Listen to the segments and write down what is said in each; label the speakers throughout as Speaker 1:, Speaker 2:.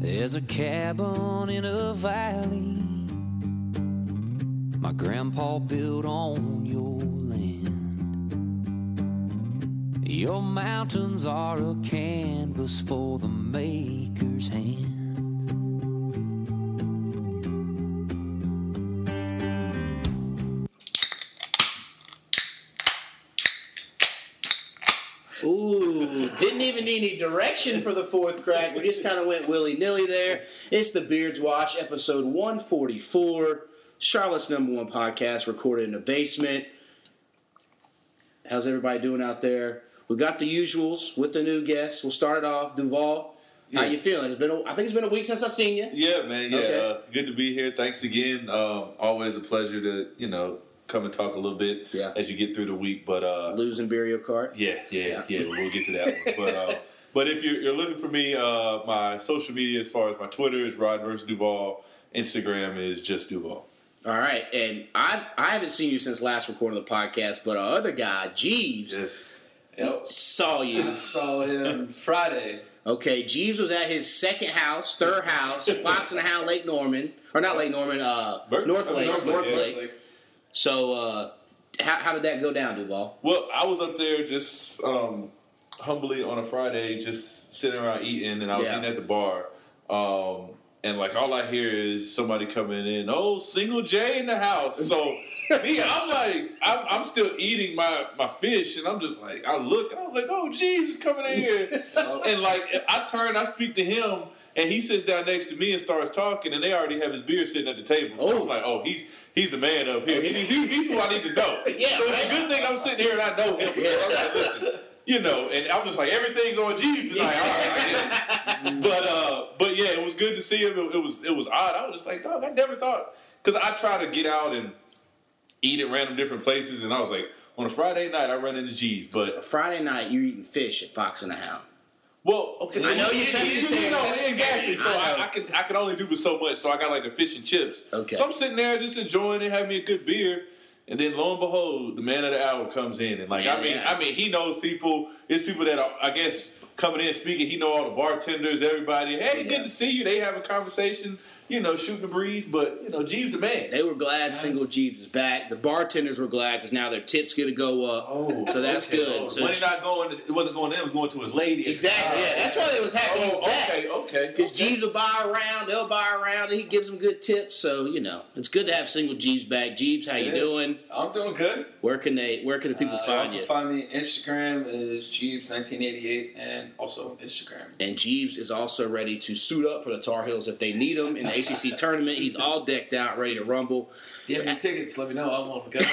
Speaker 1: There's a cabin in a valley my grandpa built on your land. Your mountains are a canvas for the maker's hand.
Speaker 2: Ooh, didn't even need any direction for the fourth crack. We just kind of went willy nilly there. It's the Beards Wash, episode 144, Charlotte's number one podcast, recorded in the basement. How's everybody doing out there? We got the usuals with the new guests. We'll start it off. Duval, how
Speaker 3: Yes.
Speaker 2: you feeling? It's been a, I think it's been a week since I've seen you.
Speaker 3: Yeah, man. Yeah,
Speaker 2: Okay.
Speaker 3: uh, good to be here. Thanks again. Um, always a pleasure to you know come and talk a little bit
Speaker 2: Yeah.
Speaker 3: as you get through the week. But uh,
Speaker 2: Losing burial card.
Speaker 3: yeah, yeah,
Speaker 2: Yeah.
Speaker 3: yeah, We'll get to that one. But uh, but if you're, you're looking for me, uh, my social media as far as my Twitter is Rod versus Duval. Instagram is just Duval.
Speaker 2: All right, and I I haven't seen you since last recording the podcast, but our other guy, Jeeves,
Speaker 3: Yes.
Speaker 4: Yep.
Speaker 2: saw you.
Speaker 4: I saw him Friday.
Speaker 2: Okay, Jeeves was at his second house, third house, Fox and the Hound, Lake Norman, or not Lake Norman, uh,
Speaker 3: Bur-
Speaker 2: North Lake,
Speaker 3: North
Speaker 2: North,
Speaker 3: Lake, yeah.
Speaker 2: Lake. So, uh, how, how did that go down, Duval?
Speaker 3: Well, I was up there just um, humbly on a Friday, just sitting around eating, and I was
Speaker 2: Yeah.
Speaker 3: eating at the bar. Um, and like all I hear is somebody coming in, oh, single J in the house. So me, I'm like, I'm, I'm still eating my, my fish, and I'm just like, I look, I was like, oh, Jeeves is coming in here, and like I turn, I speak to him. And he sits down next to me and starts talking, and they already have his beer sitting at the table. So
Speaker 2: Oh.
Speaker 3: I'm like, "Oh, he's he's the man up here.
Speaker 2: Oh, yeah.
Speaker 3: He's, he's, he's who I need to know."
Speaker 2: Yeah,
Speaker 3: so
Speaker 2: right.
Speaker 3: it's a good thing I'm sitting here and I know him. I'm like, listen, you know, and I'm just like everything's on Jeeves tonight. All right, I get it but uh, but yeah, it was good to see him. It, it was it was odd. I was just like, dog, I never thought because I try to get out and eat at random different places, and I was like, on a Friday night, I run into Jeeves. But
Speaker 2: Friday night, you were eating fish at Fox and the Hound.
Speaker 3: well, okay,
Speaker 2: I know you
Speaker 3: Yeah,
Speaker 2: couldn't
Speaker 3: yeah,
Speaker 2: say
Speaker 3: you know,
Speaker 2: it.
Speaker 3: exactly. So
Speaker 2: I know.
Speaker 3: I, I can I can only do with so much. So I got like the fish and chips.
Speaker 2: Okay.
Speaker 3: So I'm sitting there just enjoying it, having me a good beer. And then lo and behold, the man of the hour comes in, and like
Speaker 2: Yeah,
Speaker 3: I mean,
Speaker 2: yeah.
Speaker 3: I mean, he knows people. It's people that are, I guess, coming in speaking. He know all the bartenders, everybody. Hey,
Speaker 2: Yeah.
Speaker 3: good to see you. They have a conversation, you know, shooting the breeze. But you know, Jeeves the man.
Speaker 2: They were glad single Jeeves is back. The bartenders were glad because now their tip's going to go up. so that's
Speaker 3: Oh, okay.
Speaker 2: good. So
Speaker 3: money not going. It wasn't going to him. It was going to his lady.
Speaker 2: exactly, yeah. That's why they was happy. he
Speaker 3: Oh,
Speaker 2: was back.
Speaker 3: okay, okay.
Speaker 2: Because
Speaker 3: okay.
Speaker 2: Jeeves will buy around, they'll buy around, and he gives them good tips. So you know, it's good to have single Jeeves back. Jeeves, how you
Speaker 4: It is.
Speaker 2: doing?
Speaker 4: I'm doing good.
Speaker 2: Where can they? Where can the people
Speaker 4: Uh,
Speaker 2: find
Speaker 4: can
Speaker 2: you?
Speaker 4: Find me. Instagram is Jeeves1988, and also on Instagram.
Speaker 2: And Jeeves is also ready to suit up for the Tar Heels if they need him in the ACC tournament. He's all decked out, ready to rumble.
Speaker 4: If you have any tickets, let me know. I want to go.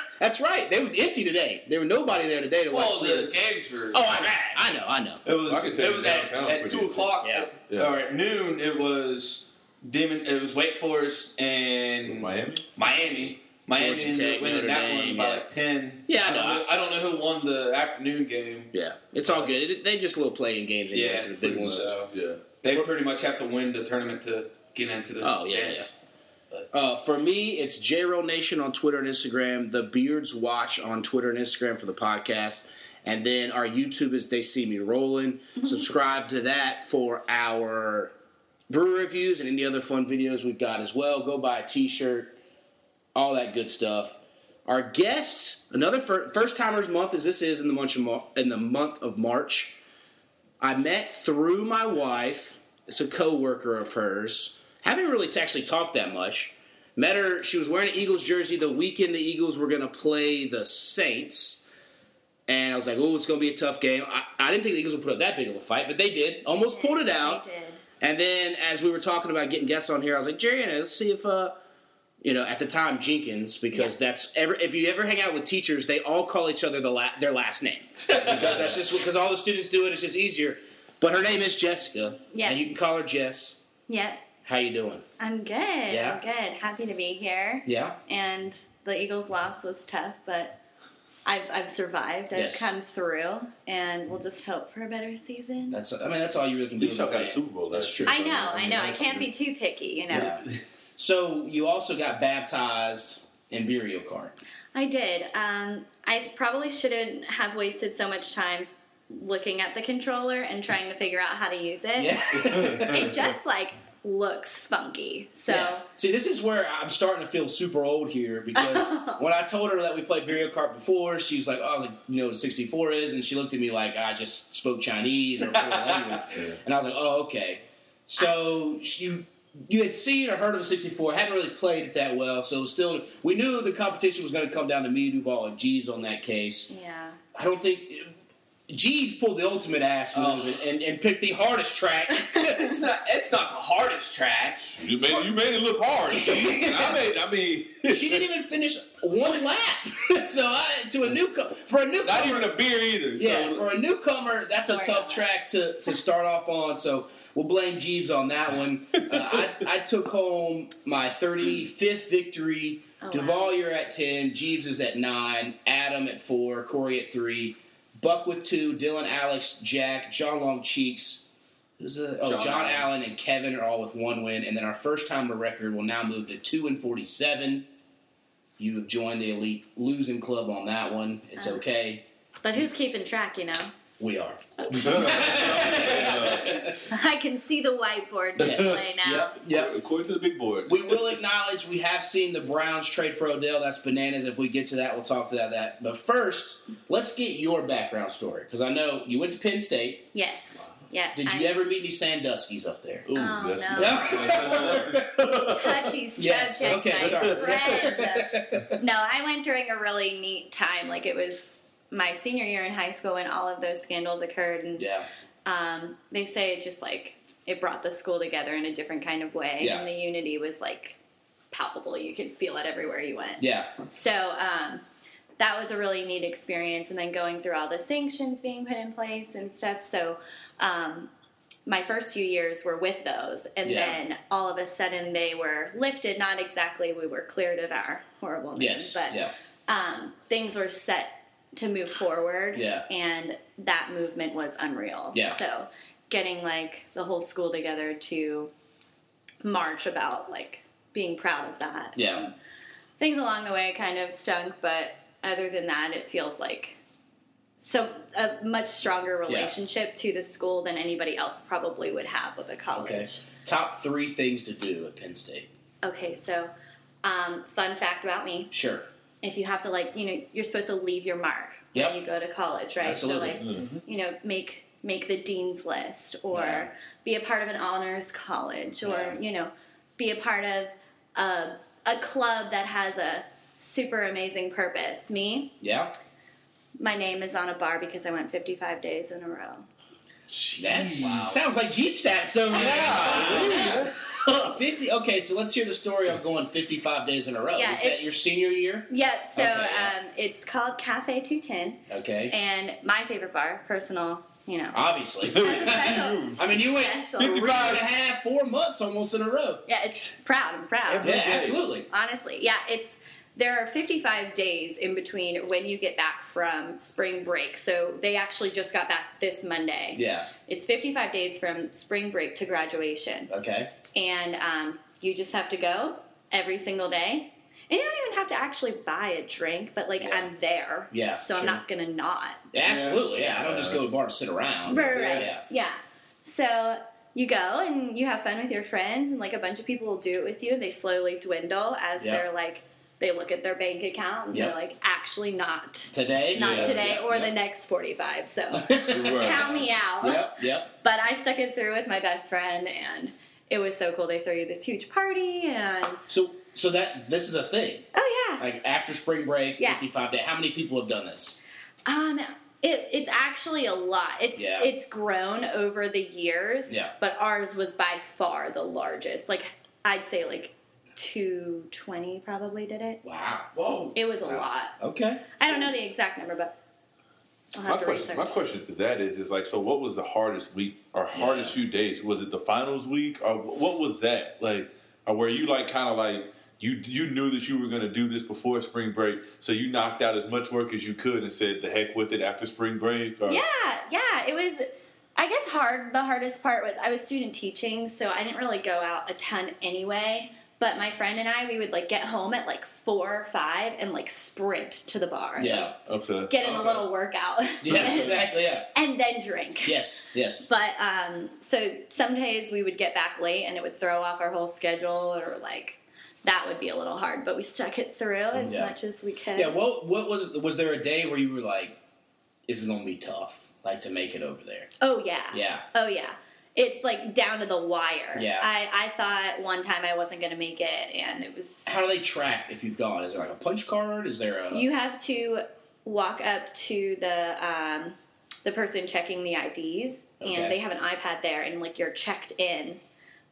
Speaker 2: That's right. They was empty today. There was nobody there today to watch
Speaker 4: well, the
Speaker 2: this.
Speaker 4: games were.
Speaker 2: Oh, I, I know, I know.
Speaker 4: It was,
Speaker 3: I could take
Speaker 4: it
Speaker 3: you
Speaker 4: was at,
Speaker 3: downtown
Speaker 4: at
Speaker 3: pretty
Speaker 4: two o'clock.
Speaker 2: Yeah.
Speaker 3: Yeah.
Speaker 4: Or at noon, it was Demon. It was Wake Forest and
Speaker 3: Miami.
Speaker 4: Miami. Miami
Speaker 2: Georgia
Speaker 4: ended
Speaker 2: Tech,
Speaker 4: up winning
Speaker 2: Notre
Speaker 4: that
Speaker 2: Dame,
Speaker 4: one by
Speaker 2: yeah.
Speaker 4: like ten.
Speaker 2: Yeah, I know.
Speaker 4: I don't know who won the afternoon game.
Speaker 2: Yeah, it's all good. It, they just little playing games anyway
Speaker 4: Yeah,
Speaker 2: to the big
Speaker 4: pretty
Speaker 2: ones.
Speaker 4: much.
Speaker 3: Yeah.
Speaker 4: They pretty much have to win the tournament to get into the.
Speaker 2: Oh, yeah,
Speaker 4: dance.
Speaker 2: Uh, for me, it's JRoll Nation on Twitter and Instagram, The Beards Watch on Twitter and Instagram for the podcast. And then our YouTube is They See Me Rolling. Subscribe to that for our brew reviews and any other fun videos we've got as well. Go buy a t shirt, all that good stuff. Our guests, another fir- first timers month, as this is in the, month of Mar- in the month of March. I met through my wife. It's a coworker of hers. Haven't really actually talked that much. Met her. She was wearing an Eagles jersey the weekend the Eagles were going to play the Saints. And I was like, oh, it's going to be a tough game. I, I didn't think the Eagles would put up that big of a fight, but they did. Almost pulled it out.
Speaker 5: They did.
Speaker 2: And then as we were talking about getting guests on here, I was like, Jerry, let's see if, uh, you know, at the time Jenkins, because that's ever if you ever hang out with teachers, they all call each other the la- their last name because that's just because all the students do it. It's just easier. But her name is Jessica.
Speaker 5: Yeah.
Speaker 2: and you can call her Jess.
Speaker 5: Yeah,
Speaker 2: How you doing?
Speaker 5: I'm good.
Speaker 2: Yeah?
Speaker 5: I'm good. Happy to be here.
Speaker 2: Yeah,
Speaker 5: And the Eagles' loss was tough, but I've, I've survived. I've
Speaker 2: Yes.
Speaker 5: come through, and we'll just hope for a better season.
Speaker 2: that's I mean that's all you really can
Speaker 3: At
Speaker 2: do. as
Speaker 3: least
Speaker 2: a
Speaker 3: y'all got a
Speaker 2: fan.
Speaker 3: Super Bowl
Speaker 2: That's
Speaker 3: last
Speaker 2: true.
Speaker 3: year.
Speaker 5: I know, I
Speaker 3: mean,
Speaker 5: know. I
Speaker 3: that's-
Speaker 5: can't be too picky, you know.
Speaker 2: Yeah. So you also got baptized in burial card.
Speaker 5: I did. Um, I probably shouldn't have wasted so much time looking at the controller and trying to figure out how to use it.
Speaker 2: Yeah.
Speaker 5: It just like looks funky. So
Speaker 2: Yeah. See, this is where I'm starting to feel super old here because when I told her that we played Mario Kart before, she was like, "Oh, I was like, you know what a 64 is," and she looked at me like I just spoke Chinese or foreign language, and I was like, "Oh, okay." So she, you had seen or heard of a 64, hadn't really played it that well, so it was still we knew the competition was going to come down to me, Duval, and Jeeves on that case.
Speaker 5: yeah.
Speaker 2: I don't think. Jeeves pulled the ultimate ass move and, and picked the hardest track.
Speaker 4: it's not. It's not the hardest track.
Speaker 3: You made you made it look hard. G. And I made. I mean,
Speaker 2: she didn't even finish one lap. so I, to a newcomer, for a newcomer,
Speaker 3: not even a beer either. So.
Speaker 2: yeah, for a newcomer, that's a
Speaker 5: Sorry
Speaker 2: tough
Speaker 5: about that.
Speaker 2: track to, to start off on. So we'll blame Jeeves on that one. Uh, I, I took home my 35th victory.
Speaker 5: Oh, wow.
Speaker 2: Duvall, you're at 10. Jeeves is at 9. Adam at 4. Corey at 3. Buck with 2. Dylan, Alex, Jack, John Long Cheeks. Who's the- oh, John,
Speaker 4: John
Speaker 2: Allen.
Speaker 4: Allen.
Speaker 2: and Kevin are all with one win. And then our first timer record will now move to 2 and 47. You have joined the elite losing club on that one. It's
Speaker 5: Uh.
Speaker 2: okay.
Speaker 5: But who's keeping track, you know?
Speaker 2: We are.
Speaker 5: I can see the whiteboard display now.
Speaker 2: Yep, yep.
Speaker 3: According to the big board.
Speaker 2: We will acknowledge we have seen the Browns trade for Odell. That's bananas. If we get to that, we'll talk to that. that. But first, let's get your background story because I know you went to Penn State.
Speaker 5: Yes. Yeah.
Speaker 2: Did you
Speaker 5: I-
Speaker 2: ever meet any Sandusky's up there?
Speaker 3: Ooh,
Speaker 5: Oh,
Speaker 3: that's
Speaker 5: no. touchy subject,
Speaker 2: Yes, okay,
Speaker 5: my
Speaker 2: sorry.
Speaker 5: friend. no, I went during a really neat time. Like it was my senior year in high school when all of those scandals occurred, and
Speaker 2: Yeah,
Speaker 5: um, they say it just like it brought the school together in a different kind of way,
Speaker 2: Yeah.
Speaker 5: and the unity was like palpable. You could feel it everywhere you went.
Speaker 2: yeah,
Speaker 5: So um, that was a really neat experience, and then going through all the sanctions being put in place and stuff. So um, my first few years were with those, and
Speaker 2: Yeah.
Speaker 5: then all of a sudden they were lifted. Not exactly, we were cleared of our horrible name,
Speaker 2: yes,
Speaker 5: but
Speaker 2: yeah,
Speaker 5: um, things were set to move forward,
Speaker 2: Yeah.
Speaker 5: and that movement was unreal.
Speaker 2: Yeah.
Speaker 5: So getting like the whole school together to march about like being proud of that
Speaker 2: yeah,
Speaker 5: things along the way kind of stunk, but other than that, it feels like so a much stronger relationship to the school than anybody else probably would have with a
Speaker 2: okay.
Speaker 5: college.
Speaker 2: Top three things to do at Penn State.
Speaker 5: Okay, so um, fun fact about me:
Speaker 2: Sure,
Speaker 5: if you have to like, you know, you're supposed to leave your mark
Speaker 2: Yep.
Speaker 5: when you go to college, right?
Speaker 2: Absolutely. Mm-hmm.
Speaker 5: So like, you know, make make the dean's list or
Speaker 2: Yeah.
Speaker 5: be a part of an honors college or
Speaker 2: Yeah.
Speaker 5: you know, be a part of a, a club that has a super amazing purpose. Me,
Speaker 2: yeah,
Speaker 5: my name is on a bar because I went 55 days in a row.
Speaker 2: that's sounds like Jeep stats over there.
Speaker 3: Yeah.
Speaker 2: Fifty. Okay, so let's hear the story of going fifty-five days in a row.
Speaker 5: Yeah,
Speaker 2: Is that
Speaker 5: it's-
Speaker 2: your senior year?
Speaker 5: Yep, so
Speaker 2: Okay, yeah.
Speaker 5: um, it's called Cafe 210,
Speaker 2: Okay,
Speaker 5: and my favorite bar, personal, you know.
Speaker 2: obviously.
Speaker 5: Has a special,
Speaker 2: I mean, you went
Speaker 5: Special.
Speaker 2: 55 and a half, four months almost in a row.
Speaker 5: yeah, it's proud, I'm proud.
Speaker 2: Yeah,
Speaker 3: Yeah.
Speaker 2: absolutely.
Speaker 5: Honestly, yeah, it's there are 55 days in between when you get back from spring break. So they actually just got back this Monday.
Speaker 2: Yeah.
Speaker 5: It's 55 days from spring break to graduation.
Speaker 2: Okay.
Speaker 5: and um, you just have to go every single day. And you don't even have to actually buy a drink, but like
Speaker 2: Yeah.
Speaker 5: I'm there,
Speaker 2: Yeah,
Speaker 5: so I'm
Speaker 2: sure.
Speaker 5: not gonna not.
Speaker 2: Absolutely. Yeah. I don't just go to a bar to sit around.
Speaker 5: Right, right, right.
Speaker 2: Yeah.
Speaker 5: Yeah. So you go and you have fun with your friends, and like a bunch of people will do it with you. They slowly dwindle as
Speaker 2: Yeah.
Speaker 5: they're like they look at their bank account and
Speaker 2: Yeah.
Speaker 5: they're like actually not
Speaker 2: Today.
Speaker 5: not
Speaker 2: yeah,
Speaker 5: today
Speaker 2: yeah,
Speaker 5: or
Speaker 2: yeah.
Speaker 5: the next 45. So
Speaker 3: Right.
Speaker 5: count me out.
Speaker 2: Yep. Yep.
Speaker 5: But I stuck it through with my best friend, and it was so cool. They throw you this huge party, and
Speaker 2: So, so that this is a thing.
Speaker 5: oh yeah,
Speaker 2: Like after spring break,
Speaker 5: Yes.
Speaker 2: fifty-five days. How many people have done this?
Speaker 5: Um, it, it's actually a lot. It's
Speaker 2: Yeah.
Speaker 5: it's grown over the years.
Speaker 2: Yeah.
Speaker 5: But ours was by far the largest. Like I'd say like two twenty probably did it.
Speaker 2: Wow.
Speaker 4: Whoa.
Speaker 5: It was a
Speaker 3: Wow.
Speaker 5: lot.
Speaker 2: Okay.
Speaker 5: I don't know the exact number, but I'll have
Speaker 3: My
Speaker 5: to
Speaker 3: question, my
Speaker 5: research.
Speaker 3: question to that is, is like, so what was the hardest week or hardest few days? Was it the finals week or what was that? Like, or were you like kind of like, you, you knew that you were going to do this before spring break, so you knocked out as much work as you could and said, the heck with it after spring break? Or,
Speaker 5: Yeah, yeah. It was. I guess hard. The hardest part was I was student teaching, so I didn't really go out a ton anyway. But my friend and I, we would like get home at like four or five and like sprint to the bar. and, like,
Speaker 2: Yeah.
Speaker 3: Okay.
Speaker 5: get in a
Speaker 3: Okay.
Speaker 5: little workout.
Speaker 2: Yeah. Exactly. Yeah.
Speaker 5: and then drink.
Speaker 2: Yes. Yes.
Speaker 5: But um, so some days we would get back late and it would throw off our whole schedule or like that would be a little hard, but we stuck it through as
Speaker 2: Yeah.
Speaker 5: much as we could.
Speaker 2: Yeah. What What was Was there a day where you were like, "This is gonna be tough," like to make it over there?
Speaker 5: oh yeah.
Speaker 2: Yeah.
Speaker 5: Oh yeah. It's like down to the wire.
Speaker 2: Yeah.
Speaker 5: I, I thought one time I wasn't gonna make it and it was
Speaker 2: How do they track if you've gone? Is there like a punch card? Is there a
Speaker 5: you have to walk up to the um, the person checking the IDs,
Speaker 2: Okay.
Speaker 5: and they have an iPad there, and like you're checked in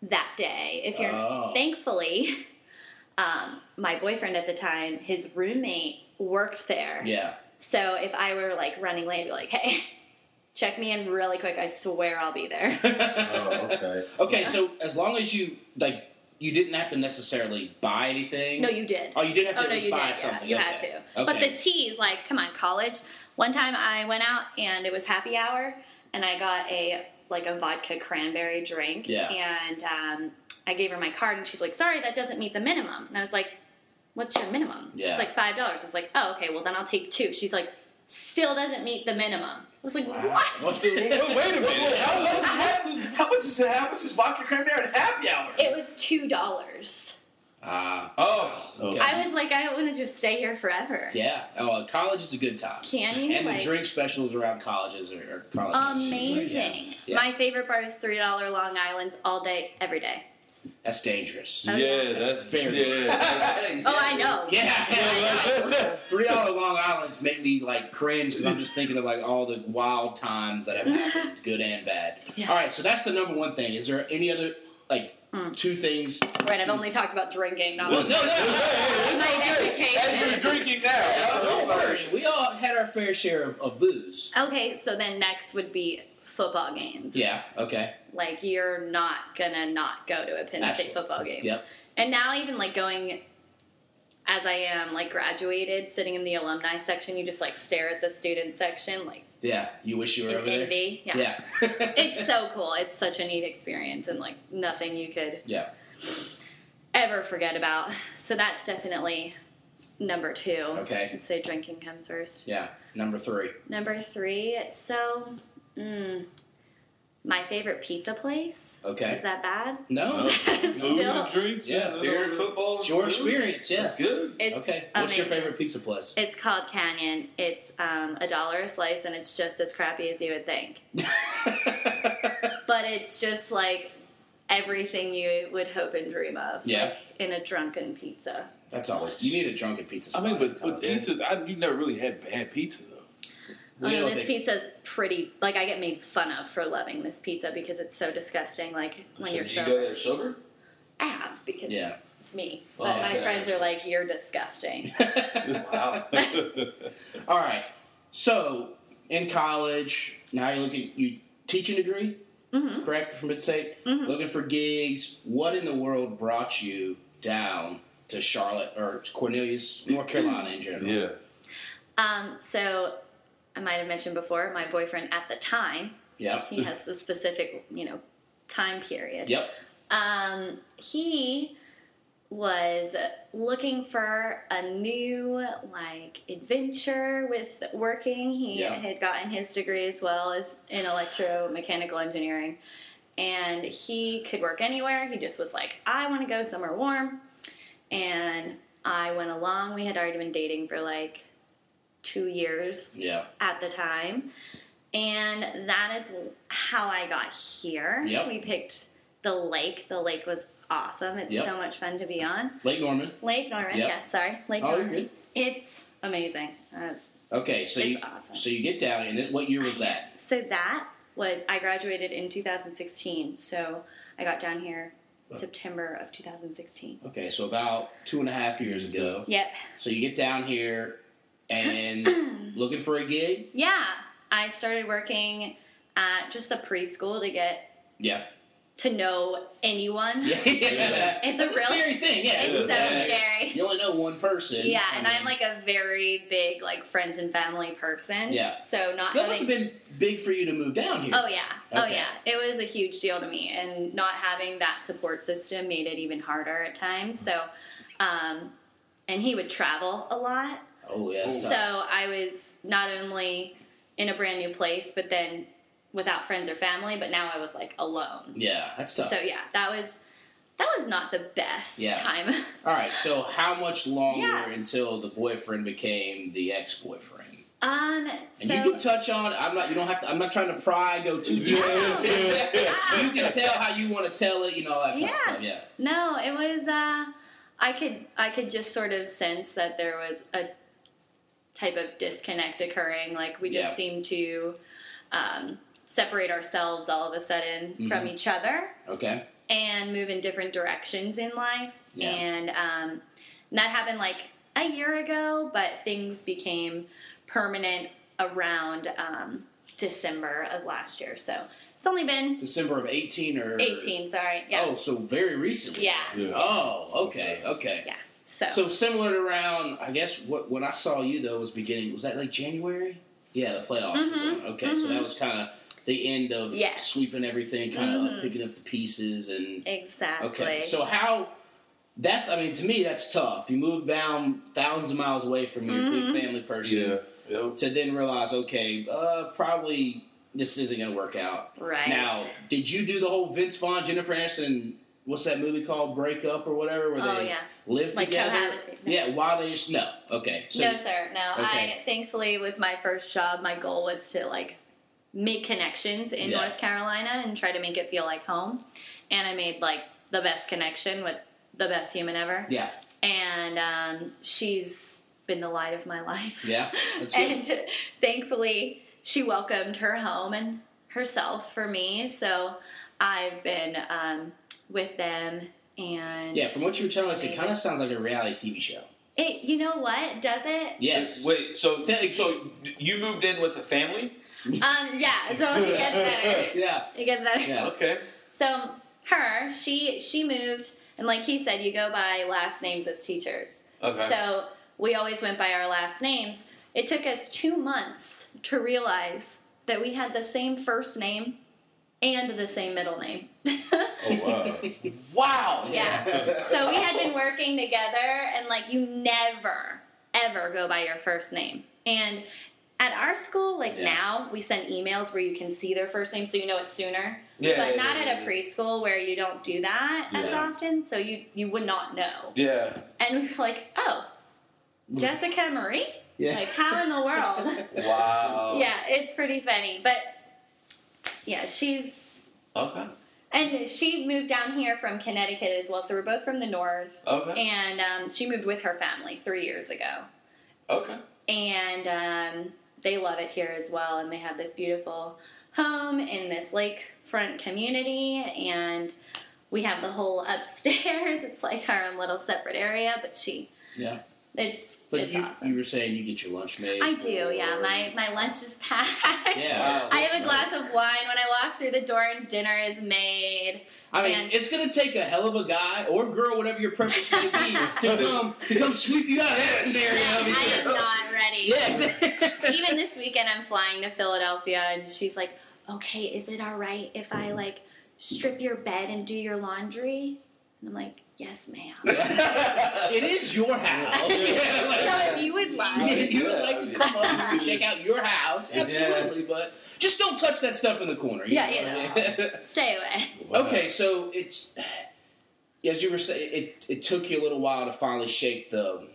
Speaker 5: that day. If you're
Speaker 2: Oh.
Speaker 5: thankfully, um, my boyfriend at the time, his roommate worked there,
Speaker 2: yeah?
Speaker 5: so if I were like running late, I'd be like, hey. Check me in really quick. I swear I'll be there.
Speaker 3: Oh, okay.
Speaker 2: Okay, so as long as you like, you didn't have to necessarily buy anything.
Speaker 5: no, you did.
Speaker 2: Oh, you did have to
Speaker 5: Oh no,
Speaker 2: just
Speaker 5: you
Speaker 2: buy
Speaker 5: did.
Speaker 2: something.
Speaker 5: Yeah, you
Speaker 2: okay.
Speaker 5: had to.
Speaker 2: Okay.
Speaker 5: But the tea's like, come on, college. One time I went out and it was happy hour, and I got a like a vodka cranberry drink.
Speaker 2: Yeah.
Speaker 5: And um, I gave her my card, and she's like, sorry, that doesn't meet the minimum. And I was like, what's your minimum?
Speaker 2: Yeah.
Speaker 5: She's like five dollars. I was like, oh, okay, well then I'll take two. She's like, still doesn't meet the minimum. I was like, what?
Speaker 2: What's the-
Speaker 3: Wait, wait a minute. How Oh, much is that?
Speaker 4: How much is it? How much is vodka cranberry at happy hour?
Speaker 5: It was two dollars.
Speaker 2: Ah,
Speaker 4: oh,
Speaker 3: Okay.
Speaker 5: I was like, I want to just stay here forever.
Speaker 2: yeah. Oh, college is a good time.
Speaker 5: Can you?
Speaker 2: And the
Speaker 5: like, Um,
Speaker 2: drink specials around colleges are, are college.
Speaker 5: Amazing.
Speaker 2: Yeah.
Speaker 5: My favorite bar is $3 Long Islands all day, every day.
Speaker 2: That's dangerous.
Speaker 5: Okay.
Speaker 3: Yeah,
Speaker 2: That's
Speaker 3: that's
Speaker 2: fair.
Speaker 3: yeah. that's-
Speaker 5: Oh, I know.
Speaker 2: Yeah.
Speaker 3: that's- that's-
Speaker 2: Three dollar Long Island's make me like cringe because I'm just thinking of like all the wild times that have happened, good and bad.
Speaker 5: Yeah.
Speaker 2: All right, so that's the number one thing. Is there any other like two things?
Speaker 5: Hmm. Right, I've only talked about drinking, not
Speaker 2: Well, no, no, no.
Speaker 5: my
Speaker 3: As you're
Speaker 5: education.
Speaker 3: drinking now.
Speaker 2: Don't worry, we all had our fair share of, of booze.
Speaker 5: Okay, so then next would be football games.
Speaker 2: Yeah. Okay.
Speaker 5: Like, you're not gonna not go to a Penn
Speaker 2: Absolutely.
Speaker 5: State football game.
Speaker 2: Yep.
Speaker 5: And now, even like going as I am, like graduated, sitting in the alumni section, you just like stare at the student section, like
Speaker 2: Yeah. You wish you were
Speaker 5: in
Speaker 2: over there.
Speaker 5: envy.
Speaker 2: Yeah.
Speaker 5: it's so cool. It's such a neat experience, and like nothing you could
Speaker 2: yeah.
Speaker 5: ever forget about. So that's definitely number two.
Speaker 2: Okay.
Speaker 5: I'd say drinking comes first.
Speaker 2: Yeah. Number three.
Speaker 5: Number three, so mm, my favorite pizza place.
Speaker 2: Okay.
Speaker 5: Is that bad?
Speaker 2: No.
Speaker 3: No. Food
Speaker 5: Still,
Speaker 3: and drinks.
Speaker 2: Yeah,
Speaker 4: favorite football.
Speaker 2: It's your
Speaker 4: food?
Speaker 2: experience. Yeah.
Speaker 4: That's good.
Speaker 5: it's
Speaker 2: Okay. What's your
Speaker 5: amazing.
Speaker 2: favorite pizza place?
Speaker 5: It's called Canyon. It's um, a dollar a slice, and it's just as crappy as you would think. But it's just like everything you would hope and dream of.
Speaker 2: Yeah.
Speaker 5: Like in a drunken pizza.
Speaker 2: That's always. You need a drunken pizza.
Speaker 3: I
Speaker 2: Spot
Speaker 3: mean,
Speaker 2: in
Speaker 3: but,
Speaker 2: college.
Speaker 3: but pizzas, I, you never really had bad pizza though.
Speaker 5: I mean,
Speaker 2: Real
Speaker 5: this
Speaker 2: thing.
Speaker 5: pizza's pretty. Like, I get made fun of for loving this pizza because it's so disgusting. Like when
Speaker 4: so
Speaker 5: you're
Speaker 4: do you go
Speaker 5: so,
Speaker 4: there sober?
Speaker 5: I have because
Speaker 2: Yeah.
Speaker 5: it's me.
Speaker 4: Oh,
Speaker 5: But my
Speaker 4: okay.
Speaker 5: friends are like, "You're disgusting."
Speaker 4: Wow.
Speaker 2: All right. So in college, now you're looking you teaching degree,
Speaker 5: Mhm.
Speaker 2: correct from Mid State.
Speaker 5: Mhm.
Speaker 2: Looking for gigs. What in the world brought you down to Charlotte or to Cornelius, North Carolina in general?
Speaker 3: Yeah.
Speaker 5: um, so I might have mentioned before, my boyfriend at the time,
Speaker 2: Yep.
Speaker 5: he has a specific, you know, time period.
Speaker 2: Yep.
Speaker 5: Um, he was looking for a new like adventure with working. He
Speaker 2: Yeah.
Speaker 5: had gotten his degree as well as in electromechanical engineering, and he could work anywhere. He just was like, I want to go somewhere warm, and I went along. We had already been dating for like two years
Speaker 2: Yeah.
Speaker 5: at the time. And that is how I got here.
Speaker 2: Yep.
Speaker 5: We picked the lake. The lake was awesome. It's
Speaker 2: Yep.
Speaker 5: so much fun to be on.
Speaker 2: Lake Norman.
Speaker 5: Lake Norman,
Speaker 2: Yep.
Speaker 5: yes, sorry. Lake
Speaker 2: Oh, you're
Speaker 5: Norman.
Speaker 2: good.
Speaker 5: It's amazing. Uh,
Speaker 2: Okay, so
Speaker 5: It's
Speaker 2: you
Speaker 5: awesome.
Speaker 2: so you get down, and then what year was that?
Speaker 5: so that was, I graduated in 2016. So I got down here September of 2016.
Speaker 2: Okay, so about two and a half years ago.
Speaker 5: Yep.
Speaker 2: So you get down here and looking for a gig.
Speaker 5: Yeah. I started working at just a preschool to get
Speaker 2: Yeah,
Speaker 5: to know anyone.
Speaker 2: yeah,
Speaker 5: It's
Speaker 2: That's
Speaker 5: a real-
Speaker 2: scary thing. Yeah,
Speaker 5: It's so
Speaker 2: Yeah.
Speaker 5: scary.
Speaker 2: You only know one person.
Speaker 5: Yeah,
Speaker 2: I
Speaker 5: and I'm
Speaker 2: mean,
Speaker 5: like a very big like friends and family person.
Speaker 2: Yeah.
Speaker 5: So not
Speaker 2: that must have
Speaker 5: having,
Speaker 2: been big for you to move down here.
Speaker 5: Oh yeah. Oh
Speaker 2: Okay.
Speaker 5: yeah. It was a huge deal to me and not having that support system made it even harder at times. So um and he would travel a lot.
Speaker 2: Oh, yeah. that's
Speaker 5: So
Speaker 2: tough.
Speaker 5: I was not only in a brand new place but then without friends or family, but now I was like alone.
Speaker 2: yeah, that's tough.
Speaker 5: So yeah, that was that was not the best
Speaker 2: Yeah.
Speaker 5: time.
Speaker 2: All right, so how much longer
Speaker 5: Yeah.
Speaker 2: until the boyfriend became the ex-boyfriend?
Speaker 5: um
Speaker 2: And
Speaker 5: so
Speaker 2: you can touch on. I'm not. You don't have to. I'm not trying to pry. Go too deep.
Speaker 3: Yeah, yeah,
Speaker 2: you can tell how you want to tell it. You know all that kind of
Speaker 5: Yeah.
Speaker 2: stuff. Yeah.
Speaker 5: No, it was. Uh, I could I could just sort of sense that there was a type of disconnect occurring. Like we just
Speaker 2: Yeah.
Speaker 5: seemed to um, separate ourselves all of a sudden
Speaker 2: Mm-hmm.
Speaker 5: from each other
Speaker 2: Okay.
Speaker 5: and move in different directions in life.
Speaker 2: Yeah.
Speaker 5: And um, that happened like a year ago, but things became permanent around um, December of last year. So it's only been
Speaker 2: December of 18 or
Speaker 5: 18. Sorry. Yeah.
Speaker 2: Oh, so very recently.
Speaker 5: Yeah.
Speaker 3: yeah.
Speaker 2: Oh, okay, okay.
Speaker 5: Yeah.
Speaker 2: So similar to round, I guess what when I saw you though was beginning. Was that like January? Yeah, the playoffs. were
Speaker 5: Mhm,
Speaker 2: going. Okay, so that was kind of the end of
Speaker 5: Yes.
Speaker 2: sweeping everything, kind of
Speaker 5: Mhm.
Speaker 2: like picking up the pieces and
Speaker 5: Exactly.
Speaker 2: Okay, so how? That's I mean to me that's tough. You move down thousands of miles away from your
Speaker 5: Mhm.
Speaker 2: big family person
Speaker 3: Yep.
Speaker 2: to then realize, okay, uh, probably this isn't going to work out.
Speaker 5: right
Speaker 2: Now, did you do the whole Vince Vaughn, Jennifer Aniston? What's that movie called? Break Up or whatever? Where
Speaker 5: Oh
Speaker 2: they
Speaker 5: yeah.
Speaker 2: live
Speaker 5: Like
Speaker 2: together?
Speaker 5: cohabitate, no.
Speaker 2: Yeah, while they just no. Okay, so
Speaker 5: no, sir. No.
Speaker 2: Okay.
Speaker 5: I thankfully with my first job, my goal was to like make connections in
Speaker 2: Yeah.
Speaker 5: North Carolina and try to make it feel like home. And I made like the best connection with the best human ever.
Speaker 2: yeah,
Speaker 5: And um, she's been the light of my life.
Speaker 2: yeah, that's good.
Speaker 5: and thankfully she welcomed her home and herself for me. So I've been um, with them and
Speaker 2: yeah, from what you were telling us, it
Speaker 5: Amazing.
Speaker 2: kind of sounds like a reality TV show.
Speaker 5: it you know what, does it?
Speaker 2: Yes.
Speaker 4: Wait, so
Speaker 2: Say-
Speaker 4: so you moved in with a family?
Speaker 5: Um, yeah, so it gets better.
Speaker 2: Yeah.
Speaker 5: It gets better.
Speaker 2: Yeah.
Speaker 4: Okay.
Speaker 5: So her, she she moved, and like he said, you go by last names as teachers.
Speaker 4: Okay.
Speaker 5: So we always went by our last names. It took us two months to realize that we had the same first name and the same middle name.
Speaker 3: Oh wow.
Speaker 4: Wow.
Speaker 5: yeah. So we had been working together, and like you never ever go by your first name. And at our school, like
Speaker 2: Yeah.
Speaker 5: now, we send emails where you can see their first name, so you know it's sooner.
Speaker 4: Yeah,
Speaker 5: but
Speaker 4: yeah,
Speaker 5: not
Speaker 4: yeah,
Speaker 5: at a
Speaker 4: yeah.
Speaker 5: preschool where you don't do that as
Speaker 2: Yeah.
Speaker 5: often, so you you would not know.
Speaker 4: Yeah.
Speaker 5: And we were like, oh, Jessica Marie.
Speaker 2: Yeah.
Speaker 5: Like how in the world?
Speaker 4: Wow.
Speaker 5: yeah, it's pretty funny, but yeah, she's
Speaker 4: Okay.
Speaker 5: and she moved down here from Connecticut as well, so we're both from the north
Speaker 4: Okay.
Speaker 5: and um, she moved with her family three years ago
Speaker 4: Okay.
Speaker 5: and um, they love it here as well and they have this beautiful home in this lakefront community and we have the whole upstairs it's like our own little separate area but she
Speaker 2: Yeah.
Speaker 5: it's
Speaker 2: But
Speaker 5: it's
Speaker 2: you,
Speaker 5: awesome
Speaker 2: you were saying you get your lunch made.
Speaker 5: i do yeah
Speaker 2: or-
Speaker 5: my my lunch is packed
Speaker 2: Yeah.
Speaker 5: I have a glass of wine when I walk through the door and dinner is made.
Speaker 2: I mean,
Speaker 5: And-
Speaker 2: it's gonna take a hell of a guy or girl, whatever your preference may be, to come to come sweep you out of that scenario.
Speaker 5: I am not ready.
Speaker 2: Yeah, exactly.
Speaker 5: even this weekend I'm flying to Philadelphia and she's like, "Okay, is it all right if I like strip your bed and do your laundry?" And I'm like, "Yes, ma'am."
Speaker 2: it is your house. Yeah, like,
Speaker 5: so if you would like,
Speaker 2: if you would like to come up and check out your house,
Speaker 4: Yeah.
Speaker 2: absolutely, but just don't touch that stuff in the corner. you
Speaker 5: Yeah,
Speaker 2: know?
Speaker 5: stay away.
Speaker 2: okay, so it's as you were saying, it it took you a little while to finally shake the.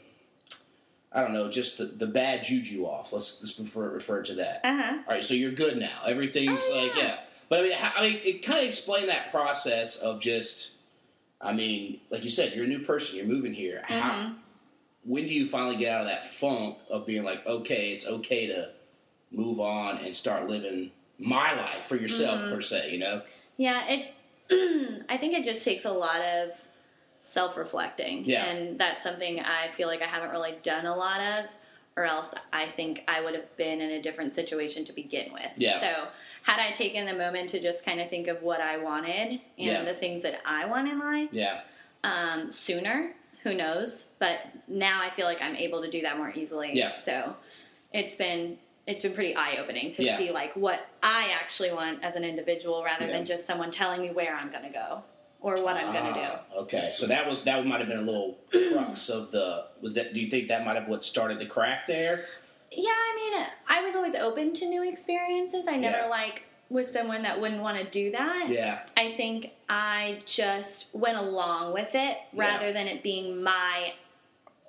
Speaker 2: I don't know, just the, the bad juju off. Let's just refer, refer to that.
Speaker 5: Uh huh.
Speaker 2: All right, so you're good now. Everything's
Speaker 5: Oh,
Speaker 2: like
Speaker 5: yeah.
Speaker 2: yeah. But I mean, how, I mean, it kind of explained that process of just. I mean, like you said, you're a new person. You're moving here.
Speaker 5: Mm-hmm.
Speaker 2: How, when do you finally get out of that funk of being like, okay, it's okay to move on and start living my life for yourself
Speaker 5: Mm-hmm.
Speaker 2: per se? You know?
Speaker 5: Yeah, it. I think it just takes a lot of self-reflecting,
Speaker 2: Yeah.
Speaker 5: and that's something I feel like I haven't really done a lot of, or else I think I would have been in a different situation to begin with.
Speaker 2: Yeah.
Speaker 5: So had I taken the moment to just kind of think of what I wanted and
Speaker 2: Yeah.
Speaker 5: the things that I want in life
Speaker 2: Yeah.
Speaker 5: um, sooner, who knows? But now I feel like I'm able to do that more easily.
Speaker 2: Yeah.
Speaker 5: So it's been it's been pretty eye opening to
Speaker 2: Yeah.
Speaker 5: see like what I actually want as an individual rather
Speaker 2: Yeah.
Speaker 5: than just someone telling me where I'm gonna go or what I'm gonna do.
Speaker 2: Ah, Okay, so that was that might have been a little crux of the. Was that? Do you think that might have what started the crack there?
Speaker 5: Yeah, I mean, I was always open to new experiences. I never
Speaker 2: Yeah.
Speaker 5: like was someone that wouldn't want to do that.
Speaker 2: Yeah,
Speaker 5: I think I just went along with it rather than it being my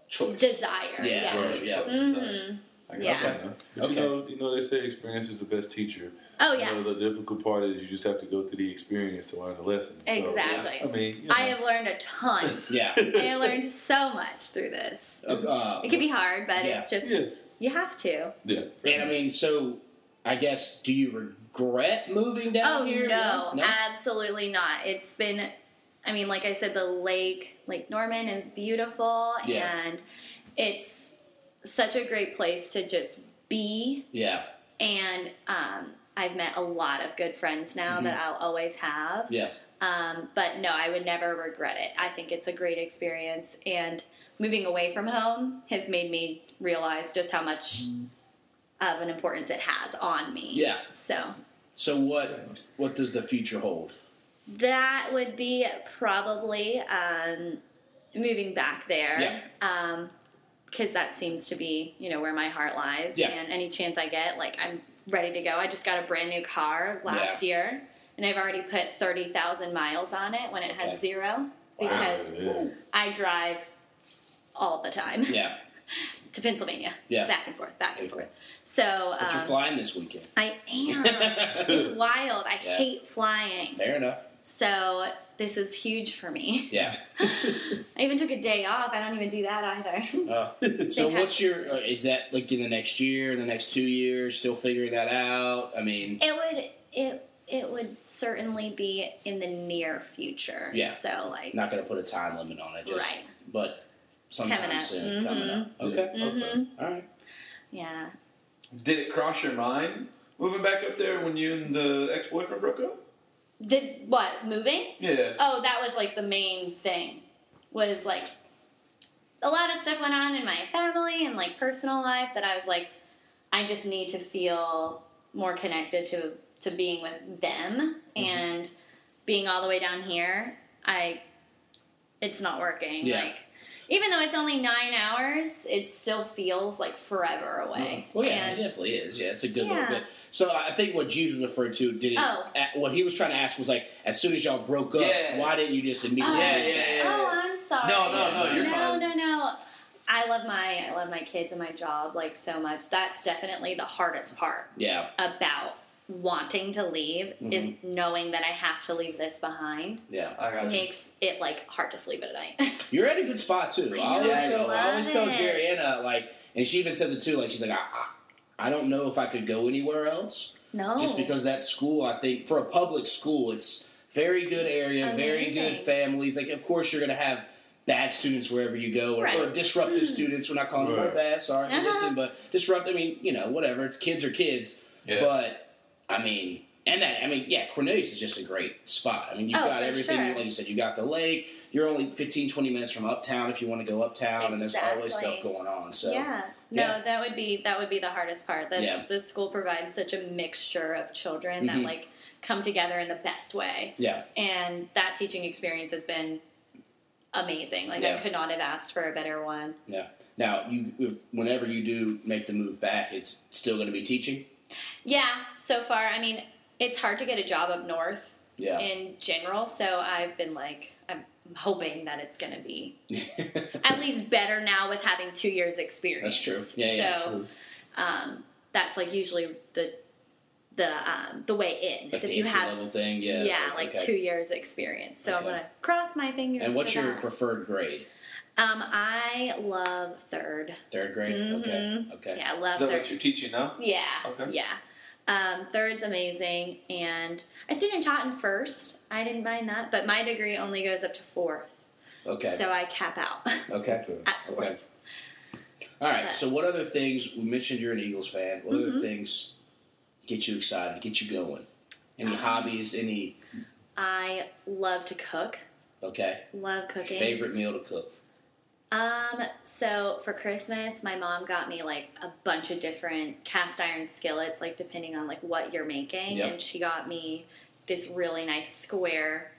Speaker 6: Choice.
Speaker 5: desire.
Speaker 2: Yeah, right. yeah.
Speaker 5: Mhm.
Speaker 3: I got
Speaker 5: Yeah.
Speaker 3: that now. But
Speaker 2: Okay.
Speaker 3: you know, you know, they say experience is the best teacher.
Speaker 5: Oh
Speaker 3: You
Speaker 5: yeah.
Speaker 3: know, the difficult part is you just have to go through the experience to learn the lesson. So,
Speaker 5: Exactly.
Speaker 3: I mean, you know,
Speaker 5: I have learned a ton.
Speaker 2: yeah.
Speaker 5: I learned so much through this.
Speaker 2: Uh,
Speaker 5: It can be hard, but
Speaker 2: Yeah.
Speaker 5: it's just
Speaker 3: Yes.
Speaker 5: you have to.
Speaker 3: yeah.
Speaker 2: and I mean, so I guess do you regret moving down
Speaker 5: oh
Speaker 2: here?
Speaker 5: no, absolutely not. It's been, I mean, like I said, the lake, Lake Norman, is beautiful,
Speaker 2: Yeah.
Speaker 5: and it's such a great place to just be.
Speaker 2: Yeah,
Speaker 5: And um, I've met a lot of good friends now
Speaker 2: Mm-hmm.
Speaker 5: that I'll always have.
Speaker 2: yeah,
Speaker 5: Um, but no, I would never regret it. I think it's a great experience, and moving away from home has made me realize just how much of an importance it has on me.
Speaker 2: Yeah.
Speaker 5: So
Speaker 2: So what? What does the future hold?
Speaker 5: that would be probably um, moving back there.
Speaker 2: Yeah.
Speaker 5: Um, because that seems to be, you know, where my heart lies.
Speaker 2: Yeah.
Speaker 5: And any chance I get, like, I'm ready to go. I just got a brand new car last year, and I've already put 30,000 miles on it when it
Speaker 2: Okay.
Speaker 5: had zero because
Speaker 3: Yeah.
Speaker 5: I drive all the time
Speaker 2: Yeah,
Speaker 5: to Pennsylvania.
Speaker 2: Yeah.
Speaker 5: Back and forth, back and forth. So
Speaker 2: but you're
Speaker 5: um,
Speaker 2: flying this weekend.
Speaker 5: I am. it's wild. I
Speaker 2: Yeah.
Speaker 5: hate flying.
Speaker 2: Fair enough.
Speaker 5: So this is huge for me.
Speaker 2: Yeah.
Speaker 5: I even took a day off. I don't even do that either.
Speaker 2: Uh, so what's
Speaker 5: happens.
Speaker 2: your? Uh, is that like in the next year, in the next two years? Still figuring that out. I mean,
Speaker 5: It would it it would certainly be in the near future.
Speaker 2: Yeah.
Speaker 5: So like
Speaker 2: not going to put a time limit on it. Just,
Speaker 5: Right.
Speaker 2: But sometime
Speaker 5: Coming up. Mm-hmm.
Speaker 2: soon, coming up. Okay. All right.
Speaker 5: yeah.
Speaker 4: Did it cross your mind moving back up there when you and the ex boyfriend broke up?
Speaker 5: Did what? Moving?
Speaker 4: Yeah.
Speaker 5: Oh, that was like the main thing. Was like a lot of stuff went on in my family and like personal life that I was like, I just need to feel more connected to to being with them
Speaker 2: Mm-hmm.
Speaker 5: and being all the way down here. I it's not working.
Speaker 2: Yeah.
Speaker 5: Like even though it's only nine hours, it still feels like forever away.
Speaker 2: Well, yeah,
Speaker 5: And-
Speaker 2: it definitely is. Yeah, it's a good little
Speaker 5: Yeah.
Speaker 2: bit. So I think what Jeeves was referring to did it,
Speaker 5: Oh.
Speaker 2: at- what he was trying to ask was like, as soon as y'all broke up,
Speaker 4: Yeah.
Speaker 2: why didn't you just immediately?
Speaker 4: Yeah, yeah, yeah.
Speaker 5: Oh, I'm sorry.
Speaker 4: No,
Speaker 2: no, no, you're
Speaker 5: no,
Speaker 4: fine.
Speaker 5: No, no, I love my I love my kids and my job like so much. That's definitely the hardest part
Speaker 2: Yeah,
Speaker 5: about wanting to leave is knowing that I have to leave this behind.
Speaker 2: yeah.
Speaker 4: I got you.
Speaker 5: Makes it like hard to sleep at night.
Speaker 2: You're at a good spot too. I,
Speaker 5: know,
Speaker 2: always
Speaker 4: I
Speaker 2: tell, I
Speaker 5: love
Speaker 2: always tell
Speaker 5: it.
Speaker 2: Jerianna like, and she even says it too. Like she's like, I, I, I don't know if I could go anywhere else,
Speaker 5: no,
Speaker 2: just because that school. I think for a public school, it's very good area, very
Speaker 5: Amazing.
Speaker 2: good families. Like, of course, you're gonna have bad students wherever you go, or,
Speaker 5: Right. Hmm.
Speaker 2: or disruptive students. We're not calling them
Speaker 3: Right.
Speaker 2: bad. Sorry, if you're
Speaker 5: Uh-huh.
Speaker 2: listening, but disrupt. I mean, you know, whatever. It's Kids are kids,
Speaker 3: Yeah.
Speaker 2: but I mean. And that, I mean, yeah, Cornelius is just a great spot. I mean, you've
Speaker 5: Oh,
Speaker 2: got
Speaker 5: for
Speaker 2: everything, you-
Speaker 5: sure.
Speaker 2: like you said, you got the lake, you're only 15, 20 minutes from uptown if you want to go uptown, and there's always stuff
Speaker 5: Exactly.
Speaker 2: going on. So,
Speaker 5: yeah. No,
Speaker 2: yeah.
Speaker 5: that would be that would be the hardest part. That
Speaker 2: Yeah.
Speaker 5: the school provides such a mixture of children
Speaker 2: Mhm.
Speaker 5: that like come together in the best way.
Speaker 2: yeah,
Speaker 5: and that teaching experience has been amazing. Like
Speaker 2: Yeah.
Speaker 5: I could not have asked for a better one.
Speaker 2: yeah. Now, you, if, whenever you do make the move back, it's still going to be teaching.
Speaker 5: Yeah, so far, I mean, it's hard to get a job up north
Speaker 2: Yeah,
Speaker 5: in general, so I've been like I'm hoping that it's going to be at least better now with having 2 years experience.
Speaker 2: That's true. Yeah, yeah,
Speaker 5: so um that's like usually the the um, the way in
Speaker 2: like
Speaker 5: is if
Speaker 2: the
Speaker 5: you
Speaker 2: entry
Speaker 5: have
Speaker 2: level thing. Yeah,
Speaker 5: yeah,
Speaker 2: it's
Speaker 5: like
Speaker 2: okay.
Speaker 5: 2 years experience. So I'm
Speaker 2: Okay.
Speaker 5: going to cross my fingers
Speaker 2: And what's
Speaker 5: for
Speaker 2: your
Speaker 5: that.
Speaker 2: preferred grade?
Speaker 5: Um, I love third.
Speaker 2: Third grade. Okay,
Speaker 5: Mhm.
Speaker 2: okay.
Speaker 5: Yeah, I love
Speaker 4: Is that
Speaker 5: third.
Speaker 4: what you're teaching now?
Speaker 5: yeah,
Speaker 4: Okay.
Speaker 5: yeah. Um, third's amazing, and I student taught in first. I didn't mind that, but my degree only goes up to fourth,
Speaker 2: Okay.
Speaker 5: so I cap out
Speaker 2: okay.
Speaker 5: at fourth.
Speaker 2: Okay. All right. So, what other things we mentioned? You're an Eagles fan. What
Speaker 5: Mm-hmm.
Speaker 2: other things get you excited? Get you going?
Speaker 5: Um,
Speaker 2: Any hobbies? Any
Speaker 5: I love to cook.
Speaker 2: okay?
Speaker 5: Love cooking.
Speaker 2: Favorite meal to cook?
Speaker 5: Um, so for Christmas, my mom got me like a bunch of different cast iron skillets, like depending on like what you're making,
Speaker 2: Yep.
Speaker 5: and she got me this really nice square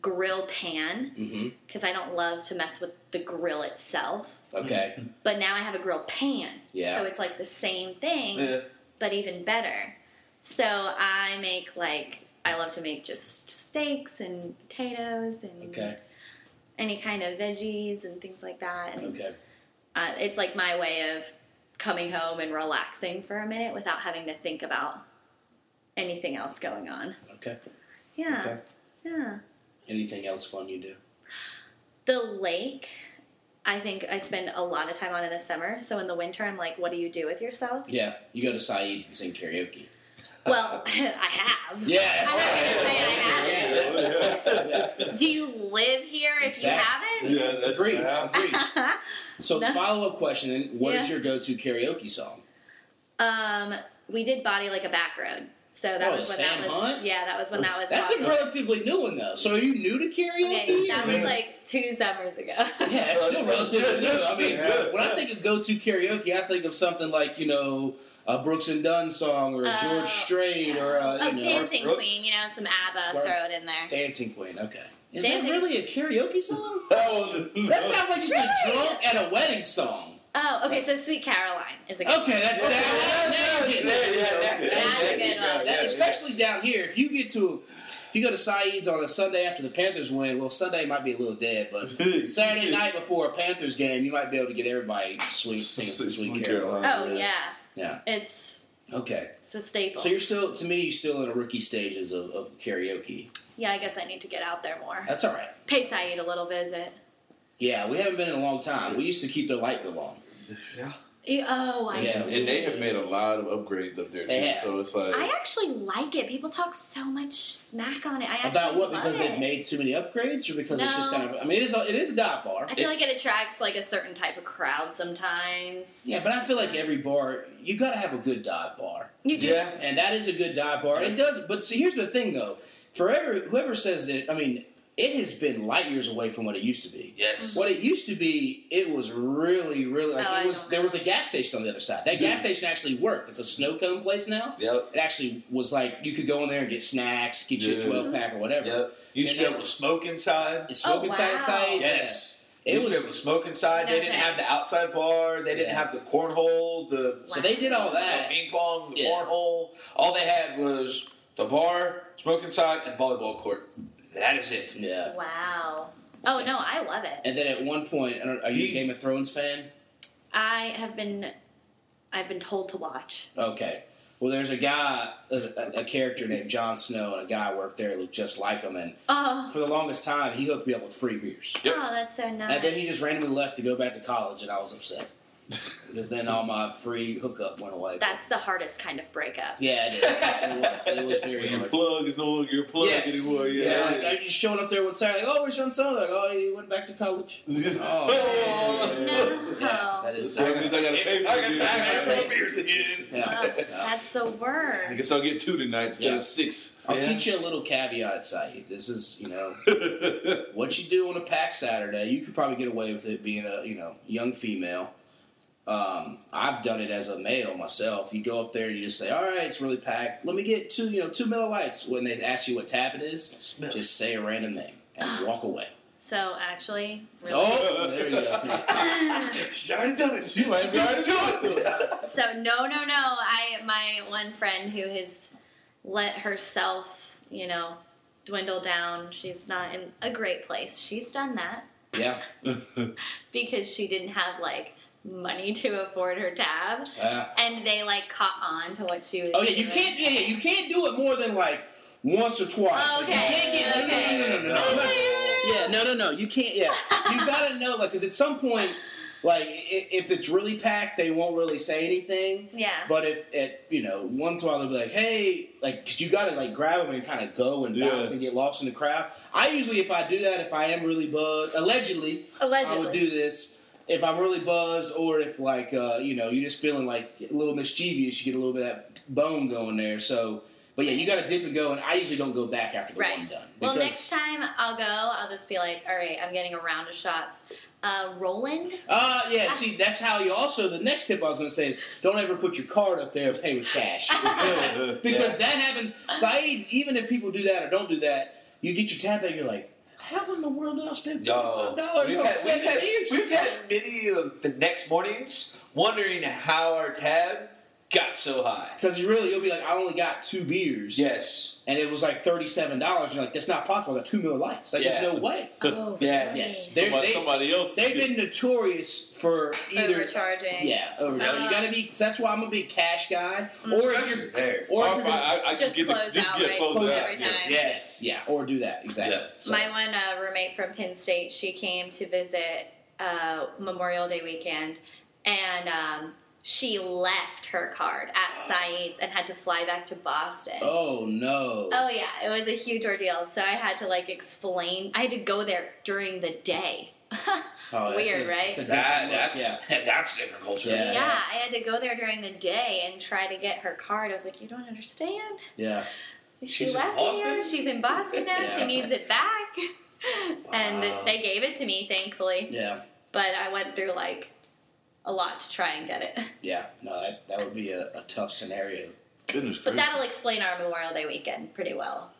Speaker 5: grill pan
Speaker 2: Mm-hmm.
Speaker 5: because I don't love to mess with the grill itself.
Speaker 2: Okay.
Speaker 5: But now I have a grill pan,
Speaker 2: Yeah.
Speaker 5: so it's like the same thing,
Speaker 3: Yeah.
Speaker 5: but even better. So I make like I love to make just steaks and potatoes and
Speaker 2: Okay.
Speaker 5: any kind of veggies and things like that. And
Speaker 2: Okay.
Speaker 5: uh, it's like my way of coming home and relaxing for a minute without having to think about anything else going on.
Speaker 2: Okay.
Speaker 5: Yeah.
Speaker 2: Okay.
Speaker 5: Yeah.
Speaker 2: Anything else fun you do?
Speaker 5: The lake, I think I spend a lot of time on in the summer. So in the winter, I'm like, what do you do with yourself?
Speaker 2: Yeah. You go to Saeed's and sing karaoke.
Speaker 5: Well, I have.
Speaker 2: Yeah.
Speaker 5: I'm not gonna say I haven't.
Speaker 3: yeah,
Speaker 5: Do you live here if
Speaker 2: Exactly.
Speaker 5: you
Speaker 3: that's
Speaker 2: Agreed.
Speaker 3: right.
Speaker 2: Agreed.
Speaker 5: haven't?
Speaker 2: So
Speaker 5: No.
Speaker 2: follow up question then, What is
Speaker 5: Yeah.
Speaker 2: your go to karaoke song?
Speaker 5: um, we did body like a back road. So that
Speaker 2: Oh,
Speaker 5: was when
Speaker 2: Sam
Speaker 5: that was
Speaker 2: Hunt?
Speaker 5: yeah, that was when that was
Speaker 2: That's a
Speaker 5: popular.
Speaker 2: relatively new one though. So are you new to karaoke?
Speaker 5: Okay, that was
Speaker 2: Or-
Speaker 5: like two summers ago.
Speaker 2: yeah, it's still relatively new. I mean,
Speaker 3: Yeah.
Speaker 2: when I think of go to karaoke, I think of something like you know a Brooks and Dunn song or a
Speaker 5: Oh,
Speaker 2: George Strait or a,
Speaker 5: oh,
Speaker 2: you know
Speaker 5: Dancing
Speaker 3: Brooks.
Speaker 5: Queen, you know, some ABBA,
Speaker 2: Right.
Speaker 5: throw it in there.
Speaker 2: Dancing Queen. Okay, is
Speaker 5: Dancing-
Speaker 2: that really a karaoke song?
Speaker 3: Oh, dude.
Speaker 2: That sounds like just a
Speaker 5: Really?
Speaker 2: drunk at a wedding song.
Speaker 5: Oh, okay, so Sweet Caroline is a good
Speaker 2: Okay, that's
Speaker 3: Yeah,
Speaker 2: that.
Speaker 3: yeah, yeah, yeah, yeah.
Speaker 5: That's a good one.
Speaker 2: That-
Speaker 3: Yeah,
Speaker 2: especially down here, if you get to if you go to Saeed's on a Sunday after the Panthers win, well, Sunday might be a little dead, but Saturday night before a Panthers game, you might be able to get everybody sweet singing some sweet Caroline.
Speaker 5: Oh yeah.
Speaker 2: Yeah.
Speaker 5: It's
Speaker 2: Okay,
Speaker 5: it's a staple.
Speaker 2: so you're still to me, you're still in the rookie stages of, of karaoke.
Speaker 5: yeah, I guess I need to get out there more.
Speaker 2: That's all right.
Speaker 5: Pay Saeed a little visit.
Speaker 2: Yeah, we haven't been in a long time. We used to keep the light bill on.
Speaker 5: E- Oh, I
Speaker 2: Yeah,
Speaker 5: see.
Speaker 3: And they have made a lot of upgrades up there too.
Speaker 2: They have.
Speaker 3: So it's like
Speaker 5: I actually like it. People talk so much smack on it. I actually
Speaker 2: About what?
Speaker 5: love
Speaker 2: Because
Speaker 5: it.
Speaker 2: they've made too many upgrades, or because it's just
Speaker 5: No.
Speaker 2: kind of. I mean, it is a, it is a dive bar.
Speaker 5: I feel like it attracts like a certain type of crowd sometimes.
Speaker 2: Yeah, but I feel like every bar you got to have a good dive bar.
Speaker 5: You do.
Speaker 3: yeah,
Speaker 2: and that is a good dive bar. It does, but see, here's the thing though. Forever, whoever says that, I mean, it has been light years away from what it used to be.
Speaker 3: yes.
Speaker 5: Mm-hmm.
Speaker 2: What it used to be, it was really, really like
Speaker 5: Oh, I
Speaker 2: it was.
Speaker 5: know.
Speaker 2: There was a gas station on the other side. That gas station actually worked. It's a snow cone place now.
Speaker 3: Yep.
Speaker 2: It actually was like you could go in there and get snacks, get your
Speaker 3: Yeah.
Speaker 2: twelve pack or whatever.
Speaker 3: Yep.
Speaker 7: You used to be able to smoke inside.
Speaker 2: It's
Speaker 5: Oh,
Speaker 2: smoking side
Speaker 5: wow.
Speaker 2: side.
Speaker 7: Yes.
Speaker 2: Yeah.
Speaker 7: you
Speaker 2: it
Speaker 7: used to be able
Speaker 2: was.
Speaker 7: to smoke inside. They didn't
Speaker 5: Okay.
Speaker 7: have the outside bar. They didn't
Speaker 2: Yeah.
Speaker 7: have the cornhole, the
Speaker 2: So they did all
Speaker 7: the
Speaker 2: that.
Speaker 7: ping pong, the
Speaker 2: Yeah.
Speaker 7: cornhole. All they had was the bar, smoke inside, and volleyball court. That is it.
Speaker 2: Yeah.
Speaker 5: Wow. Oh no, I love it.
Speaker 2: And then at one point, I don't, are you a
Speaker 7: He-
Speaker 2: Game of Thrones fan?
Speaker 5: I have been I've been told to watch.
Speaker 2: Okay. Well, there's a guy, a, a character named Jon Snow, and a guy worked there who looked just like him. And
Speaker 5: Oh,
Speaker 2: for the longest time, he hooked me up with free beers.
Speaker 7: Yep.
Speaker 5: oh that's so nice.
Speaker 2: And then he just randomly left to go back to college, and I was upset because then all my free hookup went away.
Speaker 5: That's the hardest kind of breakup.
Speaker 2: yeah, it, is. it was. It was very
Speaker 3: Your
Speaker 2: hard.
Speaker 3: plug is no longer your plug
Speaker 2: Yes.
Speaker 3: anymore.
Speaker 2: Yeah,
Speaker 3: Yeah.
Speaker 2: like, I just showed up there one Saturday. Like, oh, we're Sean Snow. Like, oh, he went back to college. Oh.
Speaker 5: No. Oh.
Speaker 2: Yeah, that is.
Speaker 3: So I guess I gotta pay for
Speaker 7: Like I
Speaker 3: it.
Speaker 7: said, I
Speaker 3: I
Speaker 7: had
Speaker 5: Yeah.
Speaker 7: four beers again.
Speaker 2: Yeah.
Speaker 5: Oh, that's the worst.
Speaker 3: guess I'll get two tonight instead
Speaker 2: Yeah.
Speaker 3: of six.
Speaker 2: I'll
Speaker 7: Yeah.
Speaker 2: teach you a little caveat at Saeed. This is, you know, what you do on a pack Saturday, you could probably get away with it being a, you know, young female. Um, I've done it as a male myself. You go up there and you just say, "All right, it's really packed. Let me get two, you know, two Miller Lights." When they ask you what tab it is, just say a random name and walk away.
Speaker 5: So actually, really-
Speaker 2: Oh, there you go.
Speaker 7: She already done it.
Speaker 3: You might be already doing it.
Speaker 5: So no, no, no. I my one friend who has let herself, you know, dwindle down. She's not in a great place. She's done that
Speaker 2: Yeah,
Speaker 5: because she didn't have like money to afford her tab,
Speaker 2: yeah.
Speaker 5: and they like caught on to what she was.
Speaker 2: Uh. Oh yeah, you
Speaker 5: doing.
Speaker 2: can't. Yeah, yeah, you can't do it more than like once or twice. Like, you can't get- no, no,
Speaker 5: Okay,
Speaker 2: no,
Speaker 5: okay.
Speaker 2: no, no, no, no. Unless- Yeah, no, no, no. You can't. Yeah, you gotta know, like, because at some point, like, i- if it's really packed, they won't really say anything.
Speaker 5: Yeah.
Speaker 2: But if at you know once in a while they'll be like, hey, like, 'cause you gotta like grab them and kind of go and bounce
Speaker 3: Yeah.
Speaker 2: and get lost in the crowd. I usually, if I do that, if I am really buzzed, allegedly,
Speaker 5: Allegedly.
Speaker 2: I would do this. If I'm really buzzed, or if like uh, you know, you're just feeling like a little mischievous, you get a little bit of that bone going there. So But yeah, you got to dip and go, and I usually don't go back after the
Speaker 5: Right.
Speaker 2: one's done.
Speaker 5: Well,
Speaker 2: because-
Speaker 5: next time I'll go, I'll just be like, all right, I'm getting a round of shots. Uh, Roland?
Speaker 2: Uh, yeah, see, that's how you also, the next tip I was going to say is don't ever put your card up there and pay with cash. because that happens. Saeeds, even if people do that or don't do that, you get your tab back, you're like, how in the world did I spend
Speaker 7: Yo,
Speaker 2: $5 dollars
Speaker 7: we've
Speaker 2: on
Speaker 7: had,
Speaker 2: seven
Speaker 7: we've, had,
Speaker 2: beers?
Speaker 7: we've had many of the next mornings wondering how our tab got so high.
Speaker 2: Because you really, you'll be like, I only got two beers.
Speaker 7: Yes.
Speaker 2: And it was like $37. You're like, that's not possible. I got two Miller Lights. Like,
Speaker 7: Yeah.
Speaker 2: there's no way.
Speaker 5: Oh,
Speaker 7: Yeah,
Speaker 5: right.
Speaker 2: Yes. They're,
Speaker 3: Somebody,
Speaker 2: they,
Speaker 3: somebody else.
Speaker 2: they've been notorious for either.
Speaker 5: Overcharging.
Speaker 2: Yeah, over. So you
Speaker 5: Uh,
Speaker 2: gotta be. 'cause That's why I'm a big cash guy.
Speaker 5: Mm-hmm.
Speaker 2: Or if you're,
Speaker 7: There.
Speaker 2: or if
Speaker 3: Or
Speaker 2: you're
Speaker 3: if I, I, I
Speaker 5: Just
Speaker 3: just get the,
Speaker 5: close
Speaker 3: just
Speaker 5: out,
Speaker 3: get
Speaker 5: right?
Speaker 3: closed
Speaker 5: Close
Speaker 3: out.
Speaker 5: every time.
Speaker 2: Yes,
Speaker 3: Yes.
Speaker 2: yeah, or do that exactly.
Speaker 7: Yeah.
Speaker 2: So-
Speaker 5: My one uh, roommate from Penn State, she came to visit uh, Memorial Day weekend, and um, she left her card at Saeed's and had to fly back to Boston.
Speaker 2: oh no!
Speaker 5: Oh yeah, it was a huge ordeal. So I had to like explain. I had to go there during the day.
Speaker 2: Oh, that's
Speaker 5: Weird,
Speaker 2: a-
Speaker 5: right?
Speaker 2: that's a
Speaker 7: That,
Speaker 2: different look,
Speaker 7: that's,
Speaker 2: yeah.
Speaker 7: that's different culture.
Speaker 2: Yeah.
Speaker 5: yeah, I had to go there during the day and try to get her card. I was like, "You don't understand.
Speaker 2: yeah.
Speaker 5: She
Speaker 7: She's in
Speaker 5: left
Speaker 7: Boston?
Speaker 5: here. She's in Boston now.
Speaker 2: Yeah.
Speaker 5: She needs it back." And
Speaker 7: Wow.
Speaker 5: they gave it to me, thankfully.
Speaker 2: Yeah,
Speaker 5: But I went through like a lot to try and get it.
Speaker 2: yeah. No, that, that would be a, a tough scenario.
Speaker 3: Goodness
Speaker 5: But
Speaker 3: gracious.
Speaker 5: that'll explain our Memorial Day weekend pretty well.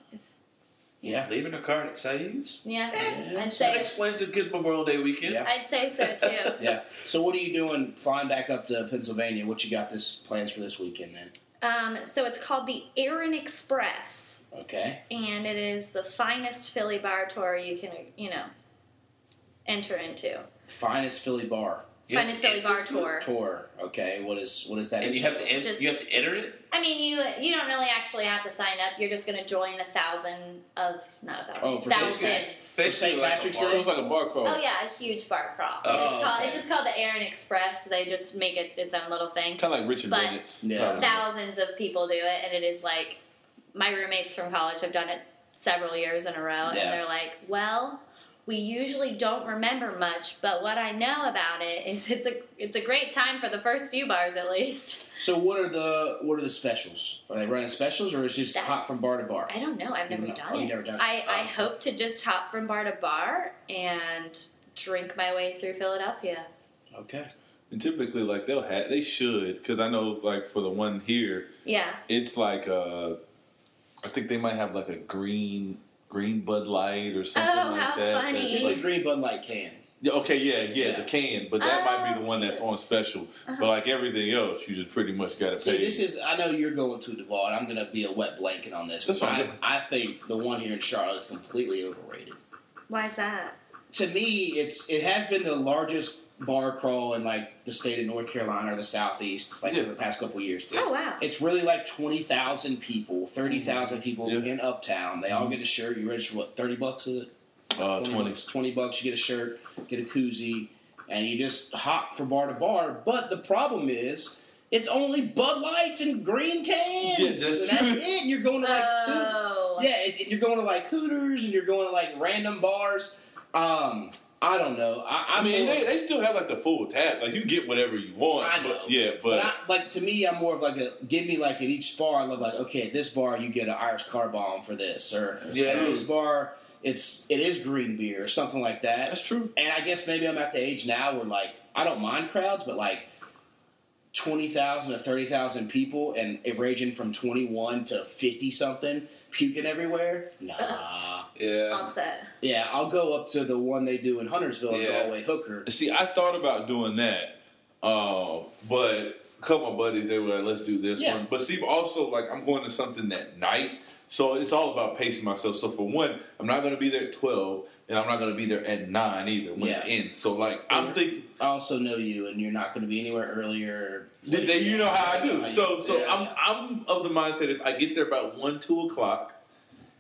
Speaker 2: Yeah,
Speaker 7: Leaving a card at Saeed's?
Speaker 5: Yeah,
Speaker 2: Yeah.
Speaker 5: I'd
Speaker 7: That
Speaker 5: say
Speaker 7: explains a good Memorial Day weekend.
Speaker 2: Yeah.
Speaker 5: I'd say so too.
Speaker 2: yeah. So, what are you doing flying back up to Pennsylvania? What you got this plans for this weekend then?
Speaker 5: Um, so it's called the Erin Express.
Speaker 2: Okay.
Speaker 5: and it is the finest Philly bar tour you can, you know, enter into.
Speaker 2: Finest Philly bar
Speaker 7: You have
Speaker 5: finest
Speaker 7: to
Speaker 5: Philly bar
Speaker 7: enter-
Speaker 5: tour.
Speaker 2: tour. Okay. What is what is that?
Speaker 7: And you
Speaker 2: entail?
Speaker 7: have to en-
Speaker 5: Just-
Speaker 7: you have to enter it.
Speaker 5: I mean, you you don't really actually have to sign up. You're just going to join a thousand of not a thousand,
Speaker 2: Oh, for
Speaker 5: thousands.
Speaker 7: Basically
Speaker 2: St.
Speaker 7: like a
Speaker 2: Patrick's
Speaker 7: bar.
Speaker 3: So it's like a bar crawl.
Speaker 5: Oh yeah, a huge bar crawl.
Speaker 7: Oh,
Speaker 5: it's called.
Speaker 7: okay.
Speaker 5: It's just called the Aaron Express. They just make it its own little thing.
Speaker 3: Kind of like Richard
Speaker 5: But-
Speaker 3: Bennett's.
Speaker 2: Yeah.
Speaker 3: Uh,
Speaker 5: Thousands of people do it, and it is like my roommates from college have done it several years in a
Speaker 2: Yeah.
Speaker 5: row, and they're like, well. We usually don't remember much, but what I know about it is it's a it's a great time for the first few bars at least.
Speaker 2: So, what are the what are the specials? Are they running specials, or is it just
Speaker 5: That's-
Speaker 2: hot from bar to bar?
Speaker 5: I don't know. I've
Speaker 2: You've
Speaker 5: never
Speaker 2: not-
Speaker 5: done,
Speaker 2: oh,
Speaker 5: it.
Speaker 2: you've never done it.
Speaker 5: I, I
Speaker 2: Oh.
Speaker 5: hope to just hop from bar to bar and drink my way through Philadelphia.
Speaker 2: Okay.
Speaker 3: And typically, like they'll have, they should, because I know, like for the one here,
Speaker 5: Yeah.
Speaker 3: it's like uh, I think they might have like a green green Bud Light or something
Speaker 5: Oh,
Speaker 3: like
Speaker 5: how
Speaker 3: that.
Speaker 5: funny.
Speaker 3: that's,
Speaker 2: Usually
Speaker 3: like-
Speaker 2: green Bud Light can.
Speaker 3: yeah, okay, yeah, yeah,
Speaker 2: Yeah.
Speaker 3: the can, but that might be
Speaker 5: Oh,
Speaker 3: the one that's
Speaker 5: cute. Uh-huh.
Speaker 3: on special. But like everything else, you just pretty much got to
Speaker 2: See,
Speaker 3: pay.
Speaker 2: this is. I know you're going to Duval, and I'm going to be a wet blanket on this.
Speaker 3: That's
Speaker 2: but I,
Speaker 3: fine.
Speaker 2: I think the one here in Charlotte is completely overrated.
Speaker 5: Why is that?
Speaker 2: To me, it's it has been the largest bar crawl in like the state of North Carolina or the Southeast, like
Speaker 3: Yeah.
Speaker 2: over the past couple of years.
Speaker 5: Oh wow.
Speaker 2: It's really like twenty thousand people, thirty thousand people
Speaker 3: Yeah.
Speaker 2: in Uptown. They all get a shirt. You register what thirty bucks is it?
Speaker 3: uh, twenty.
Speaker 2: bucks. Twenty bucks. You get a shirt, get a koozie, and you just hop from bar to bar. But the problem is, it's only Bud Lights and green cans.
Speaker 3: Yeah, that's
Speaker 2: and that's
Speaker 3: true.
Speaker 2: it. And you're going to like, Hoot-
Speaker 5: Oh.
Speaker 2: yeah, it, it- you're going to like Hooters, and you're going to like random bars. Um, I don't know. I,
Speaker 3: I
Speaker 2: I'm
Speaker 3: mean,
Speaker 2: more-
Speaker 3: they, they still have like the full tab. Like you get whatever you want.
Speaker 2: I know.
Speaker 3: But, yeah,
Speaker 2: But
Speaker 3: but
Speaker 2: I, like to me, I'm more of like a give me like at each bar. I love like okay, at this bar you get an Irish car bomb for this, or
Speaker 7: Yeah.
Speaker 2: at this bar it's it is green beer or something like that.
Speaker 3: that's true.
Speaker 2: And I guess maybe I'm at the age now where like I don't mind crowds, but like twenty thousand to thirty thousand people and it ranging from twenty one to fifty something, puking everywhere. Nah.
Speaker 5: All
Speaker 7: Yeah.
Speaker 5: set.
Speaker 2: yeah, I'll go up to the one they do in Huntersville and
Speaker 7: Yeah.
Speaker 2: Galway Hooker.
Speaker 3: See, I thought about doing that, um, but a couple of buddies they were like, "Let's do this
Speaker 2: Yeah.
Speaker 3: one." But see, also like I'm going to something that night, so it's all about pacing myself. So for one, I'm not going to be there at twelve, and I'm not going to be there at nine either when
Speaker 2: Yeah.
Speaker 3: it ends. So like I'm
Speaker 2: Yeah.
Speaker 3: thinking,
Speaker 2: I also know you, and you're not going to be anywhere earlier.
Speaker 3: th- th- you know how I do. So so
Speaker 2: Yeah.
Speaker 3: I'm I'm of the mindset if I get there about one two o'clock,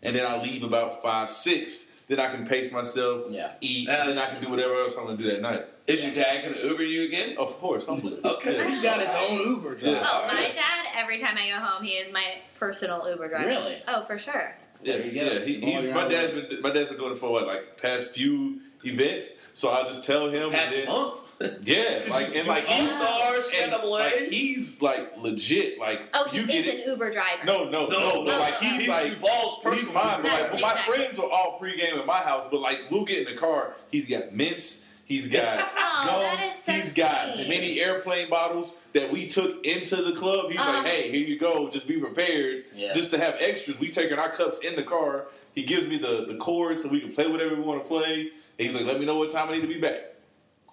Speaker 3: and then I leave about five six. Then I can pace myself,
Speaker 2: Yeah.
Speaker 3: eat,
Speaker 7: Yeah,
Speaker 3: and then I
Speaker 7: that's-
Speaker 3: can do whatever else I'm gonna do that night.
Speaker 7: Is your dad going to Uber you again?
Speaker 3: Of course, I'm with it.
Speaker 7: Okay.
Speaker 2: He's got his own Uber driver.
Speaker 3: Yeah.
Speaker 5: Oh, my dad, every time I go home, he is my personal Uber driver.
Speaker 2: Really?
Speaker 5: Oh, for sure.
Speaker 3: Yeah,
Speaker 2: There you go.
Speaker 3: yeah. He,
Speaker 2: Ball
Speaker 3: he's,
Speaker 2: your
Speaker 3: my
Speaker 2: own
Speaker 3: dad's been my dad's been doing it for what, like past few events. So I just tell him.
Speaker 4: Past
Speaker 3: and then,
Speaker 4: month.
Speaker 3: Yeah, like and like he's
Speaker 4: All-Stars,
Speaker 3: and,
Speaker 4: NAA.
Speaker 3: like, he's like legit. Like
Speaker 5: Oh, he
Speaker 3: you
Speaker 5: is
Speaker 3: get it.
Speaker 5: an Uber driver.
Speaker 3: No, no, no, no, Like he's
Speaker 5: he's
Speaker 3: like
Speaker 4: Duval's
Speaker 3: he's mine. But like,
Speaker 5: Right,
Speaker 3: my
Speaker 5: exactly.
Speaker 3: friends are all pregame at my house. But like, we'll get in the car. He's got mints. He's got
Speaker 5: Oh,
Speaker 3: gum.
Speaker 5: that is so
Speaker 3: he's got
Speaker 5: sweet.
Speaker 3: many airplane bottles that we took into the club. He's
Speaker 5: Uh-huh.
Speaker 3: like, "Hey, here you go. Just be prepared.
Speaker 2: Yeah.
Speaker 3: Just to have extras. We taking our cups in the car. He gives me the the chords so we can play whatever we want to play. And he's like, "Let me know what time I need to be back."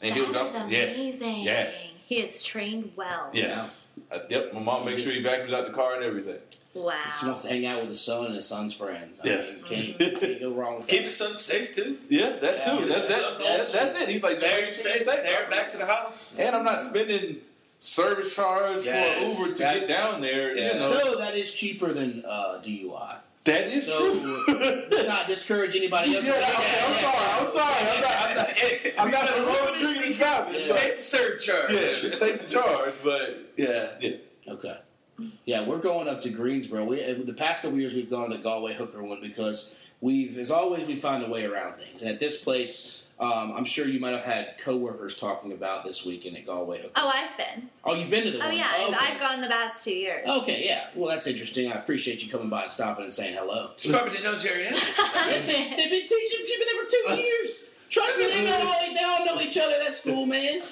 Speaker 3: And he'll
Speaker 5: That
Speaker 3: go,
Speaker 5: is
Speaker 3: "Yeah,
Speaker 5: amazing.
Speaker 3: Yeah.
Speaker 5: He is trained well.
Speaker 3: yes." Uh, yep, my mom makes sure he vacuums out the car and everything.
Speaker 5: Wow.
Speaker 2: Just wants to hang out with his son and his son's friends. I
Speaker 3: Yes.
Speaker 2: mean, can't, can't go wrong with
Speaker 4: Keep
Speaker 2: that.
Speaker 4: his son safe too.
Speaker 3: Yeah, that
Speaker 2: Yeah,
Speaker 3: too. That's,
Speaker 4: this is
Speaker 3: that,
Speaker 4: so
Speaker 3: that's,
Speaker 4: cool.
Speaker 3: that's it. He's like,
Speaker 4: They're
Speaker 3: just
Speaker 4: safe.
Speaker 3: safe.
Speaker 4: They're back to the house.
Speaker 3: And I'm not
Speaker 2: Mm-hmm.
Speaker 3: spending service charge
Speaker 4: Yes,
Speaker 3: for Uber to get
Speaker 4: that's-
Speaker 3: down there.
Speaker 4: yeah.
Speaker 3: You know,
Speaker 2: No, that is cheaper than uh, DUI.
Speaker 3: that is
Speaker 2: So-
Speaker 3: true.
Speaker 2: Let's not discourage anybody
Speaker 3: Yeah,
Speaker 2: else.
Speaker 3: okay, I'm sorry. I'm sorry. I'm not. I'm not, I'm not
Speaker 4: Because
Speaker 3: alone
Speaker 4: Uber
Speaker 3: drinking and
Speaker 4: is-
Speaker 3: driving.
Speaker 2: Yeah.
Speaker 3: Yeah,
Speaker 4: Take the surcharge.
Speaker 3: just take the charge. But
Speaker 4: Yeah.
Speaker 2: Okay. Yeah, we're going up to Greensboro. We, uh, the past couple years, we've gone to the Galway Hooker one because we've, as always, we find a way around things. And at this place, um, I'm sure you might have had coworkers talking about this weekend at Galway Hooker.
Speaker 5: Oh, I've been.
Speaker 2: Oh, you've been to the
Speaker 5: Oh,
Speaker 2: one?
Speaker 5: yeah.
Speaker 2: okay.
Speaker 5: I've-
Speaker 2: Oh,
Speaker 5: I've gone the past two years.
Speaker 2: Okay, yeah. Well, that's interesting. I appreciate you coming by and stopping and saying hello.
Speaker 4: She probably didn't know Jerry Anderson.
Speaker 2: Yes, they- They've been teaching. She's been there for two years. Trust me, they know all. They all know each other. at That school, man.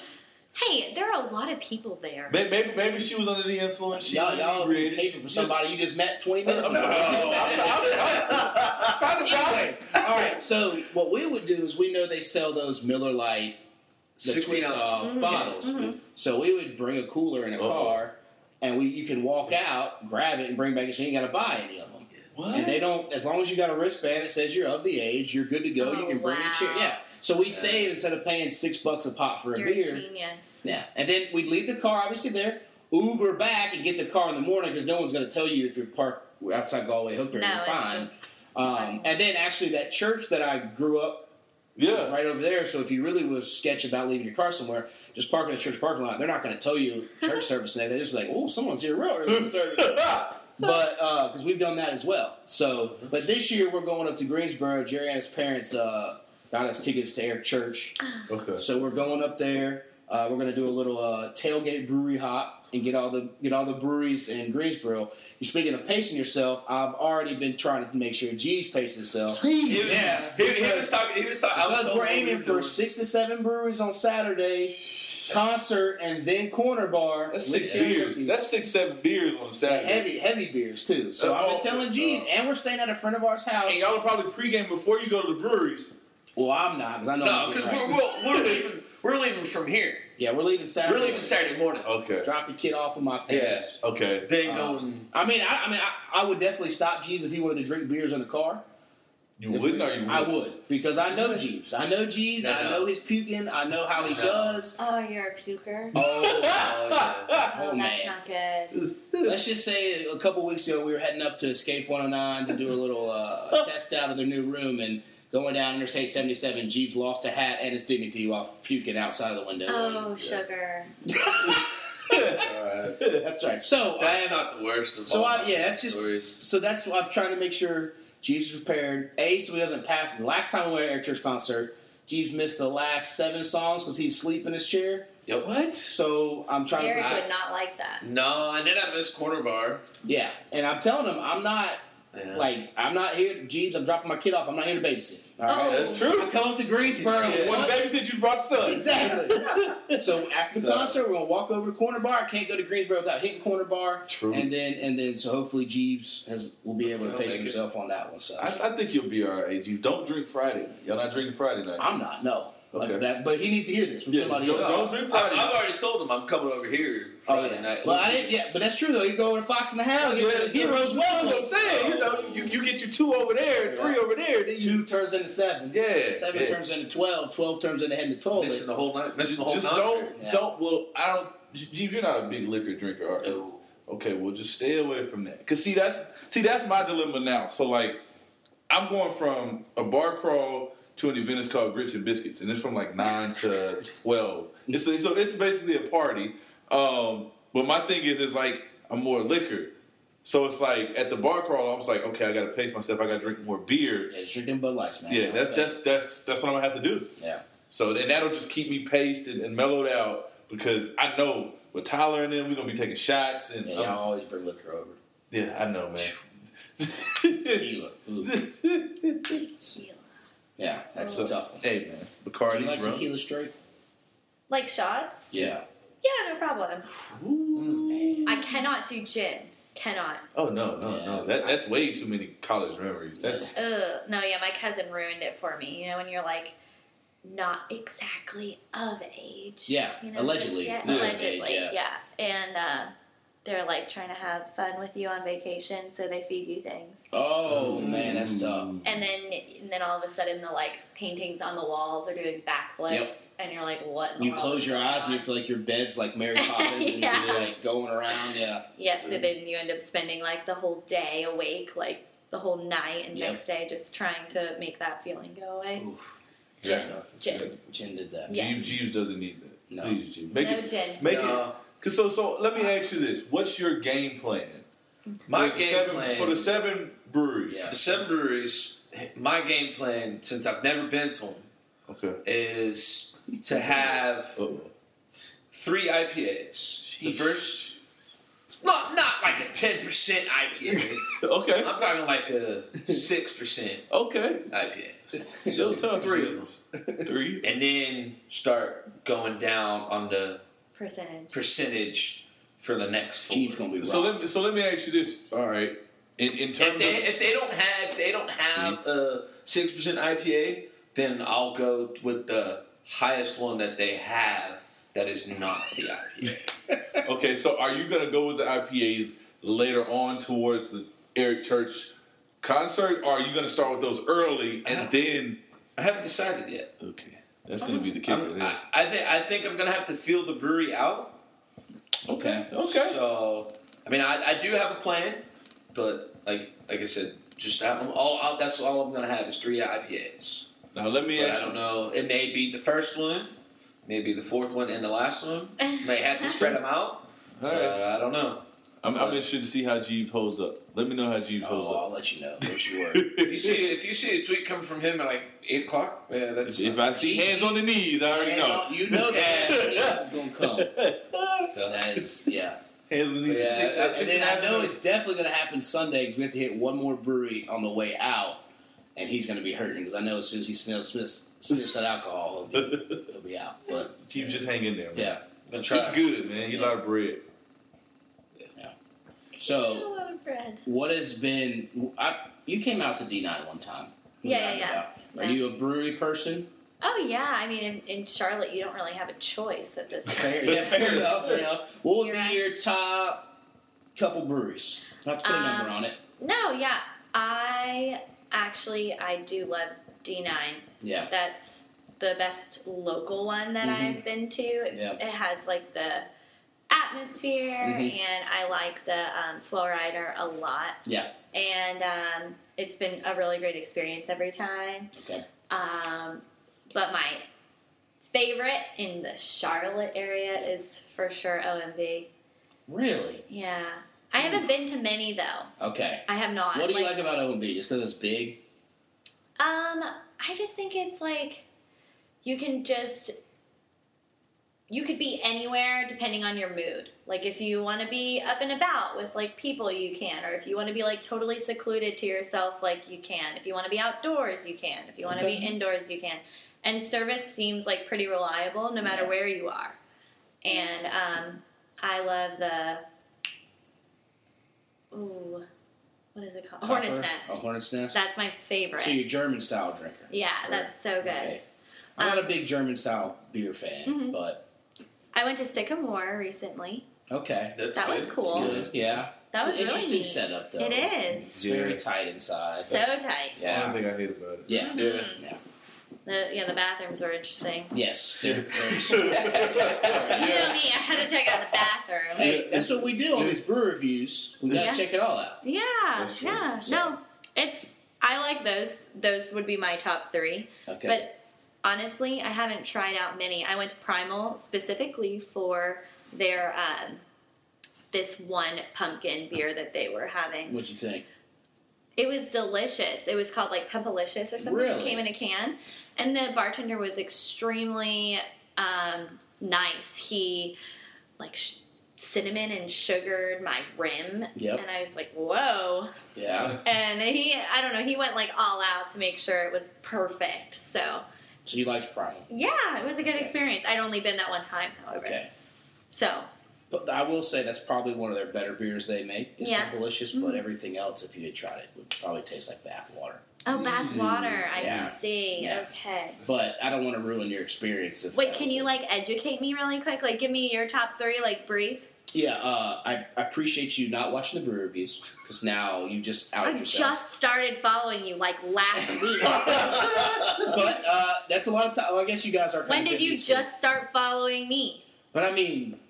Speaker 5: Hey, there are a lot of people there.
Speaker 3: may- maybe, maybe she was under the influence. She
Speaker 2: Y'all, y'all been
Speaker 3: created-
Speaker 2: caping for somebody you just met twenty minutes
Speaker 3: I'm,
Speaker 2: ago.
Speaker 3: I'm- I'm trying to balance.
Speaker 2: Anyway, all right. So what we would do is we know they sell those Miller Lite, the
Speaker 4: 16
Speaker 2: twist off
Speaker 5: Mm-hmm.
Speaker 2: bottles. So we would bring a cooler in a car, and we you can walk out, grab it, and bring back. So you ain't got to buy any of them.
Speaker 3: What?
Speaker 2: And they don't. As long as you got a wristband that says you're of the age, you're good to go. you
Speaker 5: Oh,
Speaker 2: can bring your chair.
Speaker 5: wow.
Speaker 2: Yeah. So we'd save instead of paying six bucks a pop for a
Speaker 5: You're
Speaker 2: beer.
Speaker 5: a genius.
Speaker 2: Yeah, and then we'd leave the car obviously there, Uber back, and get the car in the morning because no one's going to tell you if you're parked outside Galway Hooker
Speaker 5: No,
Speaker 2: and you're
Speaker 5: it's
Speaker 2: fine.
Speaker 5: fine.
Speaker 2: Um, and then actually, that church that I grew up was
Speaker 3: Yeah.
Speaker 2: right over there. So if you really was sketch about leaving your car somewhere, just park in the church parking lot. They're not going to tell you church service next. They're just like, oh, someone's here real early. but because we've done that as well. So, but this year we're going up to Greensboro. Jerry and his parents uh, got us tickets to Air Church. Uh,
Speaker 3: okay.
Speaker 2: So we're going up there. Uh, we're gonna do a little uh, tailgate brewery hop and get all the get all the breweries in Greensboro. You're speaking of pacing yourself. I've already been trying to make sure G's pacing himself
Speaker 4: He was, he, he was talking. He was talking. I was
Speaker 2: because we're
Speaker 4: told
Speaker 2: aiming
Speaker 4: we
Speaker 2: for
Speaker 4: were
Speaker 2: six to seven breweries on Saturday, concert, and then corner bar.
Speaker 3: That's six
Speaker 2: Licking
Speaker 3: beers.
Speaker 2: cookies.
Speaker 3: That's six, seven beers on Saturday.
Speaker 2: heavy heavy beers too. So
Speaker 3: Uh,
Speaker 2: I've been
Speaker 3: oh,
Speaker 2: telling G,
Speaker 3: uh,
Speaker 2: and we're staying at a friend of ours house.
Speaker 3: And y'all are probably pregame before you go to the breweries.
Speaker 2: Well, I'm not because I know.
Speaker 4: No,
Speaker 2: I'm
Speaker 4: because
Speaker 2: getting
Speaker 4: we're,
Speaker 2: right.
Speaker 4: we're, we're leaving. We're leaving from here.
Speaker 2: yeah, we're leaving Saturday.
Speaker 4: We're leaving Saturday morning.
Speaker 3: Okay.
Speaker 2: Drop the kid off with my parents.
Speaker 3: Okay.
Speaker 4: Oh, Then
Speaker 2: Uh,
Speaker 4: going.
Speaker 2: I mean, I, I mean, I, I would definitely stop Jeeves if he wanted to drink beers in the car.
Speaker 3: You wouldn't or you would?
Speaker 2: I would because I know Jeeves. I know Jeeves.
Speaker 4: Mm-hmm. No,
Speaker 2: I
Speaker 4: no.
Speaker 2: know his puking. I know how he
Speaker 4: No.
Speaker 2: does.
Speaker 5: Oh, you're a puker.
Speaker 2: Oh,
Speaker 5: that's
Speaker 2: man.
Speaker 5: not good.
Speaker 2: Let's just say a couple weeks ago we were heading up to Escape 109 to do a little uh, test out of their new room and. Going down Interstate 77, Jeeves lost a hat and his dignity while puking outside of the window.
Speaker 5: Oh, sugar.
Speaker 2: That's right. So I
Speaker 4: That's
Speaker 2: am
Speaker 4: not the worst of
Speaker 2: So
Speaker 4: all.
Speaker 2: I-
Speaker 4: my
Speaker 2: yeah, that's just-
Speaker 4: stories.
Speaker 2: So that's why I'm trying to make sure Jeeves is prepared. A, so he doesn't pass. And last time we went to Eric Church concert, Jeeves missed the last seven songs because he's asleep in his chair.
Speaker 4: Yep. What?
Speaker 2: So I'm trying
Speaker 5: Eric
Speaker 2: to. I-
Speaker 5: would not like that.
Speaker 4: No, and then I missed corner bar.
Speaker 2: yeah. And I'm telling him, I'm not,
Speaker 4: Yeah.
Speaker 2: like, I'm not here. Jeeves, I'm dropping my kid off. I'm not here to babysit. All right.
Speaker 5: Oh.
Speaker 3: That's true.
Speaker 2: I come up to Greensboro.
Speaker 3: Yeah. One
Speaker 2: once-
Speaker 3: babysit you brought son.
Speaker 2: Exactly. so after the
Speaker 3: So-
Speaker 2: concert, we're gonna walk over to Corner Bar. I can't go to Greensboro without hitting Corner Bar.
Speaker 3: True.
Speaker 2: And then and then so hopefully Jeeves has will be able to
Speaker 4: I'll
Speaker 2: pace
Speaker 4: make it.
Speaker 2: himself on that one. So
Speaker 3: I, I think you'll be all right. You don't drink Friday. Y'all not drinking Friday night.
Speaker 2: I'm not. No. Like
Speaker 3: Okay.
Speaker 2: that, but he needs to hear this from
Speaker 3: Yeah,
Speaker 2: somebody
Speaker 3: don't-
Speaker 2: else.
Speaker 3: don't drink
Speaker 4: I,
Speaker 3: Friday.
Speaker 4: I've already told him I'm coming over here
Speaker 2: oh,
Speaker 4: Friday
Speaker 2: yeah.
Speaker 4: night.
Speaker 2: But I didn't. Yeah, but that's true though. You go over to Fox and the Hound. Yeah,
Speaker 3: Yeah,
Speaker 2: the heroes
Speaker 3: heroes. Well, what I'm
Speaker 2: welcome.
Speaker 3: saying, you know, you, you get you two over there, and three
Speaker 2: Yeah.
Speaker 3: over there. Then you
Speaker 2: Two turns into seven.
Speaker 3: Yeah,
Speaker 2: Seven
Speaker 3: yeah.
Speaker 2: turns into twelve. Twelve turns into head in the toilet.
Speaker 4: missing the whole night. Missing the whole
Speaker 3: just
Speaker 4: concert.
Speaker 3: don't
Speaker 2: Yeah.
Speaker 3: don't. Well, I don't. Jeeves, you're not a big liquor drinker. Are you?
Speaker 4: No.
Speaker 3: Okay, well, just stay away from that. Cause see, that's see, that's my dilemma now. So like, I'm going from a bar crawl to an event that's called Grits and Biscuits, and it's from like nine to twelve. It's it's, it's basically a party. Um, but my thing is, is like I'm more liquor. So it's like at the bar crawl, I was like, okay, I got to pace myself. I got to drink more beer.
Speaker 2: Yeah, just drink them Bud Lights, man.
Speaker 3: Yeah, that's
Speaker 2: Respect.
Speaker 3: that's that's that's what I'm gonna have to do.
Speaker 2: yeah.
Speaker 3: So and that'll just keep me paced and, and mellowed out because I know with Tyler and them, we're gonna be taking shots and
Speaker 2: Yeah,
Speaker 3: I'm
Speaker 2: y'all
Speaker 3: just-
Speaker 2: always bring liquor over.
Speaker 3: yeah, I know, man.
Speaker 2: Tequila. Ooh.
Speaker 5: Tequila.
Speaker 2: Yeah, that's
Speaker 3: So-
Speaker 2: a tough one.
Speaker 3: hey, man,
Speaker 2: Do
Speaker 3: Bacardi,
Speaker 2: you like
Speaker 3: rum.
Speaker 2: tequila straight?
Speaker 5: Like shots?
Speaker 2: Yeah.
Speaker 5: Yeah, no problem.
Speaker 3: Ooh.
Speaker 5: I cannot do gin. Cannot.
Speaker 3: Oh no, no,
Speaker 2: Yeah.
Speaker 3: no! That, that's way too many college memories. That's
Speaker 5: Ugh. No, yeah, my cousin ruined it for me. You know, when you're like not exactly of age.
Speaker 2: Yeah,
Speaker 5: you know,
Speaker 2: allegedly.
Speaker 5: just yet.
Speaker 3: Yeah.
Speaker 5: Allegedly,
Speaker 2: Yeah.
Speaker 5: yeah. And uh, they're like trying to have fun with you on vacation, so they feed you things.
Speaker 2: Oh man, that's tough.
Speaker 5: And then and then all of a sudden the like paintings on the walls are doing backflips and you're like, what in the
Speaker 2: You
Speaker 5: world
Speaker 2: close
Speaker 5: is
Speaker 2: your
Speaker 5: going
Speaker 2: eyes and
Speaker 5: on?
Speaker 2: you feel like your bed's like Mary Poppins and you're just
Speaker 5: Yeah.
Speaker 2: like going around. Yeah.
Speaker 5: Yep, so then you end up spending like the whole day awake, like the whole night and
Speaker 2: Yep.
Speaker 5: next day just trying to make that feeling go away.
Speaker 2: Oof.
Speaker 3: yeah.
Speaker 5: Gin.
Speaker 2: Jen did that.
Speaker 5: Yeah. Uh, Yes.
Speaker 3: Jeeves, Jeeves doesn't need that.
Speaker 2: No.
Speaker 3: Please, Jeeves. Make
Speaker 5: no
Speaker 3: it,
Speaker 5: gin.
Speaker 3: make it.
Speaker 4: No.
Speaker 3: Cause so, so let me ask you this: What's your game plan?
Speaker 4: My
Speaker 3: for the
Speaker 4: game
Speaker 3: seven,
Speaker 4: plan
Speaker 3: for the seven breweries.
Speaker 2: Yeah.
Speaker 4: the seven breweries. My game plan, since I've never been to them,
Speaker 3: Okay.
Speaker 4: is to have
Speaker 3: Uh-oh.
Speaker 4: three IPAs. The first, not not like a ten percent IPA.
Speaker 3: Okay.
Speaker 4: I'm talking like a six percent
Speaker 3: Okay.
Speaker 4: IPA.
Speaker 3: Still tough.
Speaker 4: Three of them,
Speaker 3: Three.
Speaker 4: and then start going down on the
Speaker 5: Percentage.
Speaker 4: percentage for the next four.
Speaker 2: Jeeves gonna be
Speaker 3: So
Speaker 2: so
Speaker 3: let me, so let me ask you this. All right. In in
Speaker 4: if
Speaker 3: terms
Speaker 4: they
Speaker 3: of
Speaker 4: if they don't have they don't have a six percent IPA, then I'll go with the highest one that they have that is not the IPA.
Speaker 3: okay, so are you gonna go with the IPAs later on towards the Eric Church concert, or are you gonna start with those early and then?
Speaker 4: I haven't decided yet.
Speaker 3: Okay. That's gonna be the kicker.
Speaker 4: I'm, I, I think I think I'm gonna have to feel the brewery out.
Speaker 3: Okay.
Speaker 2: Oh,
Speaker 3: Okay.
Speaker 4: So I mean I, I do have a plan, but like like I said, just have them all. I'll, that's all I'm gonna have is three IPAs.
Speaker 3: Now let me
Speaker 4: But I
Speaker 3: ask. you-
Speaker 4: don't know. It may be the first one, maybe the fourth one, and the last one. May have to spread them out.
Speaker 3: All
Speaker 4: so
Speaker 3: right.
Speaker 4: I don't know.
Speaker 3: I'm, I'm interested to see how Jeeves holds up. Let me know how Jeeves holds
Speaker 2: Oh, I'll
Speaker 3: up.
Speaker 2: let you know. Don't you worry.
Speaker 4: If you see if you see a tweet coming from him at like eight o'clock, yeah, that's
Speaker 3: If I see hands on the knees, I already know.
Speaker 2: You know that Jeeves is gonna come.
Speaker 4: so.
Speaker 2: That is yeah.
Speaker 3: Hands on the knees.
Speaker 4: Yeah,
Speaker 3: six,
Speaker 4: and
Speaker 3: six
Speaker 2: and then
Speaker 3: and a half
Speaker 2: I know
Speaker 3: minutes.
Speaker 2: it's definitely going to happen Sunday 'cause we have to hit one more brewery on the way out, and he's going to be hurting because I know as soon as he sniffs, sniffs, sniffs that alcohol, he'll be, he'll be out. But
Speaker 3: Jeeves just hang in there. Man.
Speaker 2: yeah,
Speaker 4: I'm
Speaker 3: Try.
Speaker 4: trying.
Speaker 3: good, man. He a lot of bread.
Speaker 5: A
Speaker 2: so
Speaker 5: lot of bread.
Speaker 2: what has been? I, you came out to D nine one time.
Speaker 5: Yeah, yeah, yeah.
Speaker 2: Are you a brewery person?
Speaker 5: Oh yeah, I mean, in, in Charlotte, you don't really have a choice at this point.
Speaker 2: Fair, yeah, fair enough. Fair enough. What would
Speaker 5: You're
Speaker 2: be your top couple breweries? Not to put a number
Speaker 5: Um,
Speaker 2: on it.
Speaker 5: No, yeah, I actually I do love D nine.
Speaker 2: Yeah,
Speaker 5: That's the best local one that
Speaker 2: Mhm.
Speaker 5: I've been to. It,
Speaker 2: Yeah.
Speaker 5: it has like the atmosphere,
Speaker 2: Mhm.
Speaker 5: and I like the um, Swell Rider a lot.
Speaker 2: Yeah.
Speaker 5: and um, it's been a really great experience every time.
Speaker 2: Okay.
Speaker 5: Um, but my favorite in the Charlotte area is for sure OMV.
Speaker 2: really.
Speaker 5: Yeah. I haven't been to many though.
Speaker 2: Okay.
Speaker 5: I have not.
Speaker 2: Mm. What do you like about OMB? Just because it's big.
Speaker 5: Um, I just think it's like you can just you could be anywhere depending on your mood. Like if you want to be up and about with like people, you can, or if you want to be like totally secluded to yourself, like you can. If you want to be outdoors, you can. If you want to
Speaker 2: Okay.
Speaker 5: be indoors, you can. And service seems like pretty reliable no matter where you are. And um, I love the ooh, what is it called? Hornet's
Speaker 2: Copper?
Speaker 5: nest.
Speaker 2: Oh, Hornet's nest.
Speaker 5: That's my favorite.
Speaker 2: So you're a German style drinker.
Speaker 5: Yeah,
Speaker 2: Correct.
Speaker 5: that's so good.
Speaker 2: Okay. I'm not a big German style beer fan,
Speaker 5: Mhm.
Speaker 2: but
Speaker 5: I went to Sycamore recently.
Speaker 2: okay,
Speaker 4: That's
Speaker 5: that was
Speaker 4: good.
Speaker 5: cool.
Speaker 2: it's good. Yeah,
Speaker 5: That
Speaker 2: it's
Speaker 5: was
Speaker 2: an
Speaker 5: really
Speaker 2: interesting
Speaker 5: neat.
Speaker 2: setup though.
Speaker 5: It
Speaker 2: It's
Speaker 5: is.
Speaker 2: very
Speaker 3: Yeah.
Speaker 2: tight inside.
Speaker 5: So tight.
Speaker 3: That's the only thing I hate about it.
Speaker 2: yeah.
Speaker 5: Mhm.
Speaker 2: Yeah.
Speaker 5: The, yeah, the bathrooms were interesting.
Speaker 2: Yes, they're very
Speaker 5: You
Speaker 2: small.
Speaker 5: know me, I had to check out the bathroom.
Speaker 2: Hey, that's what we do on these brew reviews. We gotta
Speaker 5: Yeah.
Speaker 2: check it all out.
Speaker 5: Yeah,
Speaker 3: That's true.
Speaker 5: yeah.
Speaker 2: So-
Speaker 5: No, it's I like those. Those would be my top three.
Speaker 2: Okay.
Speaker 5: But honestly, I haven't tried out many. I went to Primal specifically for their um, this one pumpkin beer that they were having.
Speaker 2: What'd you think?
Speaker 5: It was delicious. It was called like Pumpalicious or something. It
Speaker 2: Really?
Speaker 5: came in a can. And the bartender was extremely um, nice. He like sh- cinnamon and sugared my rim.
Speaker 2: Yep.
Speaker 5: And I was like, whoa.
Speaker 2: Yeah.
Speaker 5: And he, I don't know, he went like all out to make sure it was perfect. So
Speaker 2: So you liked Pride?
Speaker 5: yeah, it was a good experience. I'd only been that one time, however.
Speaker 2: Okay.
Speaker 5: So
Speaker 2: But I will say that's probably one of their better beers they make. It's
Speaker 5: Yeah. Mm-hmm.
Speaker 2: delicious, but everything else, if you had tried it, would probably taste like bath water.
Speaker 5: Oh, bath water. I
Speaker 2: Mm-hmm. Yeah.
Speaker 5: see.
Speaker 2: Yeah.
Speaker 5: Okay.
Speaker 2: But I don't want to ruin your experience. If
Speaker 5: Wait,
Speaker 2: that
Speaker 5: can
Speaker 2: was
Speaker 5: you
Speaker 2: it.
Speaker 5: like educate me really quick? Like, give me your top three, like brief.
Speaker 2: Yeah, uh, I, I appreciate you not watching the brew reviews because now you just out
Speaker 5: I
Speaker 2: yourself.
Speaker 5: just started following you like last week.
Speaker 2: But uh, that's a lot of time. Well, I guess you guys are. Kind
Speaker 5: when
Speaker 2: of
Speaker 5: did
Speaker 2: busy
Speaker 5: you
Speaker 2: this week.
Speaker 5: just start following me?
Speaker 2: But I mean,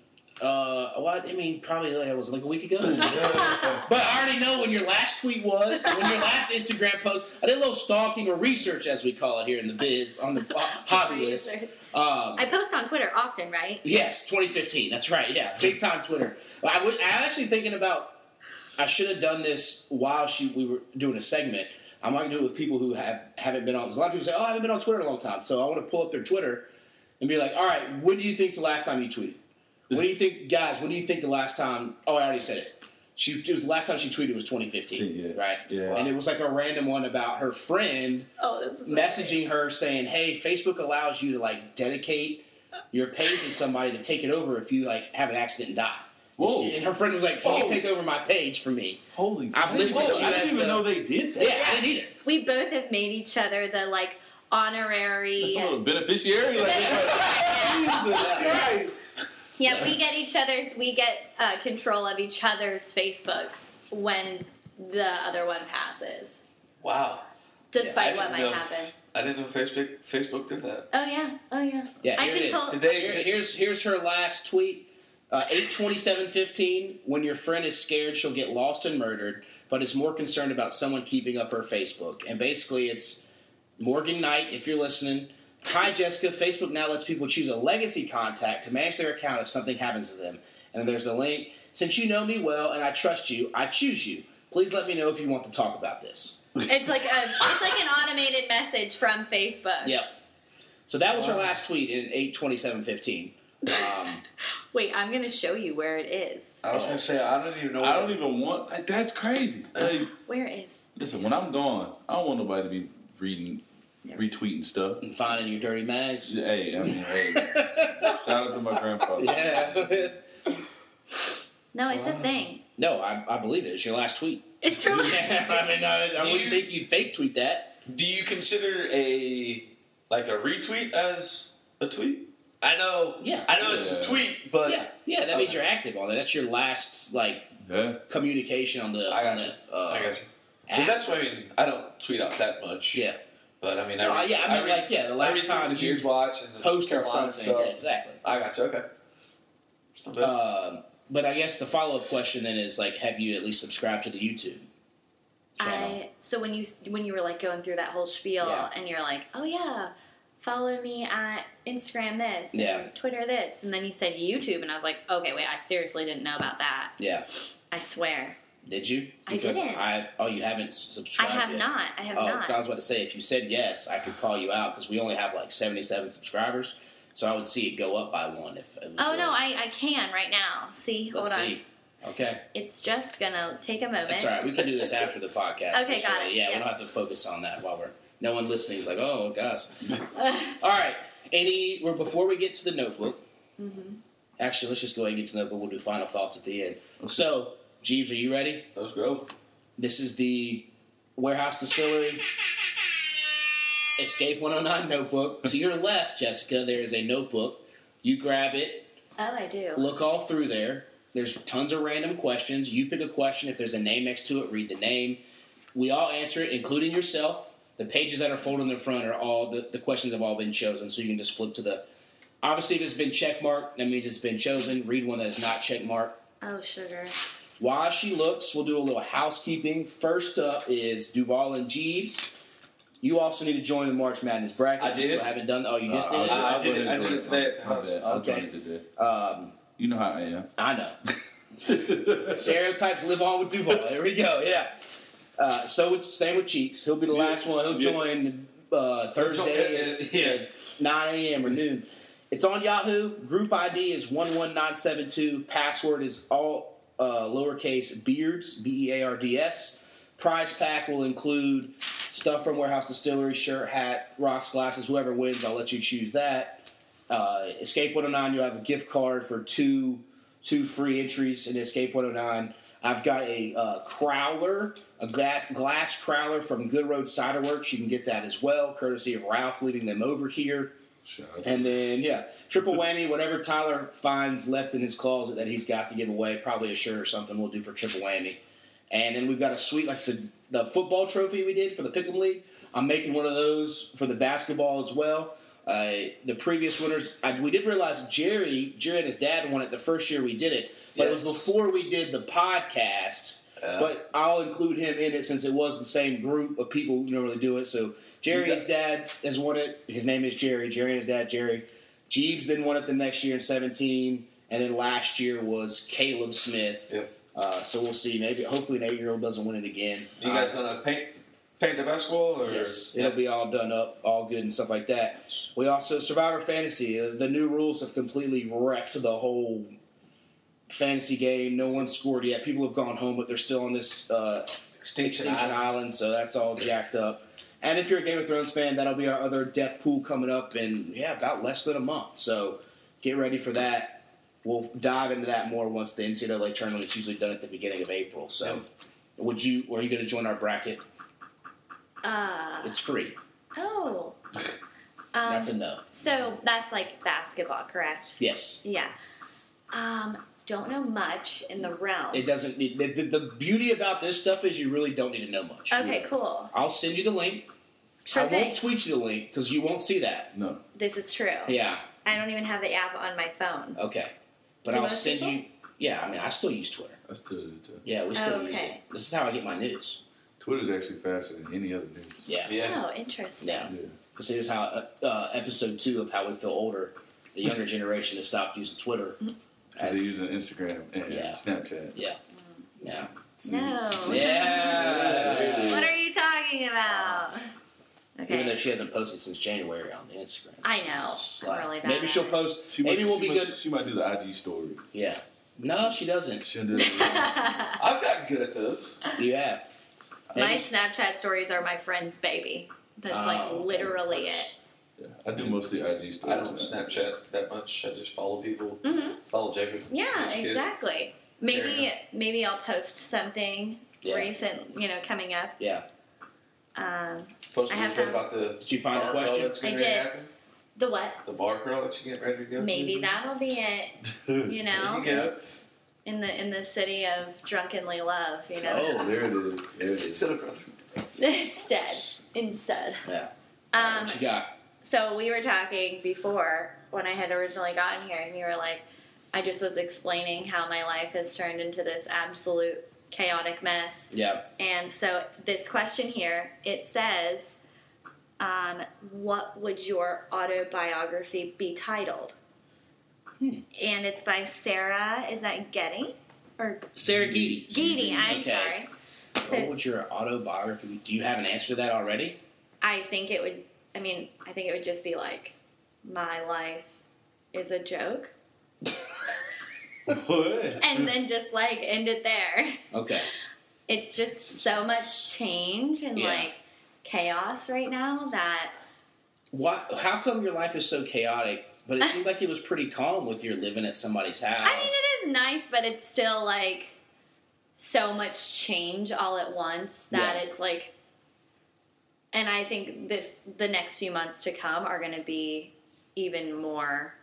Speaker 2: uh, well, I mean, probably like, it was like a week ago. but I already know when your last tweet was, when your last Instagram post. I did a little stalking or research, as we call it here in the biz, on the ho- hobby list.
Speaker 5: Research.
Speaker 2: Um,
Speaker 5: I post on Twitter often, right?
Speaker 2: Yes, 2015. That's right. Yeah, big time Twitter. I would. I'm actually thinking about. I should have done this while she we were doing a segment. I'm not gonna do it with people who have haven't been on. 'cause a lot of people say, "Oh, I haven't been on Twitter in a long time," so I want to pull up their Twitter and be like, "All right, when do you think's the last time you tweeted? When do you think, guys? When do you think the last time? Oh, I already said it. She it was the last time she tweeted was 2015,
Speaker 3: Yeah.
Speaker 2: right?
Speaker 3: Yeah.
Speaker 2: and it was like a random one about her friend
Speaker 5: Oh, this is
Speaker 2: messaging her saying, "Hey, Facebook allows you to like dedicate your page to somebody to take it over if you like have an accident and die." And
Speaker 3: Whoa.
Speaker 2: she- and her friend was like, "Can you
Speaker 3: Whoa.
Speaker 2: take over my page for me?"
Speaker 3: Holy!
Speaker 2: I've listened to
Speaker 3: I
Speaker 2: that
Speaker 3: didn't even
Speaker 2: stuff.
Speaker 3: know they did that.
Speaker 2: Yeah, I didn't either.
Speaker 5: We both have made each other the like honorary.
Speaker 3: I'm a beneficiary. Like, Jesus Christ!
Speaker 5: yeah, we get each other's. We get uh, control of each other's Facebooks when the other one passes,
Speaker 4: Wow.
Speaker 5: despite
Speaker 4: Yeah, I
Speaker 5: what might
Speaker 4: didn't know.
Speaker 5: happen.
Speaker 4: I didn't know Facebook Facebook did that.
Speaker 5: Oh yeah, oh yeah.
Speaker 2: Yeah,
Speaker 5: I
Speaker 2: here
Speaker 5: can
Speaker 2: it is.
Speaker 5: pull-
Speaker 4: Today,
Speaker 2: Here- here's here's her last tweet. Uh, 82715 when your friend is scared she'll get lost and murdered but is more concerned about someone keeping up her facebook and basically it's morgan knight if you're listening hi jessica facebook now lets people choose a legacy contact to manage their account if something happens to them and then there's the link since you know me well and i trust you i choose you please let me know if you want to talk about this
Speaker 5: It's like a, it's like an automated message from Facebook.
Speaker 2: yep so that was her last tweet in 82715 um,
Speaker 5: Wait, I'm gonna show you where it is.
Speaker 4: I was gonna say I don't even know.
Speaker 3: I don't even want. Like, that's crazy. Like,
Speaker 5: Where is?
Speaker 3: listen, when I'm gone, I don't want nobody to be reading, retweeting stuff.
Speaker 2: and finding your dirty mags
Speaker 3: Hey, I mean, hey. Shout out to my grandfather.
Speaker 2: Yeah.
Speaker 5: No, it's a thing.
Speaker 2: no, I, I believe it. It's your last tweet.
Speaker 5: It's from.
Speaker 2: I mean, I, I wouldn't
Speaker 4: You-
Speaker 2: think you'd fake tweet that.
Speaker 4: Do you consider a like a retweet as a tweet? I know.
Speaker 2: Yeah.
Speaker 4: I know it's a
Speaker 3: Yeah.
Speaker 4: tweet, but
Speaker 2: Yeah, yeah, that means
Speaker 4: Okay.
Speaker 2: you're active on that. That's your last like
Speaker 3: Yeah.
Speaker 2: communication on the.
Speaker 4: I got
Speaker 2: on
Speaker 4: you.
Speaker 2: The, uh,
Speaker 4: I got you.
Speaker 2: app.
Speaker 4: Because that's what I mean. I don't tweet out that much.
Speaker 2: Yeah,
Speaker 4: But I mean,
Speaker 2: No,
Speaker 4: I read,
Speaker 2: yeah. I mean,
Speaker 4: read,
Speaker 2: like, yeah, the
Speaker 4: I
Speaker 2: last
Speaker 4: read
Speaker 2: time
Speaker 4: the
Speaker 2: you
Speaker 4: Beard's Watch and the
Speaker 2: posted
Speaker 4: Carolina
Speaker 2: something.
Speaker 4: stuff.
Speaker 2: Yeah, exactly.
Speaker 4: I got you. Okay. Just a bit.
Speaker 2: Um, but I guess the follow up question then is like, have you at least subscribed to the YouTube? channel?
Speaker 5: I so when you when you were like going through that whole spiel
Speaker 2: Yeah.
Speaker 5: and you're like, oh yeah, follow me at Instagram this, and
Speaker 2: Yeah.
Speaker 5: Twitter this, and then you said YouTube, and I was like, okay, wait, I seriously didn't know about that.
Speaker 2: yeah.
Speaker 5: I swear,
Speaker 2: Did you?
Speaker 5: I
Speaker 2: Because
Speaker 5: didn't.
Speaker 2: I oh, you haven't s-
Speaker 5: I
Speaker 2: subscribed.
Speaker 5: have
Speaker 2: yet.
Speaker 5: not. I have
Speaker 2: Oh,
Speaker 5: not.
Speaker 2: because I was about to say, if you said yes, I could call you out because we only have like 77 subscribers. So I would see it go up by one if it was
Speaker 5: oh
Speaker 2: your-
Speaker 5: no, I I can right now. See, hold
Speaker 2: Let's
Speaker 5: on.
Speaker 2: see. Okay.
Speaker 5: It's just gonna take a moment.
Speaker 2: That's all right. We can do this after the podcast.
Speaker 5: Okay,
Speaker 2: That's
Speaker 5: got
Speaker 2: all right.
Speaker 5: it.
Speaker 2: Yeah,
Speaker 5: Yeah.
Speaker 2: we don't have to focus on that while we're. No one listening is like, oh, gosh. all right. Any. Well, before we get to the notebook,
Speaker 5: Mm-hmm.
Speaker 2: actually, let's just go ahead and get to the notebook. We'll do final thoughts at the end. So, Jeeves, are you ready?
Speaker 4: Let's go.
Speaker 2: This is the Warehouse Distillery Escape 109 notebook. To your left, Jessica, there is a notebook. You grab it,
Speaker 5: Oh, I do.
Speaker 2: look all through there. There's tons of random questions. You pick a question. If there's a name next to it, read the name. We all answer it, including yourself. The pages that are folded in the front are all the, the questions have all been chosen, so you can just flip to the. Obviously, if it's been checkmarked, that means it's been chosen. Read one that is not checkmarked.
Speaker 5: Oh, sugar.
Speaker 2: While she looks, we'll do a little housekeeping. First up is Duval and Jeeves. You also need to join the March Madness bracket.
Speaker 4: I
Speaker 2: You still
Speaker 4: did. Uh,
Speaker 2: haven't done. Oh, you just did
Speaker 4: I-
Speaker 2: it.
Speaker 4: did it- I did it today at the
Speaker 3: I
Speaker 4: house.
Speaker 3: did, I
Speaker 2: Okay.
Speaker 3: did it today.
Speaker 2: Um,
Speaker 3: You know how I am.
Speaker 2: I know. Stereotypes live on with Duval. There we go. Yeah. Uh, so with, same with Cheeks. He'll be the last one. He'll
Speaker 3: Yeah.
Speaker 2: join uh, Thursday at
Speaker 4: Yeah.
Speaker 2: at 9 a.m. or noon. It's on Yahoo. Group ID is 11972. Password is all uh, lowercase beards, B E A R D S. Prize pack will include stuff from Warehouse Distillery, shirt, hat, rocks, glasses. Whoever wins, I'll let you choose that. Uh, Escape 109, you'll have a gift card for two two free entries in Escape 109. I've got a uh, crowler, a glass, glass crowler from Good Road Cider Works. You can get that as well, courtesy of Ralph leading them over here. And then, yeah, triple whammy, whatever Tyler finds left in his closet that he's got to give away, probably a shirt or something we'll do for triple whammy. And then we've got a sweet, like the, the football trophy we did for the Pick'em League. I'm making one of those for the basketball as well. Uh, the previous winners, I, we did realize Jerry, Jerry and his dad won it the first year we did it, but it was
Speaker 4: Yes.
Speaker 2: before we did the podcast. But I'll include him in it since it was the same group of people who normally do it. So Jerry's dad has won it. His name is Jerry. Jerry and his dad, Jerry. Jeebs then won it the next year in 17. And then last year was Caleb Smith.
Speaker 4: Yep.
Speaker 2: Uh, so we'll see. Maybe, hopefully, an eight year old doesn't win it again.
Speaker 4: You guys gonna paint paint the basketball or
Speaker 2: Yes, it'll be all done up, all good and stuff like that. We also Survivor Fantasy. uh, The new rules have completely wrecked the whole fantasy game. No one scored yet. People have gone home, but they're still on this uh,
Speaker 4: extinction?
Speaker 2: Extinction
Speaker 4: Island?
Speaker 2: Island, so that's all jacked up. And if you're a Game of Thrones fan, that'll be our other death pool coming up in yeah about less than a month. So get ready for that. We'll dive into that more once the NCAA tournament is usually done at the beginning of April. So would you? Are you going to join our bracket?
Speaker 5: Uh,
Speaker 2: It's free.
Speaker 5: oh. Um,
Speaker 2: That's a no.
Speaker 5: so that's like basketball, correct?
Speaker 2: Yes.
Speaker 5: Yeah. Um, don't know much in the realm.
Speaker 2: It doesn't need. The, the, the beauty about this stuff is you really don't need to know much.
Speaker 5: okay, cool.
Speaker 2: I'll send you the link.
Speaker 5: Sure
Speaker 2: I
Speaker 5: thing.
Speaker 2: won't tweet you the link because you won't see that.
Speaker 3: No.
Speaker 5: This is true.
Speaker 2: Yeah. Oh,
Speaker 5: I don't even have the app on my phone.
Speaker 2: Okay. But
Speaker 5: Do
Speaker 2: I'll
Speaker 5: most
Speaker 2: send
Speaker 5: people?
Speaker 2: you. Yeah. I mean, I still use Twitter.
Speaker 3: That's Twitter. too.
Speaker 2: Yeah, we still use it.
Speaker 5: Okay.
Speaker 2: This is how I get my news.
Speaker 3: Twitter's actually faster than any other news.
Speaker 2: Yeah.
Speaker 4: Yeah.
Speaker 5: Oh, interesting.
Speaker 2: Yeah.
Speaker 3: Yeah.
Speaker 2: This is how uh, uh, episode two of how we feel older. The younger generation has stopped using Twitter.
Speaker 5: Mm-hmm.
Speaker 3: Because
Speaker 2: As-
Speaker 3: they use on Instagram and
Speaker 2: Yeah.
Speaker 3: Snapchat.
Speaker 2: yeah. Yeah.
Speaker 5: No.
Speaker 2: Yeah.
Speaker 5: What are you talking about?
Speaker 2: Even though
Speaker 5: Okay.
Speaker 2: she hasn't posted since January on the Instagram.
Speaker 5: I know.
Speaker 2: It's
Speaker 5: I'm
Speaker 2: like-
Speaker 5: really bad.
Speaker 2: Maybe
Speaker 5: at
Speaker 2: she'll
Speaker 5: it.
Speaker 2: post.
Speaker 3: She
Speaker 2: maybe
Speaker 3: must,
Speaker 2: we'll
Speaker 3: she
Speaker 2: be
Speaker 3: must,
Speaker 2: good.
Speaker 3: She might do the IG stories.
Speaker 2: Yeah. No, she doesn't.
Speaker 3: She'll do the
Speaker 4: I've gotten good at those.
Speaker 2: You have.
Speaker 5: My
Speaker 2: Maybe-
Speaker 5: Snapchat stories are my friend's baby. That's like
Speaker 2: Oh, okay.
Speaker 5: literally it.
Speaker 3: yeah, I do mostly IG stories.
Speaker 4: I
Speaker 3: now.
Speaker 4: don't Snapchat that much. I just follow people.
Speaker 5: Mhm.
Speaker 4: Follow Jacob.
Speaker 5: Yeah,
Speaker 4: He's good.
Speaker 5: exactly. Maybe maybe I'll post something
Speaker 2: Yeah.
Speaker 5: recent, you know, coming up.
Speaker 2: Yeah.
Speaker 5: Um,
Speaker 4: Post
Speaker 5: I
Speaker 4: a
Speaker 5: have
Speaker 4: little bit
Speaker 5: found-
Speaker 4: about the
Speaker 2: Did you find
Speaker 4: bar
Speaker 2: a
Speaker 4: crawl
Speaker 2: question?
Speaker 4: that's getting
Speaker 5: I
Speaker 4: ready to
Speaker 5: did.
Speaker 4: happen.
Speaker 5: the what?
Speaker 4: The bar crawl that you get ready to go.
Speaker 5: Maybe
Speaker 4: to.
Speaker 5: that'll be it. You know,
Speaker 4: Mm-hmm. You go.
Speaker 5: in the in the city of drunkenly love. You know,
Speaker 2: Oh.
Speaker 3: Oh, there it is. There it is.
Speaker 4: Instead of brother.
Speaker 5: instead instead.
Speaker 2: Yeah.
Speaker 5: Um,
Speaker 2: what you got?
Speaker 5: So we were talking before when I had originally gotten here, and you were like, I just was explaining how my life has turned into this absolute chaotic mess.
Speaker 2: Yeah.
Speaker 5: And so this question here, it says, um, what would your autobiography be titled? And it's by Sarah, is that Getty? Or
Speaker 2: Sarah Geedy.
Speaker 5: Getty, I'm
Speaker 2: Okay.
Speaker 5: sorry. So
Speaker 2: What would your autobiography? Do you have an answer to that already?
Speaker 5: I think it would. I mean, I think it would just be like, my life is a joke,
Speaker 3: What?
Speaker 5: and then just like end it there.
Speaker 2: Okay.
Speaker 5: It's just so much change and
Speaker 2: Yeah.
Speaker 5: like chaos right now that
Speaker 2: Why? How come your life is so chaotic? But it seemed like it was pretty calm with your living at somebody's house.
Speaker 5: I mean, it is nice, but it's still like so much change all at once that
Speaker 2: Yeah.
Speaker 5: it's like. And I think this the next few months to come are going to be even more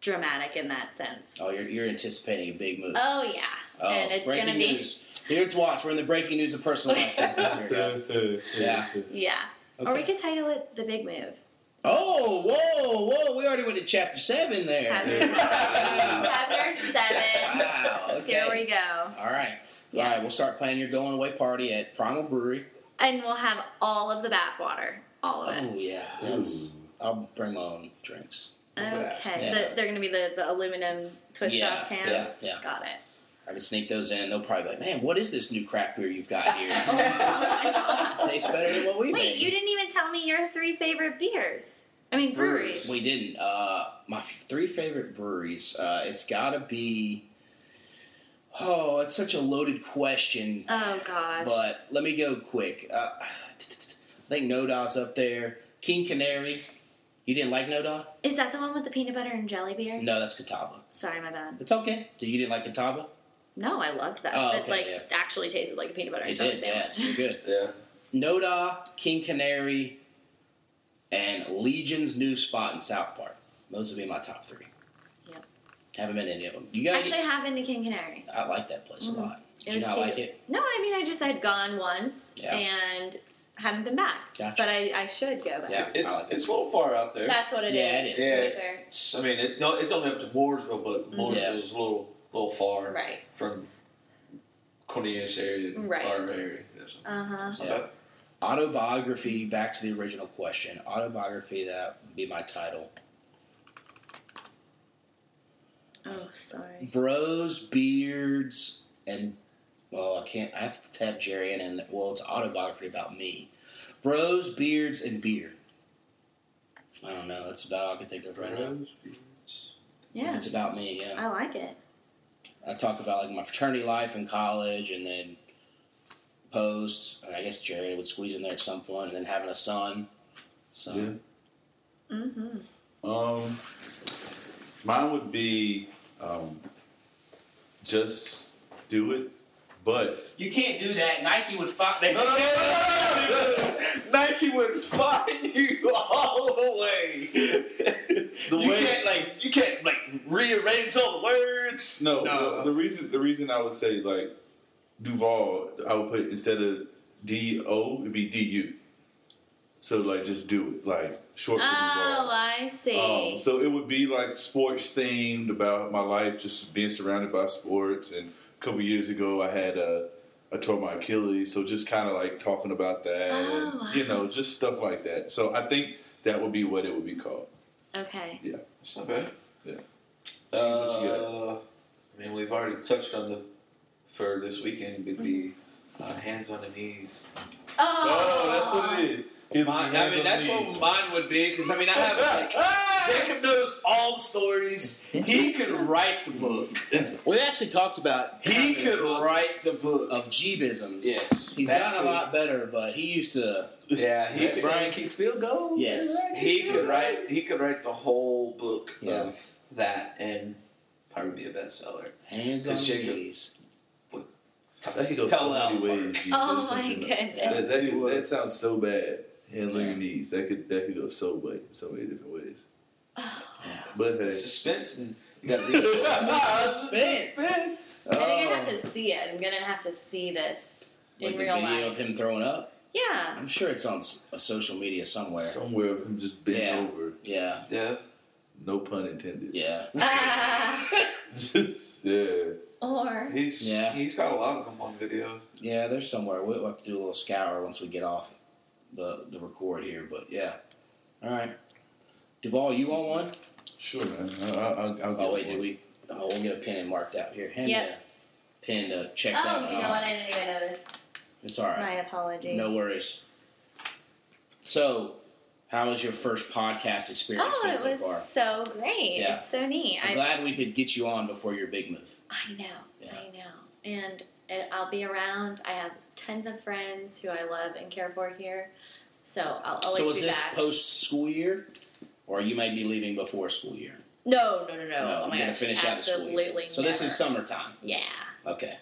Speaker 5: dramatic in that sense.
Speaker 2: oh, you're, you're anticipating a big move.
Speaker 5: Oh yeah,
Speaker 2: Oh,
Speaker 5: and it's
Speaker 2: breaking
Speaker 5: gonna be
Speaker 2: news. Here's watch. We're in the breaking news of personal life this year, guys. Yeah.
Speaker 5: yeah. Or we
Speaker 2: Okay.
Speaker 5: could title it "The Big Move."
Speaker 2: Oh, whoa, whoa! We already went to chapter seven there.
Speaker 5: Chapter seven. Chapter seven.
Speaker 2: Wow. Okay.
Speaker 5: Here we go,
Speaker 2: All right.
Speaker 5: Yeah.
Speaker 2: All right. We'll start planning your going away party at Primal Brewery.
Speaker 5: and we'll have all of the bathwater, all of
Speaker 2: Oh
Speaker 5: it.
Speaker 2: yeah. That's. I'll bring my own drinks.
Speaker 5: Okay,
Speaker 2: Yeah.
Speaker 5: The, they're gonna be the, the aluminum twist
Speaker 2: Yeah,
Speaker 5: off cans.
Speaker 2: yeah, yeah.
Speaker 5: Got it.
Speaker 2: I could sneak those in. They'll probably be like, man, what is this new craft beer you've got here?
Speaker 5: Oh my God.
Speaker 2: it tastes better than what we
Speaker 5: Wait,
Speaker 2: made.
Speaker 5: you didn't even tell me your three favorite beers. I mean, breweries.
Speaker 2: We didn't. Uh, my three favorite breweries. Uh, it's got to be. Oh, it's such a loaded question.
Speaker 5: Oh gosh.
Speaker 2: But let me go quick. Uh, I think Nodaw's up there. King Canary. You didn't like Nodaw?
Speaker 5: Is that the one with the peanut butter and jelly beer?
Speaker 2: No, that's Catawba.
Speaker 5: Sorry, my bad.
Speaker 2: It's okay. You didn't like Catawba?
Speaker 5: No, I loved that.
Speaker 2: Oh,
Speaker 5: it
Speaker 2: okay,
Speaker 5: like
Speaker 2: yeah.
Speaker 5: actually tasted like a peanut butter and
Speaker 2: It
Speaker 5: jelly
Speaker 2: did, yeah.
Speaker 5: sandwich.
Speaker 2: You're good.
Speaker 4: Yeah.
Speaker 2: Noda, King Canary, and Legion's new spot in South Park. Those would be my top three.
Speaker 5: Yep.
Speaker 2: Haven't been to any of them. You guys,
Speaker 5: Actually, I have been to King Canary.
Speaker 2: I like that place a lot. Did
Speaker 5: It
Speaker 2: you
Speaker 5: was
Speaker 2: not
Speaker 5: cute.
Speaker 2: like it?
Speaker 5: No, I mean I just had gone once
Speaker 2: Yeah.
Speaker 5: and haven't been back.
Speaker 2: Gotcha.
Speaker 5: But I, I should go back.
Speaker 2: Yeah.
Speaker 4: It's
Speaker 2: I like it.
Speaker 4: it's a little far out there.
Speaker 5: That's what it is.
Speaker 2: Yeah, it is.
Speaker 4: Yeah,
Speaker 5: to be
Speaker 4: it's-
Speaker 5: fair.
Speaker 4: It's- I mean, it, no, it's only up to Mooresville, but Mooresville is a little little far
Speaker 5: Mm-hmm. Right.
Speaker 4: from Cornelius area,
Speaker 5: Right.
Speaker 4: our area. That's-
Speaker 5: Uh huh.
Speaker 4: so
Speaker 2: Yeah. Autobiography, back to the original question. Autobiography, that would be my title.
Speaker 5: Oh, sorry.
Speaker 2: Bros, Beards, and, well, I can't, I have to tab Jerry in, and, well, it's autobiography about me. Bros, Beards, and Beer. I don't know. That's about all I can think of right now.
Speaker 5: Yeah,
Speaker 2: It's about me, yeah.
Speaker 5: I like it.
Speaker 2: I talk about like my fraternity life in college, and then post. And I guess Jerry would squeeze in there at some point, and then having a son. So
Speaker 3: Yeah.
Speaker 5: Mm-hmm.
Speaker 3: Um, mine would be um, just do it, but
Speaker 7: You can't do that. Nike would fox.
Speaker 3: no, no, no, no, no, no, no.
Speaker 4: Nike would find you all the way. you
Speaker 3: way-
Speaker 4: can't like you can't like rearrange all the words.
Speaker 3: No,
Speaker 4: No.
Speaker 3: The, the reason the reason I would say like Duval, I would put instead of D O, it'd be D U. So like, just do it, like short
Speaker 5: Oh,
Speaker 3: for Duval.
Speaker 5: I see.
Speaker 3: Um, so it would be like sports themed about my life, just being surrounded by sports. And a couple years ago, I had a I tore my Achilles, so just kind of like talking about that,
Speaker 5: Oh,
Speaker 3: and, you
Speaker 5: wow.
Speaker 3: know, just stuff like that. So I think that would be what it would be called.
Speaker 2: Oh.
Speaker 5: okay.
Speaker 4: It's not bad.
Speaker 3: Yeah.
Speaker 4: Uh, I mean, we've already touched on the for this weekend. It'd be
Speaker 3: Mm-hmm.
Speaker 4: uh, hands on the knees.
Speaker 5: Oh,
Speaker 3: Oh, that's what it is. Here's
Speaker 4: Mine,
Speaker 3: the
Speaker 4: I mean, that's what
Speaker 3: hands
Speaker 4: mine would be because I mean, I have like Jacob knows all the stories. He could write the book.
Speaker 2: we actually talked about
Speaker 4: He could write the book.
Speaker 3: Oh,
Speaker 2: of Jeebisms.
Speaker 4: Yes,
Speaker 2: he's
Speaker 4: that
Speaker 2: gotten
Speaker 4: too.
Speaker 2: a lot better, but he used to.
Speaker 4: Yeah, he could,
Speaker 2: Brian
Speaker 4: Kingsfield
Speaker 1: Oh,
Speaker 4: goes.
Speaker 2: Yes.
Speaker 4: he could write. He could write the whole book
Speaker 2: Yeah.
Speaker 4: of that and probably be a bestseller.
Speaker 2: Hands on
Speaker 4: Cause Jacob-
Speaker 2: knees.
Speaker 4: Tell,
Speaker 3: That could go so many ways. dude.
Speaker 5: Oh
Speaker 3: That's what
Speaker 5: my
Speaker 3: you know.
Speaker 5: goodness.
Speaker 3: That, that, could- that sounds so bad. Hands on
Speaker 2: Yeah.
Speaker 3: your knees. That could that could go so way so many different ways. But
Speaker 4: But
Speaker 3: hey.
Speaker 4: suspense and
Speaker 5: I
Speaker 2: Oh,
Speaker 5: think I have to see it. I'm gonna have to see this
Speaker 2: Like
Speaker 5: in
Speaker 2: the
Speaker 5: real
Speaker 2: video
Speaker 5: life.
Speaker 2: of him throwing up.
Speaker 5: Yeah.
Speaker 2: I'm sure it's on s- a social media somewhere.
Speaker 3: somewhere of him just bent
Speaker 2: Yeah.
Speaker 3: over.
Speaker 2: yeah,
Speaker 4: yeah.
Speaker 3: No pun intended.
Speaker 2: yeah.
Speaker 5: Ah,
Speaker 3: Just yeah.
Speaker 5: or
Speaker 4: He's
Speaker 2: Yeah.
Speaker 4: he's got a lot of them on video.
Speaker 2: Yeah, there's somewhere. We'll have to do a little scour once we get off the, the record here, but yeah. All right. Duval, you want one?
Speaker 3: Sure, man. I, I, I'll, I'll
Speaker 2: Oh, wait,
Speaker 3: get one.
Speaker 2: did we? Oh, we'll get a pin and marked out here. Hand
Speaker 5: Yep.
Speaker 2: me a pin to check that
Speaker 5: oh,
Speaker 2: one
Speaker 5: you know
Speaker 2: off.
Speaker 5: what? I didn't even notice.
Speaker 2: It's all
Speaker 5: My
Speaker 2: right.
Speaker 5: apologies.
Speaker 2: No worries. So, how was your first podcast experience
Speaker 5: Oh,
Speaker 2: been
Speaker 5: it
Speaker 2: so
Speaker 5: was
Speaker 2: far?
Speaker 5: so great.
Speaker 2: Yeah.
Speaker 5: It's so neat.
Speaker 2: I'm
Speaker 5: I,
Speaker 2: glad we could get you on before your big move.
Speaker 5: I know.
Speaker 2: Yeah.
Speaker 5: I know. And it, I'll be around. I have tons of friends who I love and care for here. So I'll always
Speaker 2: so, was
Speaker 5: be
Speaker 2: this
Speaker 5: back.
Speaker 2: post school year? Or you might be leaving before school year?
Speaker 5: no, no, no, no.
Speaker 2: no,
Speaker 5: oh
Speaker 2: you're
Speaker 5: my
Speaker 2: gonna
Speaker 5: gosh.
Speaker 2: finish out the school year.
Speaker 5: Absolutely
Speaker 2: So, this
Speaker 5: never.
Speaker 2: is summertime.
Speaker 5: Yeah.
Speaker 2: Okay.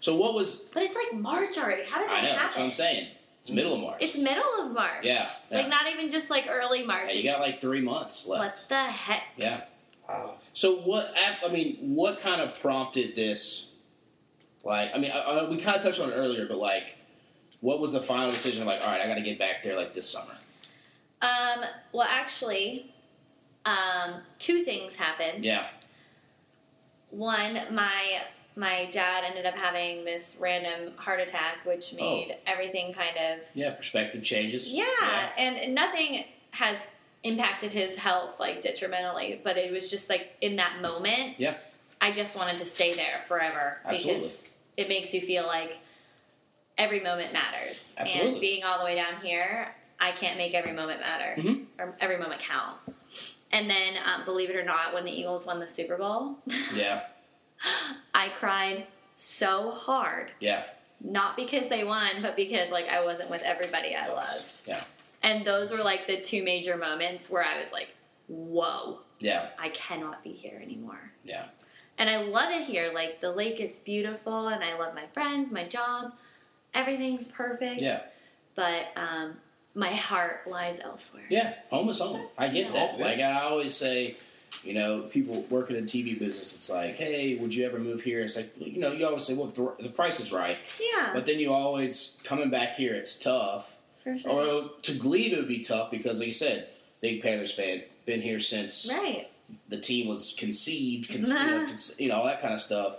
Speaker 2: So what was
Speaker 5: But it's like March already. How did that
Speaker 2: I know?
Speaker 5: happen?
Speaker 2: That's what I'm saying. It's middle of March.
Speaker 5: It's middle of March.
Speaker 2: Yeah. yeah.
Speaker 5: Like not even just like early March.
Speaker 2: Yeah, you
Speaker 5: It's-
Speaker 2: got like three months
Speaker 5: what
Speaker 2: left.
Speaker 5: the heck?
Speaker 2: Yeah.
Speaker 4: Wow.
Speaker 2: So what? I I mean, what kind of prompted this? Like, I mean, I, I, we kind of touched on it earlier, but like, what was the final decision? Like, all right, I got to get back there like this summer.
Speaker 5: Um, well actually, um, two things happened.
Speaker 2: Yeah.
Speaker 5: One, my my dad ended up having this random heart attack, which
Speaker 2: Oh.
Speaker 5: made everything kind of
Speaker 2: Yeah. Perspective changes.
Speaker 5: yeah, and nothing has impacted his health like detrimentally, but it was just like in that moment.
Speaker 2: Yeah.
Speaker 5: I just wanted to stay there forever
Speaker 2: Absolutely.
Speaker 5: because it makes you feel like every moment matters.
Speaker 2: Absolutely.
Speaker 5: And being all the way down here, I can't make every moment matter
Speaker 2: Mhm.
Speaker 5: or every moment count. And then, um, believe it or not, when the Eagles won the Super Bowl,
Speaker 2: Yeah,
Speaker 5: I cried so hard.
Speaker 2: yeah,
Speaker 5: Not because they won, but because like I wasn't with everybody I loved.
Speaker 2: yeah,
Speaker 5: And those were like the two major moments where I was like, "Whoa,
Speaker 2: yeah,
Speaker 5: I cannot be here anymore."
Speaker 2: yeah.
Speaker 5: And I love it here. Like the lake is beautiful, and I love my friends, my job, everything's perfect.
Speaker 2: Yeah,
Speaker 5: But um, my heart lies elsewhere.
Speaker 2: yeah. Home is home. I get that.
Speaker 4: Yeah.
Speaker 2: Like I always say, you know, people working in TV business, it's like, hey, would you ever move here? It's like, you know, you always say, well, the, the price is right,
Speaker 5: Yeah,
Speaker 2: but then you always coming back here, it's tough.
Speaker 5: for sure.
Speaker 2: Or to Glebe, it would be tough because, like you said, big Panthers fan, been here since
Speaker 5: right. Uh-huh.
Speaker 2: the team was conceived, con- you, know, conce- you know, all that kind of stuff.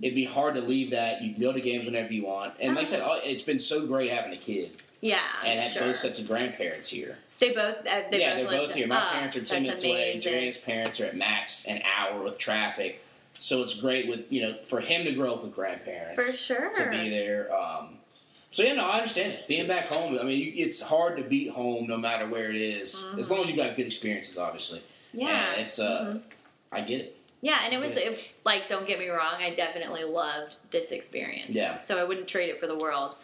Speaker 2: It'd be hard to leave that. You can go to games whenever you want, and like I
Speaker 5: Uh-huh.
Speaker 2: said, all- it's been so great having a kid
Speaker 5: Yeah,
Speaker 2: and
Speaker 5: I'm
Speaker 2: have
Speaker 5: sure.
Speaker 2: both sets of grandparents here.
Speaker 5: They both. Uh, they
Speaker 2: yeah, they're
Speaker 5: both lived-
Speaker 2: both here. My
Speaker 5: oh,
Speaker 2: parents are ten
Speaker 5: that's
Speaker 2: minutes away.
Speaker 5: amazing.
Speaker 2: Jerry's parents are at max an hour with traffic, so it's great with you know for him to grow up with grandparents
Speaker 5: For sure.
Speaker 2: to be there. Um, so yeah, no, I understand it. Being back home, I mean, you, it's hard to beat home no matter where it is, as
Speaker 5: Mm-hmm.
Speaker 2: long as you've got good experiences, obviously.
Speaker 5: Yeah.
Speaker 2: And it's uh,
Speaker 5: Mhm.
Speaker 2: I get it.
Speaker 5: Yeah, and it was
Speaker 2: Yeah.
Speaker 5: it, like, don't get me wrong, I definitely loved this experience.
Speaker 2: Yeah.
Speaker 5: So I wouldn't trade it for the world.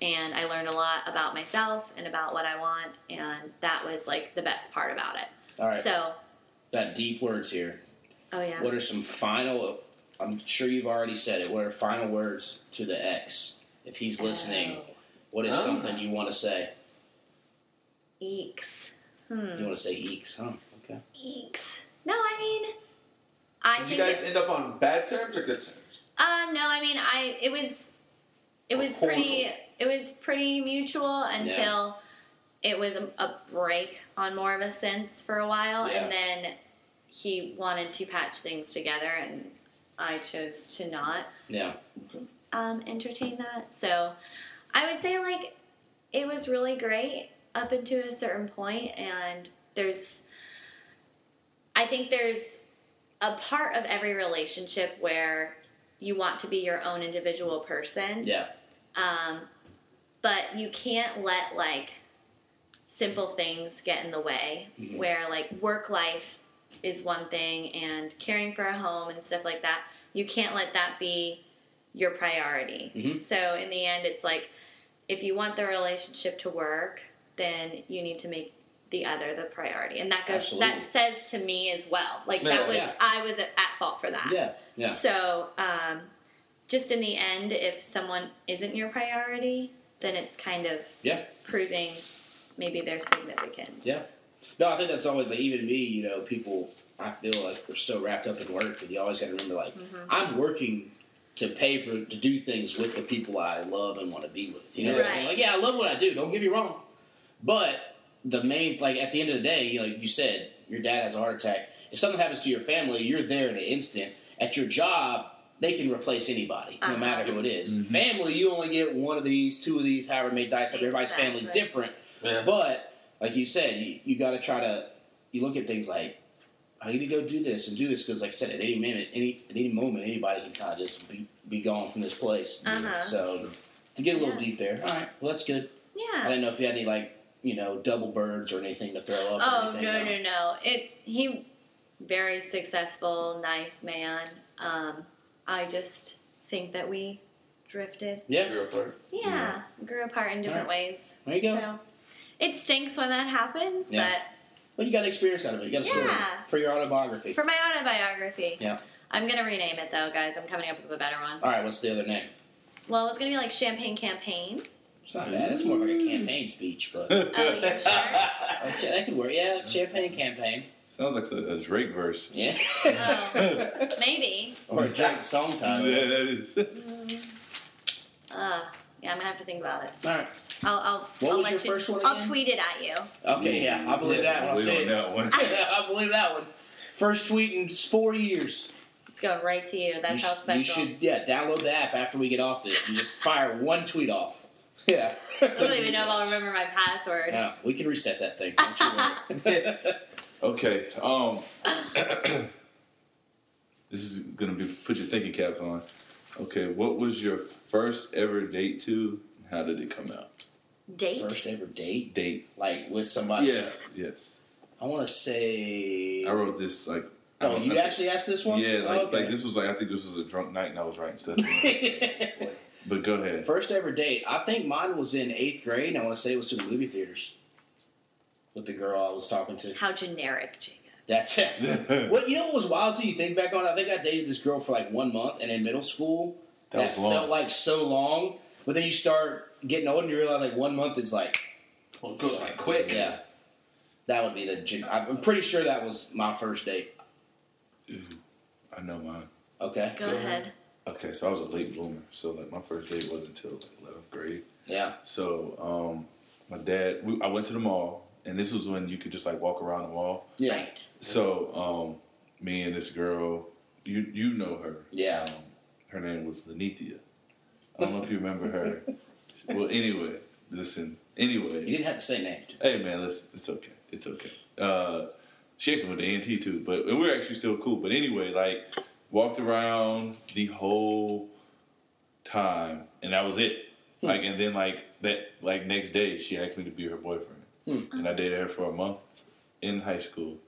Speaker 5: And I learned a lot about myself and about what I want, and that was like the best part about it.
Speaker 2: All right,
Speaker 5: So,
Speaker 2: got deep words here.
Speaker 5: oh yeah.
Speaker 2: What are some final? I'm sure you've already said it. What are final words to the ex? If he's listening,
Speaker 5: Oh,
Speaker 2: what is
Speaker 4: Oh.
Speaker 2: something you want to say?
Speaker 5: eeks. Hmm.
Speaker 2: You want to say eeks, huh? Okay.
Speaker 5: Eeks. No, I mean, I
Speaker 4: Did
Speaker 5: think
Speaker 4: you guys
Speaker 5: it-
Speaker 4: end up on bad terms or good terms?
Speaker 5: Um, no, I mean, I it was it was
Speaker 4: Cordial.
Speaker 5: pretty it was pretty mutual until it was a, a break on more of a sense for a while,
Speaker 2: Yeah.
Speaker 5: and then he wanted to patch things together, and I chose to not
Speaker 2: Yeah.
Speaker 5: um, entertain that. So I would say like it was really great up into a certain point, and there's I think there's a part of every relationship where you want to be your own individual person,
Speaker 2: Yeah.
Speaker 5: um, but you can't let like simple things get in the way
Speaker 2: Mhm.
Speaker 5: where like work life is one thing and caring for a home and stuff like that you can't let that be your priority
Speaker 2: Mhm.
Speaker 5: so in the end it's like if you want the relationship to work then you need to make the other the priority and that goes
Speaker 2: Absolutely.
Speaker 5: that says to me as well like
Speaker 4: Yeah,
Speaker 5: that was
Speaker 2: yeah.
Speaker 5: i was at at fault for that
Speaker 2: Yeah. Yeah.
Speaker 5: so, um, just in the end, if someone isn't your priority, then it's kind of
Speaker 2: Yeah.
Speaker 5: proving maybe their significance.
Speaker 2: Yeah. No, I think that's always like even me. You know, people. I feel like we're so wrapped up in work, and you always got to remember like
Speaker 5: Mm-hmm.
Speaker 2: I'm working to pay for to do things with the people I love and want to be with. You know, what I'm saying? like
Speaker 5: Right.
Speaker 2: yeah, I love what I do. Don't get me wrong, but the main like at the end of the day, like you said, your dad has a heart attack. If something happens to your family, you're there in an instant. At your job, they can replace anybody,
Speaker 5: Uh-huh.
Speaker 2: no matter who it is. Family, you only get one of these, two of these, however many dice up. Everybody's family's
Speaker 5: Exactly.
Speaker 2: different.
Speaker 4: Yeah.
Speaker 2: But like you said, you, you got to try to you look at things like I need to go do this and do this because, like I said, at any minute, any at any moment, anybody can kind of just be be gone from this place.
Speaker 5: Uh-huh.
Speaker 2: So to get a little
Speaker 5: Yeah.
Speaker 2: deep there. All right, well that's good. I
Speaker 5: Yeah.
Speaker 2: didn't know if you had any like you know double birds or anything to throw up. or
Speaker 5: Oh
Speaker 2: anything,
Speaker 5: no no no! It he very successful, nice man. Um, I just think that we drifted.
Speaker 2: Yeah,
Speaker 4: You're a player.
Speaker 5: Yeah, grew apart in different ways.
Speaker 2: there you go.
Speaker 5: So it stinks when that happens,
Speaker 2: Yeah. But you got an experience out of it. You got a story
Speaker 5: Yeah.
Speaker 2: for your autobiography.
Speaker 5: but for my autobiography,
Speaker 2: Yeah.
Speaker 5: I'm gonna rename it though, guys. I'm coming up with a better one.
Speaker 2: All right, what's the other name?
Speaker 5: Well, it was gonna be like champagne campaign.
Speaker 2: It's not bad. It's more of like a campaign speech, but oh,
Speaker 5: Oh, you're sure?
Speaker 2: yeah, that could work. Yeah, champagne campaign.
Speaker 3: Sounds like a, a Drake verse.
Speaker 2: Yeah.
Speaker 5: Oh. Maybe.
Speaker 2: or a Drake song title.
Speaker 3: Yeah, that is.
Speaker 5: Uh, yeah, I'm gonna have to think about it.
Speaker 2: All right.
Speaker 5: I'll, I'll,
Speaker 2: What
Speaker 5: I'll
Speaker 2: was
Speaker 5: let
Speaker 2: your
Speaker 5: you,
Speaker 2: first one
Speaker 5: I'll
Speaker 2: again?
Speaker 5: tweet it at you.
Speaker 2: Okay, yeah, I believe that one. I
Speaker 3: I believe on
Speaker 2: see it.
Speaker 3: that one.
Speaker 2: I believe that one. First tweet in four years.
Speaker 5: It's going right to you. That's
Speaker 2: you,
Speaker 5: how
Speaker 2: sh-
Speaker 5: special.
Speaker 2: you should, yeah, download the app after we get off this and just fire one tweet off. Yeah.
Speaker 5: I don't even know if I'll remember my password.
Speaker 2: Yeah, we can reset that thing. Don't you worry.
Speaker 3: Okay. Um. This is gonna be put your thinking cap on. Okay, what was your first ever date to? and How did it come out?
Speaker 5: Date?
Speaker 2: First ever date,
Speaker 3: Date.
Speaker 2: like with somebody.
Speaker 3: Yes, yes.
Speaker 2: I want to say.
Speaker 3: I wrote this like. I
Speaker 2: Oh,
Speaker 3: don't-
Speaker 2: you
Speaker 3: I think-
Speaker 2: actually asked this one?
Speaker 3: Yeah, like,
Speaker 2: Oh, okay.
Speaker 3: like this was like I think this was a drunk night and I was writing stuff. down. but go ahead.
Speaker 2: First ever date. I think mine was in eighth grade, and I want to say it was to the movie theaters with the girl I was talking to.
Speaker 5: How generic, Jacob.
Speaker 2: That's what you know. What was wild too? You think back on. it, I think I dated this girl for like one month, and in middle school, that,
Speaker 3: That was long.
Speaker 2: felt like so long. But then you start getting old, and you realize like one month is like
Speaker 4: Well, go like quick.
Speaker 2: yeah. That would be the. gen- I'm pretty sure that was my first date.
Speaker 3: I know mine.
Speaker 2: Okay.
Speaker 5: Go ahead.
Speaker 3: Okay, so I was a late bloomer. So like my first date wasn't until like eleventh grade.
Speaker 2: Yeah.
Speaker 3: So um, my dad, we, I went to the mall, and this was when you could just like walk around the mall.
Speaker 2: Yeah.
Speaker 5: Right.
Speaker 3: So um, me and this girl, you you know her.
Speaker 2: Yeah.
Speaker 3: Um, her name was Lenithia. I don't know if you remember her. well, anyway, listen. Anyway,
Speaker 2: You didn't have to say names.
Speaker 3: Hey man, listen, it's okay. It's okay. Uh, she actually went to A and T too, but and we're actually still cool. But anyway, like walked around the whole time, and that was it. Like, and then like that, like next day, she asked me to be her boyfriend, and I dated her for a month in high school.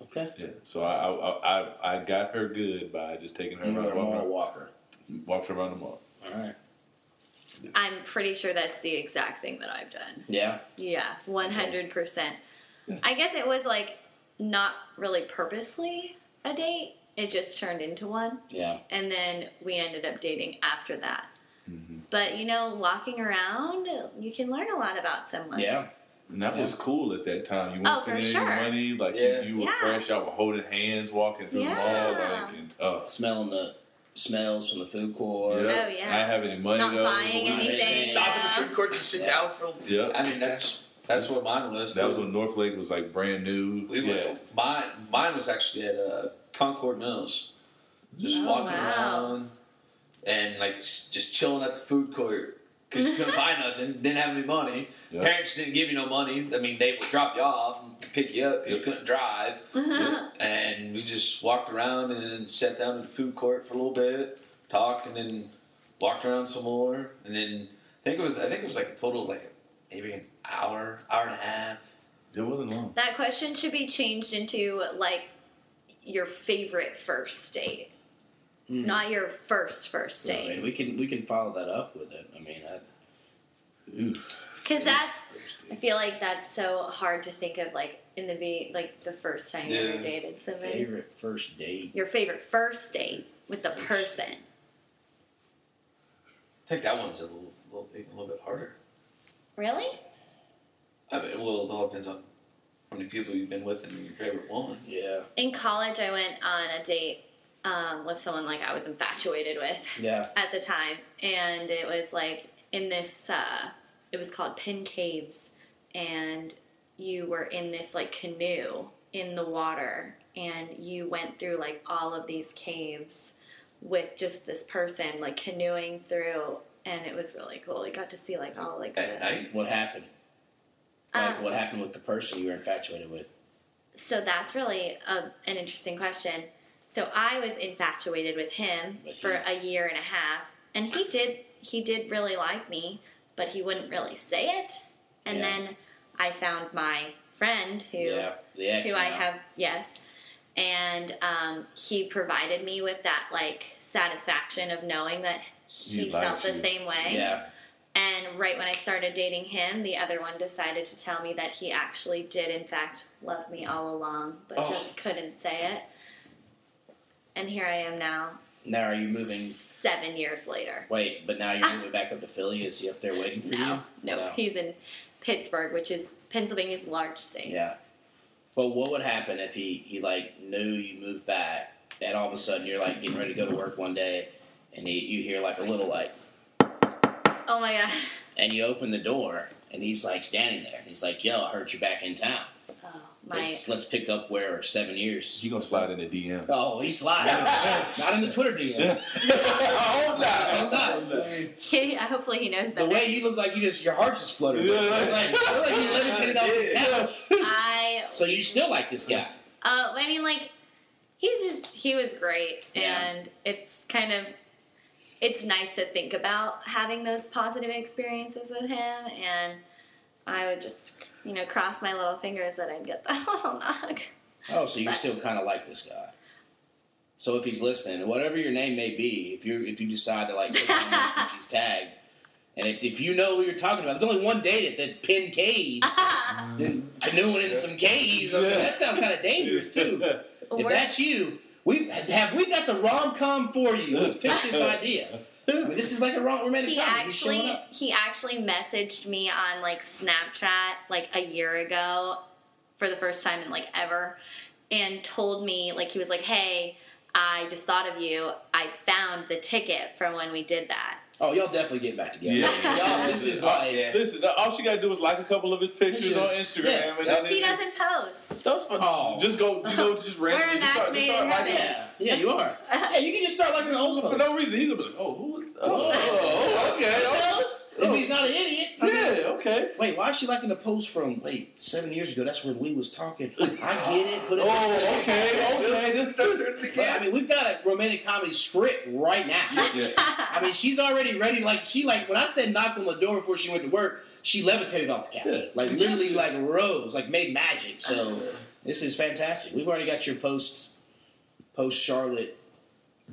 Speaker 2: Okay.
Speaker 3: Yeah, so I I I, I got her good by just taking her
Speaker 2: You
Speaker 3: around,
Speaker 2: were Mara
Speaker 3: walking,
Speaker 2: Walker.
Speaker 3: walked her around the mall.
Speaker 2: All right.
Speaker 5: I'm pretty sure that's the exact thing that I've done.
Speaker 2: Yeah.
Speaker 5: Yeah, 100%. I guess it was like not really purposely a date, it just turned into one.
Speaker 2: Yeah.
Speaker 5: And then we ended up dating after that. But you know, walking around, you can learn a lot about someone.
Speaker 2: Yeah.
Speaker 3: And that was cool at that time. You
Speaker 5: Oh,
Speaker 3: weren't
Speaker 5: for
Speaker 3: spending
Speaker 5: sure.
Speaker 3: any money. Like
Speaker 4: Yeah.
Speaker 3: you, you were
Speaker 5: Yeah.
Speaker 3: fresh. Y'all were holding hands, walking through the mall.
Speaker 5: Yeah.
Speaker 3: Like, and, oh,
Speaker 2: Smelling the smells from the food court.
Speaker 3: yeah.
Speaker 5: Oh, yeah.
Speaker 3: I didn't have any money
Speaker 5: Not
Speaker 3: though.
Speaker 5: buying
Speaker 3: But we-
Speaker 5: anything.
Speaker 6: Stop at the
Speaker 5: yeah.
Speaker 6: food court, just sit
Speaker 2: Yeah.
Speaker 6: down for.
Speaker 3: Yeah,
Speaker 4: I mean, that's that's what mine was.
Speaker 3: that
Speaker 4: too.
Speaker 3: was when North Lake was like brand new.
Speaker 4: we
Speaker 3: yeah.
Speaker 4: went. Mine mine was actually at uh, Concord Mills, just
Speaker 5: Oh,
Speaker 4: walking
Speaker 5: wow.
Speaker 4: around and like s- just chilling at the food court because you couldn't buy nothing, didn't have any money.
Speaker 3: Yeah.
Speaker 4: Parents didn't give you no money. I mean, they would drop you off and pick you up because you
Speaker 3: Yeah.
Speaker 4: couldn't drive.
Speaker 3: Yeah.
Speaker 4: and we just walked around and then sat down in the food court for a little bit, talked, and then walked around some more. And then I think it was I think it was like a total of like maybe an hour, hour and a half.
Speaker 3: It wasn't long.
Speaker 5: That question should be changed into like your favorite first date, not your first first
Speaker 2: So, I mean,
Speaker 5: date.
Speaker 2: we can we can follow that up with it. I mean, I,
Speaker 5: Because that's, I feel like that's so hard to think of like in the v like the first time you ever
Speaker 4: Yeah.
Speaker 5: dated somebody.
Speaker 2: favorite first date.
Speaker 5: Your favorite first date with the person.
Speaker 4: I think that one's a little, little, bit- a little bit harder.
Speaker 5: Really?
Speaker 4: I mean, well, it all depends on how many people you've been with and your favorite woman.
Speaker 2: Yeah.
Speaker 5: In college, I went on a date um, with someone like I was infatuated with.
Speaker 2: Yeah.
Speaker 5: at the time, and it was like in this. Uh, it was called Pin Caves, and you were in this like canoe in the water, and you went through like all of these caves with just this person, like canoeing through, and it was really cool. You got to see like all like
Speaker 4: At
Speaker 5: the,
Speaker 4: night,
Speaker 2: What happened? Like,
Speaker 5: um,
Speaker 2: what happened with the person you were infatuated with?
Speaker 5: so that's really a, an interesting question. So I was infatuated with him
Speaker 2: But he-
Speaker 5: for a year and a half, and he did he did really like me, but he wouldn't really say it. And
Speaker 2: Yeah.
Speaker 5: then I found my friend who
Speaker 2: Yeah. The ex.
Speaker 5: who I
Speaker 2: now.
Speaker 5: have yes, and um, he provided me with that like satisfaction of knowing that he
Speaker 3: He
Speaker 5: felt
Speaker 3: likes
Speaker 5: the
Speaker 3: you.
Speaker 5: same way.
Speaker 2: Yeah.
Speaker 5: And right when I started dating him, the other one decided to tell me that he actually did, in fact, love me all along, but
Speaker 4: Oh.
Speaker 5: just couldn't say it. And here I am now,
Speaker 2: Now are you moving?
Speaker 5: seven years later.
Speaker 2: Wait, but now you're moving back up to Philly. Is he up there waiting for
Speaker 5: Ah. No,
Speaker 2: you?
Speaker 5: no, he's in Pittsburgh, which is Pennsylvania's large state.
Speaker 2: Yeah. But what would happen if he, he like knew you moved back and all of a sudden you're like getting ready to go to work one day and he, you hear like a little like
Speaker 5: Oh my god.
Speaker 2: and you open the door and he's like standing there and he's like, Yo, I heard you back in town.
Speaker 5: Oh, my.
Speaker 2: Let's let's pick up where seven years.
Speaker 3: You gonna slide in the DM?
Speaker 2: Oh, he's lying. not in the Twitter DM. I'm not.
Speaker 5: He, hopefully he knows
Speaker 2: The
Speaker 5: better.
Speaker 2: way you look like you just your heart just fluttered.
Speaker 3: Yeah.
Speaker 2: Like, you're like you levitated off the couch.
Speaker 5: I
Speaker 2: So you still like this guy.
Speaker 5: Uh, I mean, like, he's just he was great,
Speaker 2: Yeah.
Speaker 5: and it's kind of it's nice to think about having those positive experiences with him, and I would just you know cross my little fingers that I'd get that little knock.
Speaker 2: Oh, so you still kind of like this guy. So if he's listening, whatever your name may be, if you if you decide to like, click on this when she's tagged, and if, if you know who you're talking about, there's only one date at the Pin Caves, canoeing in some caves. I mean, that sounds kind of dangerous too. If
Speaker 5: We're-
Speaker 2: that's you, we have we got the rom com for you. Let's pitch this idea. I mean, this is like a rom romantic
Speaker 5: he
Speaker 2: comedy. He's showing
Speaker 5: actually
Speaker 2: up.
Speaker 5: he actually messaged me on like Snapchat like a year ago for the first time in like ever and told me like he was like, "Hey, I just thought of you. I found the ticket from when we did that."
Speaker 2: Oh, y'all definitely get back together.
Speaker 3: Yeah.
Speaker 2: Y'all, this is like
Speaker 3: Listen, all she gotta do is like a couple of his pictures
Speaker 2: Pictures.
Speaker 3: on Instagram.
Speaker 2: Yeah.
Speaker 3: And then
Speaker 5: He doesn't post.
Speaker 3: Those fun.
Speaker 2: Oh.
Speaker 3: Just go, you go to just
Speaker 5: We're
Speaker 3: randomly
Speaker 5: a
Speaker 3: just
Speaker 5: match
Speaker 3: start, just
Speaker 5: made in
Speaker 3: start liking
Speaker 5: heaven.
Speaker 2: yeah, yeah, you are. Yeah, you can just start like an old
Speaker 3: for
Speaker 2: one.
Speaker 3: no reason. He's gonna be like, oh, who? Oh, oh, okay. Oh,
Speaker 2: If he's not an idiot. I mean,
Speaker 3: yeah, okay.
Speaker 2: Wait, why is she liking the post from wait seven years ago? That's when we was talking. I get it. Put it.
Speaker 3: Oh, okay, okay.
Speaker 4: It starts hurting
Speaker 2: But,
Speaker 4: again.
Speaker 2: I mean, we've got a romantic comedy script right now.
Speaker 3: Yeah.
Speaker 2: I mean, she's already ready. Like she like when I said knocked on the door before she went to work, she levitated off the couch,
Speaker 3: Yeah.
Speaker 2: like literally like rose, like made magic. So this is fantastic. We've already got your post post Charlotte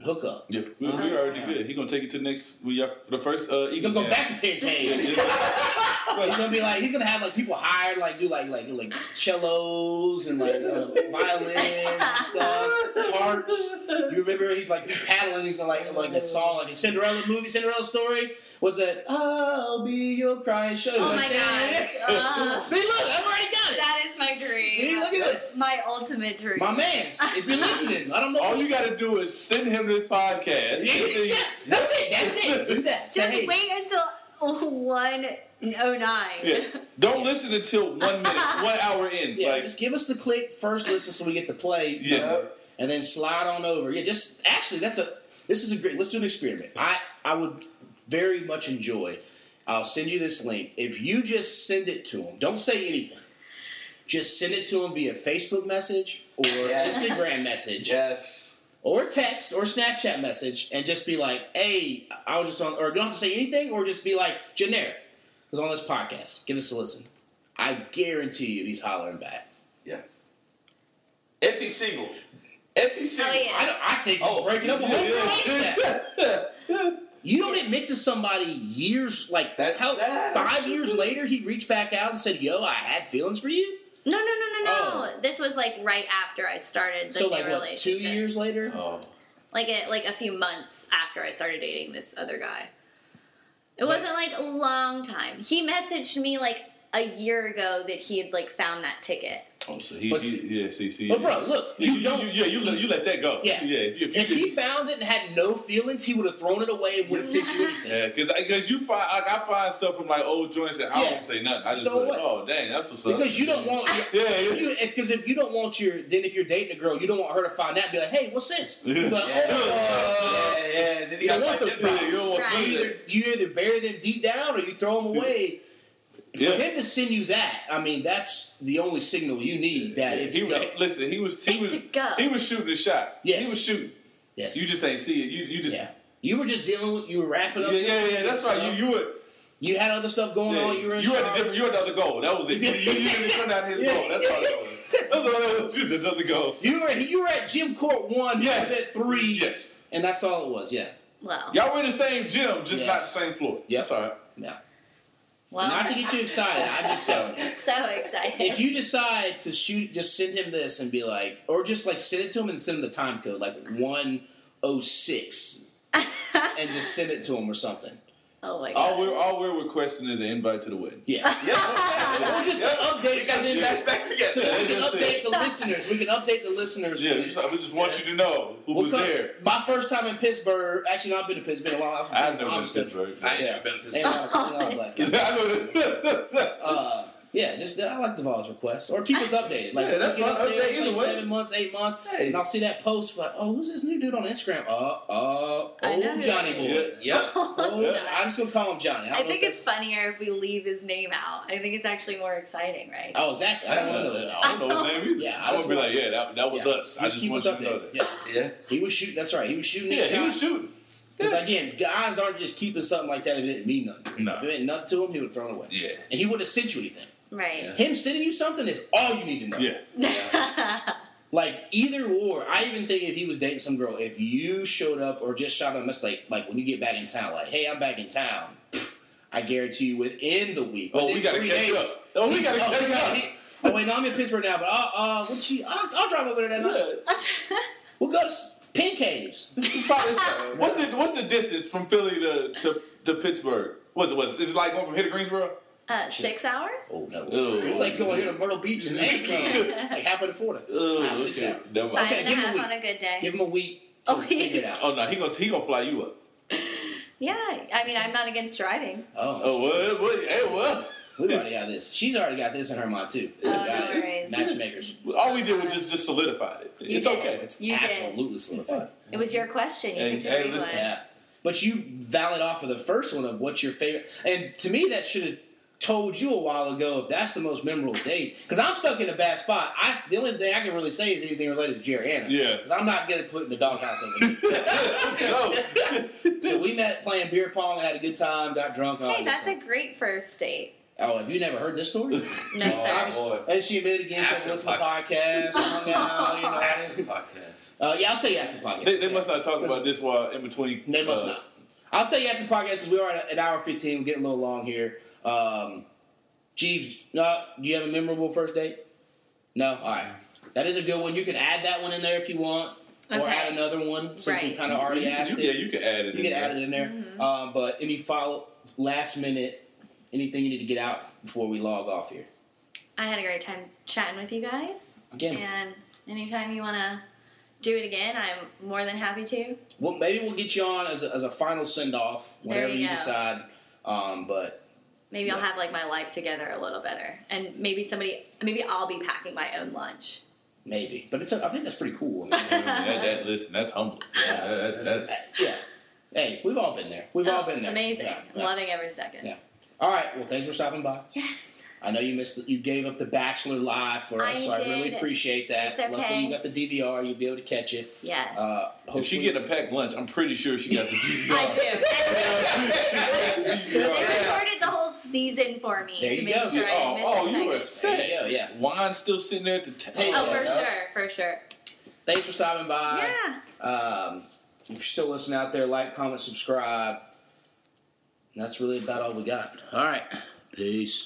Speaker 2: hookup.
Speaker 3: Yeah, we, we already good. He gonna take it to the next. We got the first. Uh,
Speaker 2: You're gonna Uh-huh. go back to Pin
Speaker 3: Yeah,
Speaker 2: Cave.
Speaker 3: yeah.
Speaker 2: He's gonna be like, he's gonna have like people hired, like do like like like cellos and like uh, violins and stuff, harps. You remember he's like paddling. He's gonna like like that song, like the Cinderella movie, Cinderella story. Was that I'll be your crying show?
Speaker 5: Oh my gosh. Ugh.
Speaker 2: See, look, I've already got it.
Speaker 5: that is my dream.
Speaker 2: See, look at this.
Speaker 5: My ultimate dream.
Speaker 2: My man's, if you're listening, I don't know.
Speaker 3: All you gotta do is send him this podcast.
Speaker 2: yeah, that's it. That's it. Do that. Say,
Speaker 5: Just
Speaker 2: hey,
Speaker 5: wait until 109.
Speaker 3: Yeah. Don't listen until one minute, one hour in.
Speaker 2: Yeah,
Speaker 3: like,
Speaker 2: just give us the click first. Listen, so we get the play.
Speaker 3: yeah.
Speaker 2: and then slide on over. Yeah, just actually, that's a this is a great. Let's do an experiment. I I would very much enjoy. I'll send you this link. If you just send it to them, don't say anything. Just send it to them via Facebook message or
Speaker 4: Yes.
Speaker 2: Instagram message
Speaker 4: Yes.
Speaker 2: or text or Snapchat message, and just be like, "Hey, I was just on," or don't have to say anything, or just be like, "Generic." I was on this podcast. Give us a listen. I guarantee you, he's hollering back.
Speaker 4: If he's single. If he's
Speaker 5: Oh,
Speaker 4: single.
Speaker 5: yeah.
Speaker 2: I, don't, I think he's
Speaker 4: Oh,
Speaker 2: breaking up a
Speaker 3: yeah,
Speaker 2: whole
Speaker 3: yeah.
Speaker 2: relationship. You don't admit to somebody years like
Speaker 4: That's-
Speaker 2: how
Speaker 4: that's-
Speaker 2: five years later he reached back out and said, "Yo, I had feelings for you."
Speaker 5: No, no, no, no, no.
Speaker 2: Oh.
Speaker 5: This was like right after I started the
Speaker 2: so
Speaker 5: new
Speaker 2: like what, two
Speaker 5: relationship.
Speaker 2: years later?
Speaker 4: Oh.
Speaker 5: Like a, like a few months after I started dating this other guy. It wasn't like a long time. He messaged me like a year ago that he had like found that ticket.
Speaker 3: Oh, so he,
Speaker 2: But
Speaker 3: he-
Speaker 2: see-
Speaker 3: yeah, see, see.
Speaker 2: But bro,
Speaker 3: yes.
Speaker 2: look,
Speaker 3: Yeah,
Speaker 2: you don't-
Speaker 3: yeah, you let, you let that go.
Speaker 2: Yeah.
Speaker 3: yeah. If you, if you
Speaker 2: If
Speaker 3: could-
Speaker 2: he found it and had no feelings, he would have thrown it away and wouldn't sent you anything.
Speaker 3: yeah, because because you find like I find stuff from like old joints that I
Speaker 2: Yeah.
Speaker 3: don't say nothing. I just
Speaker 2: Throw
Speaker 3: be like,
Speaker 2: away.
Speaker 3: oh dang, that's what's up.
Speaker 2: Because you don't want
Speaker 3: Yeah, yeah.
Speaker 2: because if you don't want your then if you're dating a girl, you don't want her to find out and be like, "Hey, what's this?" You're like,
Speaker 4: Yeah.
Speaker 2: "Oh, uh,
Speaker 4: yeah, yeah. Then he
Speaker 2: you
Speaker 4: got
Speaker 2: don't want
Speaker 4: like
Speaker 2: those
Speaker 4: them
Speaker 3: problems.
Speaker 2: problems.
Speaker 3: You don't
Speaker 5: want
Speaker 2: You
Speaker 3: those.
Speaker 2: either, you either bury them deep down or you throw them away. For
Speaker 3: yeah.
Speaker 2: him to send you that, I mean, that's the only signal you need. That it's
Speaker 3: he was,
Speaker 2: go.
Speaker 3: listen. He was he
Speaker 5: It's
Speaker 3: was
Speaker 5: a go.
Speaker 3: he was shooting a shot.
Speaker 2: Yes.
Speaker 3: he was shooting.
Speaker 2: Yes.
Speaker 3: You just ain't see it. You you just
Speaker 2: yeah.
Speaker 3: yeah
Speaker 2: You were just dealing with you were wrapping
Speaker 3: yeah
Speaker 2: up.
Speaker 3: yeah. that's right. You you were
Speaker 2: You had other stuff going
Speaker 3: yeah,
Speaker 2: on. You were in
Speaker 3: had a
Speaker 2: Charlotte.
Speaker 3: different you had another goal. That was it. You, you, you didn't turn down his goal. That's all that was. That's all that was. Just another goal.
Speaker 2: You were you were at gym court one.
Speaker 3: Yeah.
Speaker 2: Yes. At three.
Speaker 3: Yes.
Speaker 2: And that's all it was. Yeah.
Speaker 5: Well,
Speaker 3: Y'all were in the same gym, just not the
Speaker 2: Yes.
Speaker 3: same floor.
Speaker 2: Yep.
Speaker 3: That's all right.
Speaker 2: No.
Speaker 5: well,
Speaker 2: Not to get you excited. I'm just telling you.
Speaker 5: so excited.
Speaker 2: If you decide to shoot, just send him this and be like, or just like send it to him and send him the time code, like one oh six, and just send it to him or something.
Speaker 5: oh my god.
Speaker 3: All we're all we're requesting is an invite to the wedding.
Speaker 2: Yeah. or just an update.
Speaker 4: got
Speaker 2: so then-
Speaker 4: you guys back
Speaker 2: So
Speaker 4: together.
Speaker 2: that we can
Speaker 3: That's
Speaker 2: update
Speaker 3: it.
Speaker 2: the listeners. We can update the listeners.
Speaker 3: Yeah, we
Speaker 2: with-
Speaker 3: just, we just want you to know who
Speaker 2: We'll
Speaker 3: was
Speaker 2: come-
Speaker 3: there.
Speaker 2: My first time in Pittsburgh. Actually, no, I've been to Pittsburgh. It's been a while.
Speaker 3: I
Speaker 2: I've been
Speaker 3: know
Speaker 2: to
Speaker 3: that's Pittsburgh.
Speaker 4: I ain't
Speaker 2: Yeah.
Speaker 4: never been to
Speaker 2: Ain't a lot- ain't a lot of black guys.
Speaker 3: I know that.
Speaker 2: Uh, Yeah, just I like Deval's request or keep us updated. Like
Speaker 3: Yeah, that's
Speaker 2: we get
Speaker 3: fine.
Speaker 2: up there,
Speaker 3: Update
Speaker 2: it's
Speaker 3: either
Speaker 2: like
Speaker 3: way.
Speaker 2: seven months, eight months,
Speaker 3: Hey.
Speaker 2: and I'll see that post like, oh, who's this new dude on Instagram? Uh, uh,
Speaker 5: I know.
Speaker 2: old Johnny boy.
Speaker 3: Yep.
Speaker 2: Old- I'm just gonna call him Johnny. I,
Speaker 5: I
Speaker 2: don't
Speaker 5: think
Speaker 2: know
Speaker 5: it's funnier if we leave his name out. I think it's actually more exciting, right?
Speaker 2: oh exactly. I don't want to know his name.
Speaker 3: I don't know his name either.
Speaker 2: Yeah, I
Speaker 3: I, would
Speaker 2: just
Speaker 3: be
Speaker 2: want-
Speaker 3: like, yeah, that, that was
Speaker 2: Yeah.
Speaker 3: us. I just
Speaker 2: keep
Speaker 3: want
Speaker 2: us
Speaker 3: you to know
Speaker 2: updated.
Speaker 3: that.
Speaker 2: Yeah,
Speaker 4: Yeah.
Speaker 2: he was shooting. That's right. He was shooting.
Speaker 3: Yeah,
Speaker 2: his
Speaker 3: he was
Speaker 2: shot.
Speaker 3: shooting.
Speaker 2: Because again, guys aren't just keeping something like that if it didn't mean nothing.
Speaker 3: No.
Speaker 2: If it meant nothing to him, he would have thrown it away.
Speaker 3: Yeah.
Speaker 2: And he wouldn't have sent you anything.
Speaker 5: Right.
Speaker 2: Him sending you something is all you need to know.
Speaker 3: Yeah.
Speaker 5: Uh,
Speaker 2: Like either or, I even think if he was dating some girl, if you showed up or just shot him, that's like like when you get back in town, like, hey, I'm back in town. Pfft, I guarantee you, within the week.
Speaker 3: Oh,
Speaker 2: within
Speaker 3: we gotta
Speaker 2: three
Speaker 3: catch
Speaker 2: days,
Speaker 3: up. Oh, we
Speaker 2: he's
Speaker 3: gotta
Speaker 2: like,
Speaker 3: catch
Speaker 2: yeah,
Speaker 3: up.
Speaker 2: he- Oh wait, no, I'm in Pittsburgh now, but I'll uh, what you, I'll, I'll drive over there that night. We'll go to s- Pin Caves.
Speaker 3: what's the what's the distance from Philly to to, to Pittsburgh? What's it? What's it? Is it like going from here to Greensboro?
Speaker 5: Uh, six hours?
Speaker 2: Oh no,
Speaker 3: Ew.
Speaker 2: it's like going here to Myrtle Beach and then some, like halfway to Florida.
Speaker 3: Ugh,
Speaker 2: Ah, six
Speaker 3: okay.
Speaker 2: hours.
Speaker 3: Never mind.
Speaker 5: Five
Speaker 2: Okay,
Speaker 5: and a
Speaker 2: give him a
Speaker 5: half
Speaker 2: week.
Speaker 5: on a good day.
Speaker 2: Give him a week to
Speaker 5: Oh, yeah.
Speaker 2: figure it out.
Speaker 3: Oh no, he gonna he gonna fly you up.
Speaker 5: yeah, I mean, I'm not against driving.
Speaker 2: Oh,
Speaker 3: Oh what? what hey what?
Speaker 2: we already got this. She's already got this in her mind too. We
Speaker 5: Oh, no
Speaker 2: got
Speaker 5: worries.
Speaker 2: matchmakers.
Speaker 3: All we did was just just solidified it.
Speaker 5: You
Speaker 3: It's
Speaker 5: did.
Speaker 3: okay.
Speaker 2: It's
Speaker 5: You did.
Speaker 2: absolutely solidified.
Speaker 5: It was your question. You
Speaker 3: Hey,
Speaker 5: picked a
Speaker 3: hey,
Speaker 5: good
Speaker 3: listen.
Speaker 5: one.
Speaker 2: Yeah, but you valid off of the first one of what's your favorite, and to me that should have told you a while ago if that's the most memorable date. Because I'm stuck in a bad spot. I the only thing I can really say is anything related to Jerry Anna.
Speaker 3: Yeah.
Speaker 2: because I'm not gonna put in the doghouse over here.
Speaker 3: No.
Speaker 2: so we met playing beer pong and had a good time, got drunk. all
Speaker 5: Hey,
Speaker 2: this
Speaker 5: that's
Speaker 2: stuff.
Speaker 5: a great first date.
Speaker 2: oh, have you never heard this story?
Speaker 5: No,
Speaker 4: Oh,
Speaker 5: sir.
Speaker 4: boy.
Speaker 2: and she admitted again, she
Speaker 4: After
Speaker 2: listened to podcasts, hung out, you know.
Speaker 4: Active podcast.
Speaker 2: Uh, yeah, I'll tell you after the podcast.
Speaker 3: They, they must not talk about this while in between.
Speaker 2: They must
Speaker 3: uh,
Speaker 2: not. I'll tell you after the podcast because we are at an hour fifteen. We're getting a little long here. Um, Jeeves, no, do you have a memorable first date? No, all right. That is a good one. You can add that one in there if you want, or
Speaker 5: Okay.
Speaker 2: add another one since we
Speaker 5: Right.
Speaker 2: kind of already
Speaker 3: you-
Speaker 2: asked
Speaker 3: you-
Speaker 2: it.
Speaker 3: Yeah, you can add it.
Speaker 2: You
Speaker 3: in
Speaker 2: can
Speaker 3: there.
Speaker 2: add it in there.
Speaker 5: Mm-hmm.
Speaker 2: Um, but any follow last minute, anything you need to get out before we log off here.
Speaker 5: I had a great time chatting with you guys.
Speaker 2: Again,
Speaker 5: And anytime you want to do it again, I'm more than happy to.
Speaker 2: well, maybe we'll get you on as a, as a final send off whenever
Speaker 5: you
Speaker 2: you
Speaker 5: go.
Speaker 2: decide. Um, but
Speaker 5: Maybe I'll
Speaker 2: Yeah.
Speaker 5: have like my life together a little better, and maybe somebody, maybe I'll be packing my own lunch.
Speaker 2: maybe, but it's a, I think that's pretty cool. I mean,
Speaker 3: That, that, listen, that's humble. Yeah, that, that's
Speaker 2: yeah. Hey, we've all been there. We've all
Speaker 5: Oh,
Speaker 2: been
Speaker 5: it's
Speaker 2: there.
Speaker 5: amazing.
Speaker 2: Yeah,
Speaker 5: I'm
Speaker 2: yeah.
Speaker 5: loving every second.
Speaker 2: Yeah. All right. Well, thanks for stopping by.
Speaker 5: Yes.
Speaker 2: I know you missed. You gave up the Bachelor live for us,
Speaker 5: I
Speaker 2: so I really
Speaker 5: did.
Speaker 2: appreciate that.
Speaker 5: It's okay.
Speaker 2: Luckily, you got the DVR. You'll be able to catch it.
Speaker 5: Yes.
Speaker 2: Uh,
Speaker 3: if she
Speaker 2: hopefully-
Speaker 3: getting a packed lunch, I'm pretty sure she got the
Speaker 5: I do.
Speaker 3: Yeah.
Speaker 5: she recorded the whole season for me
Speaker 2: There
Speaker 5: to
Speaker 2: you
Speaker 5: make
Speaker 2: go.
Speaker 5: sure
Speaker 3: Oh, oh,
Speaker 5: I didn't
Speaker 3: you
Speaker 5: miss a
Speaker 3: are
Speaker 5: second.
Speaker 2: There
Speaker 3: sick.
Speaker 2: you go. Yeah.
Speaker 3: Wine's still sitting there at the table.
Speaker 2: Hey,
Speaker 5: Oh, for
Speaker 2: Yeah.
Speaker 5: sure, for sure.
Speaker 2: Thanks for stopping by.
Speaker 5: yeah.
Speaker 2: Um, if you're still listening out there, like, comment, subscribe. And that's really about all we got. All right. Peace.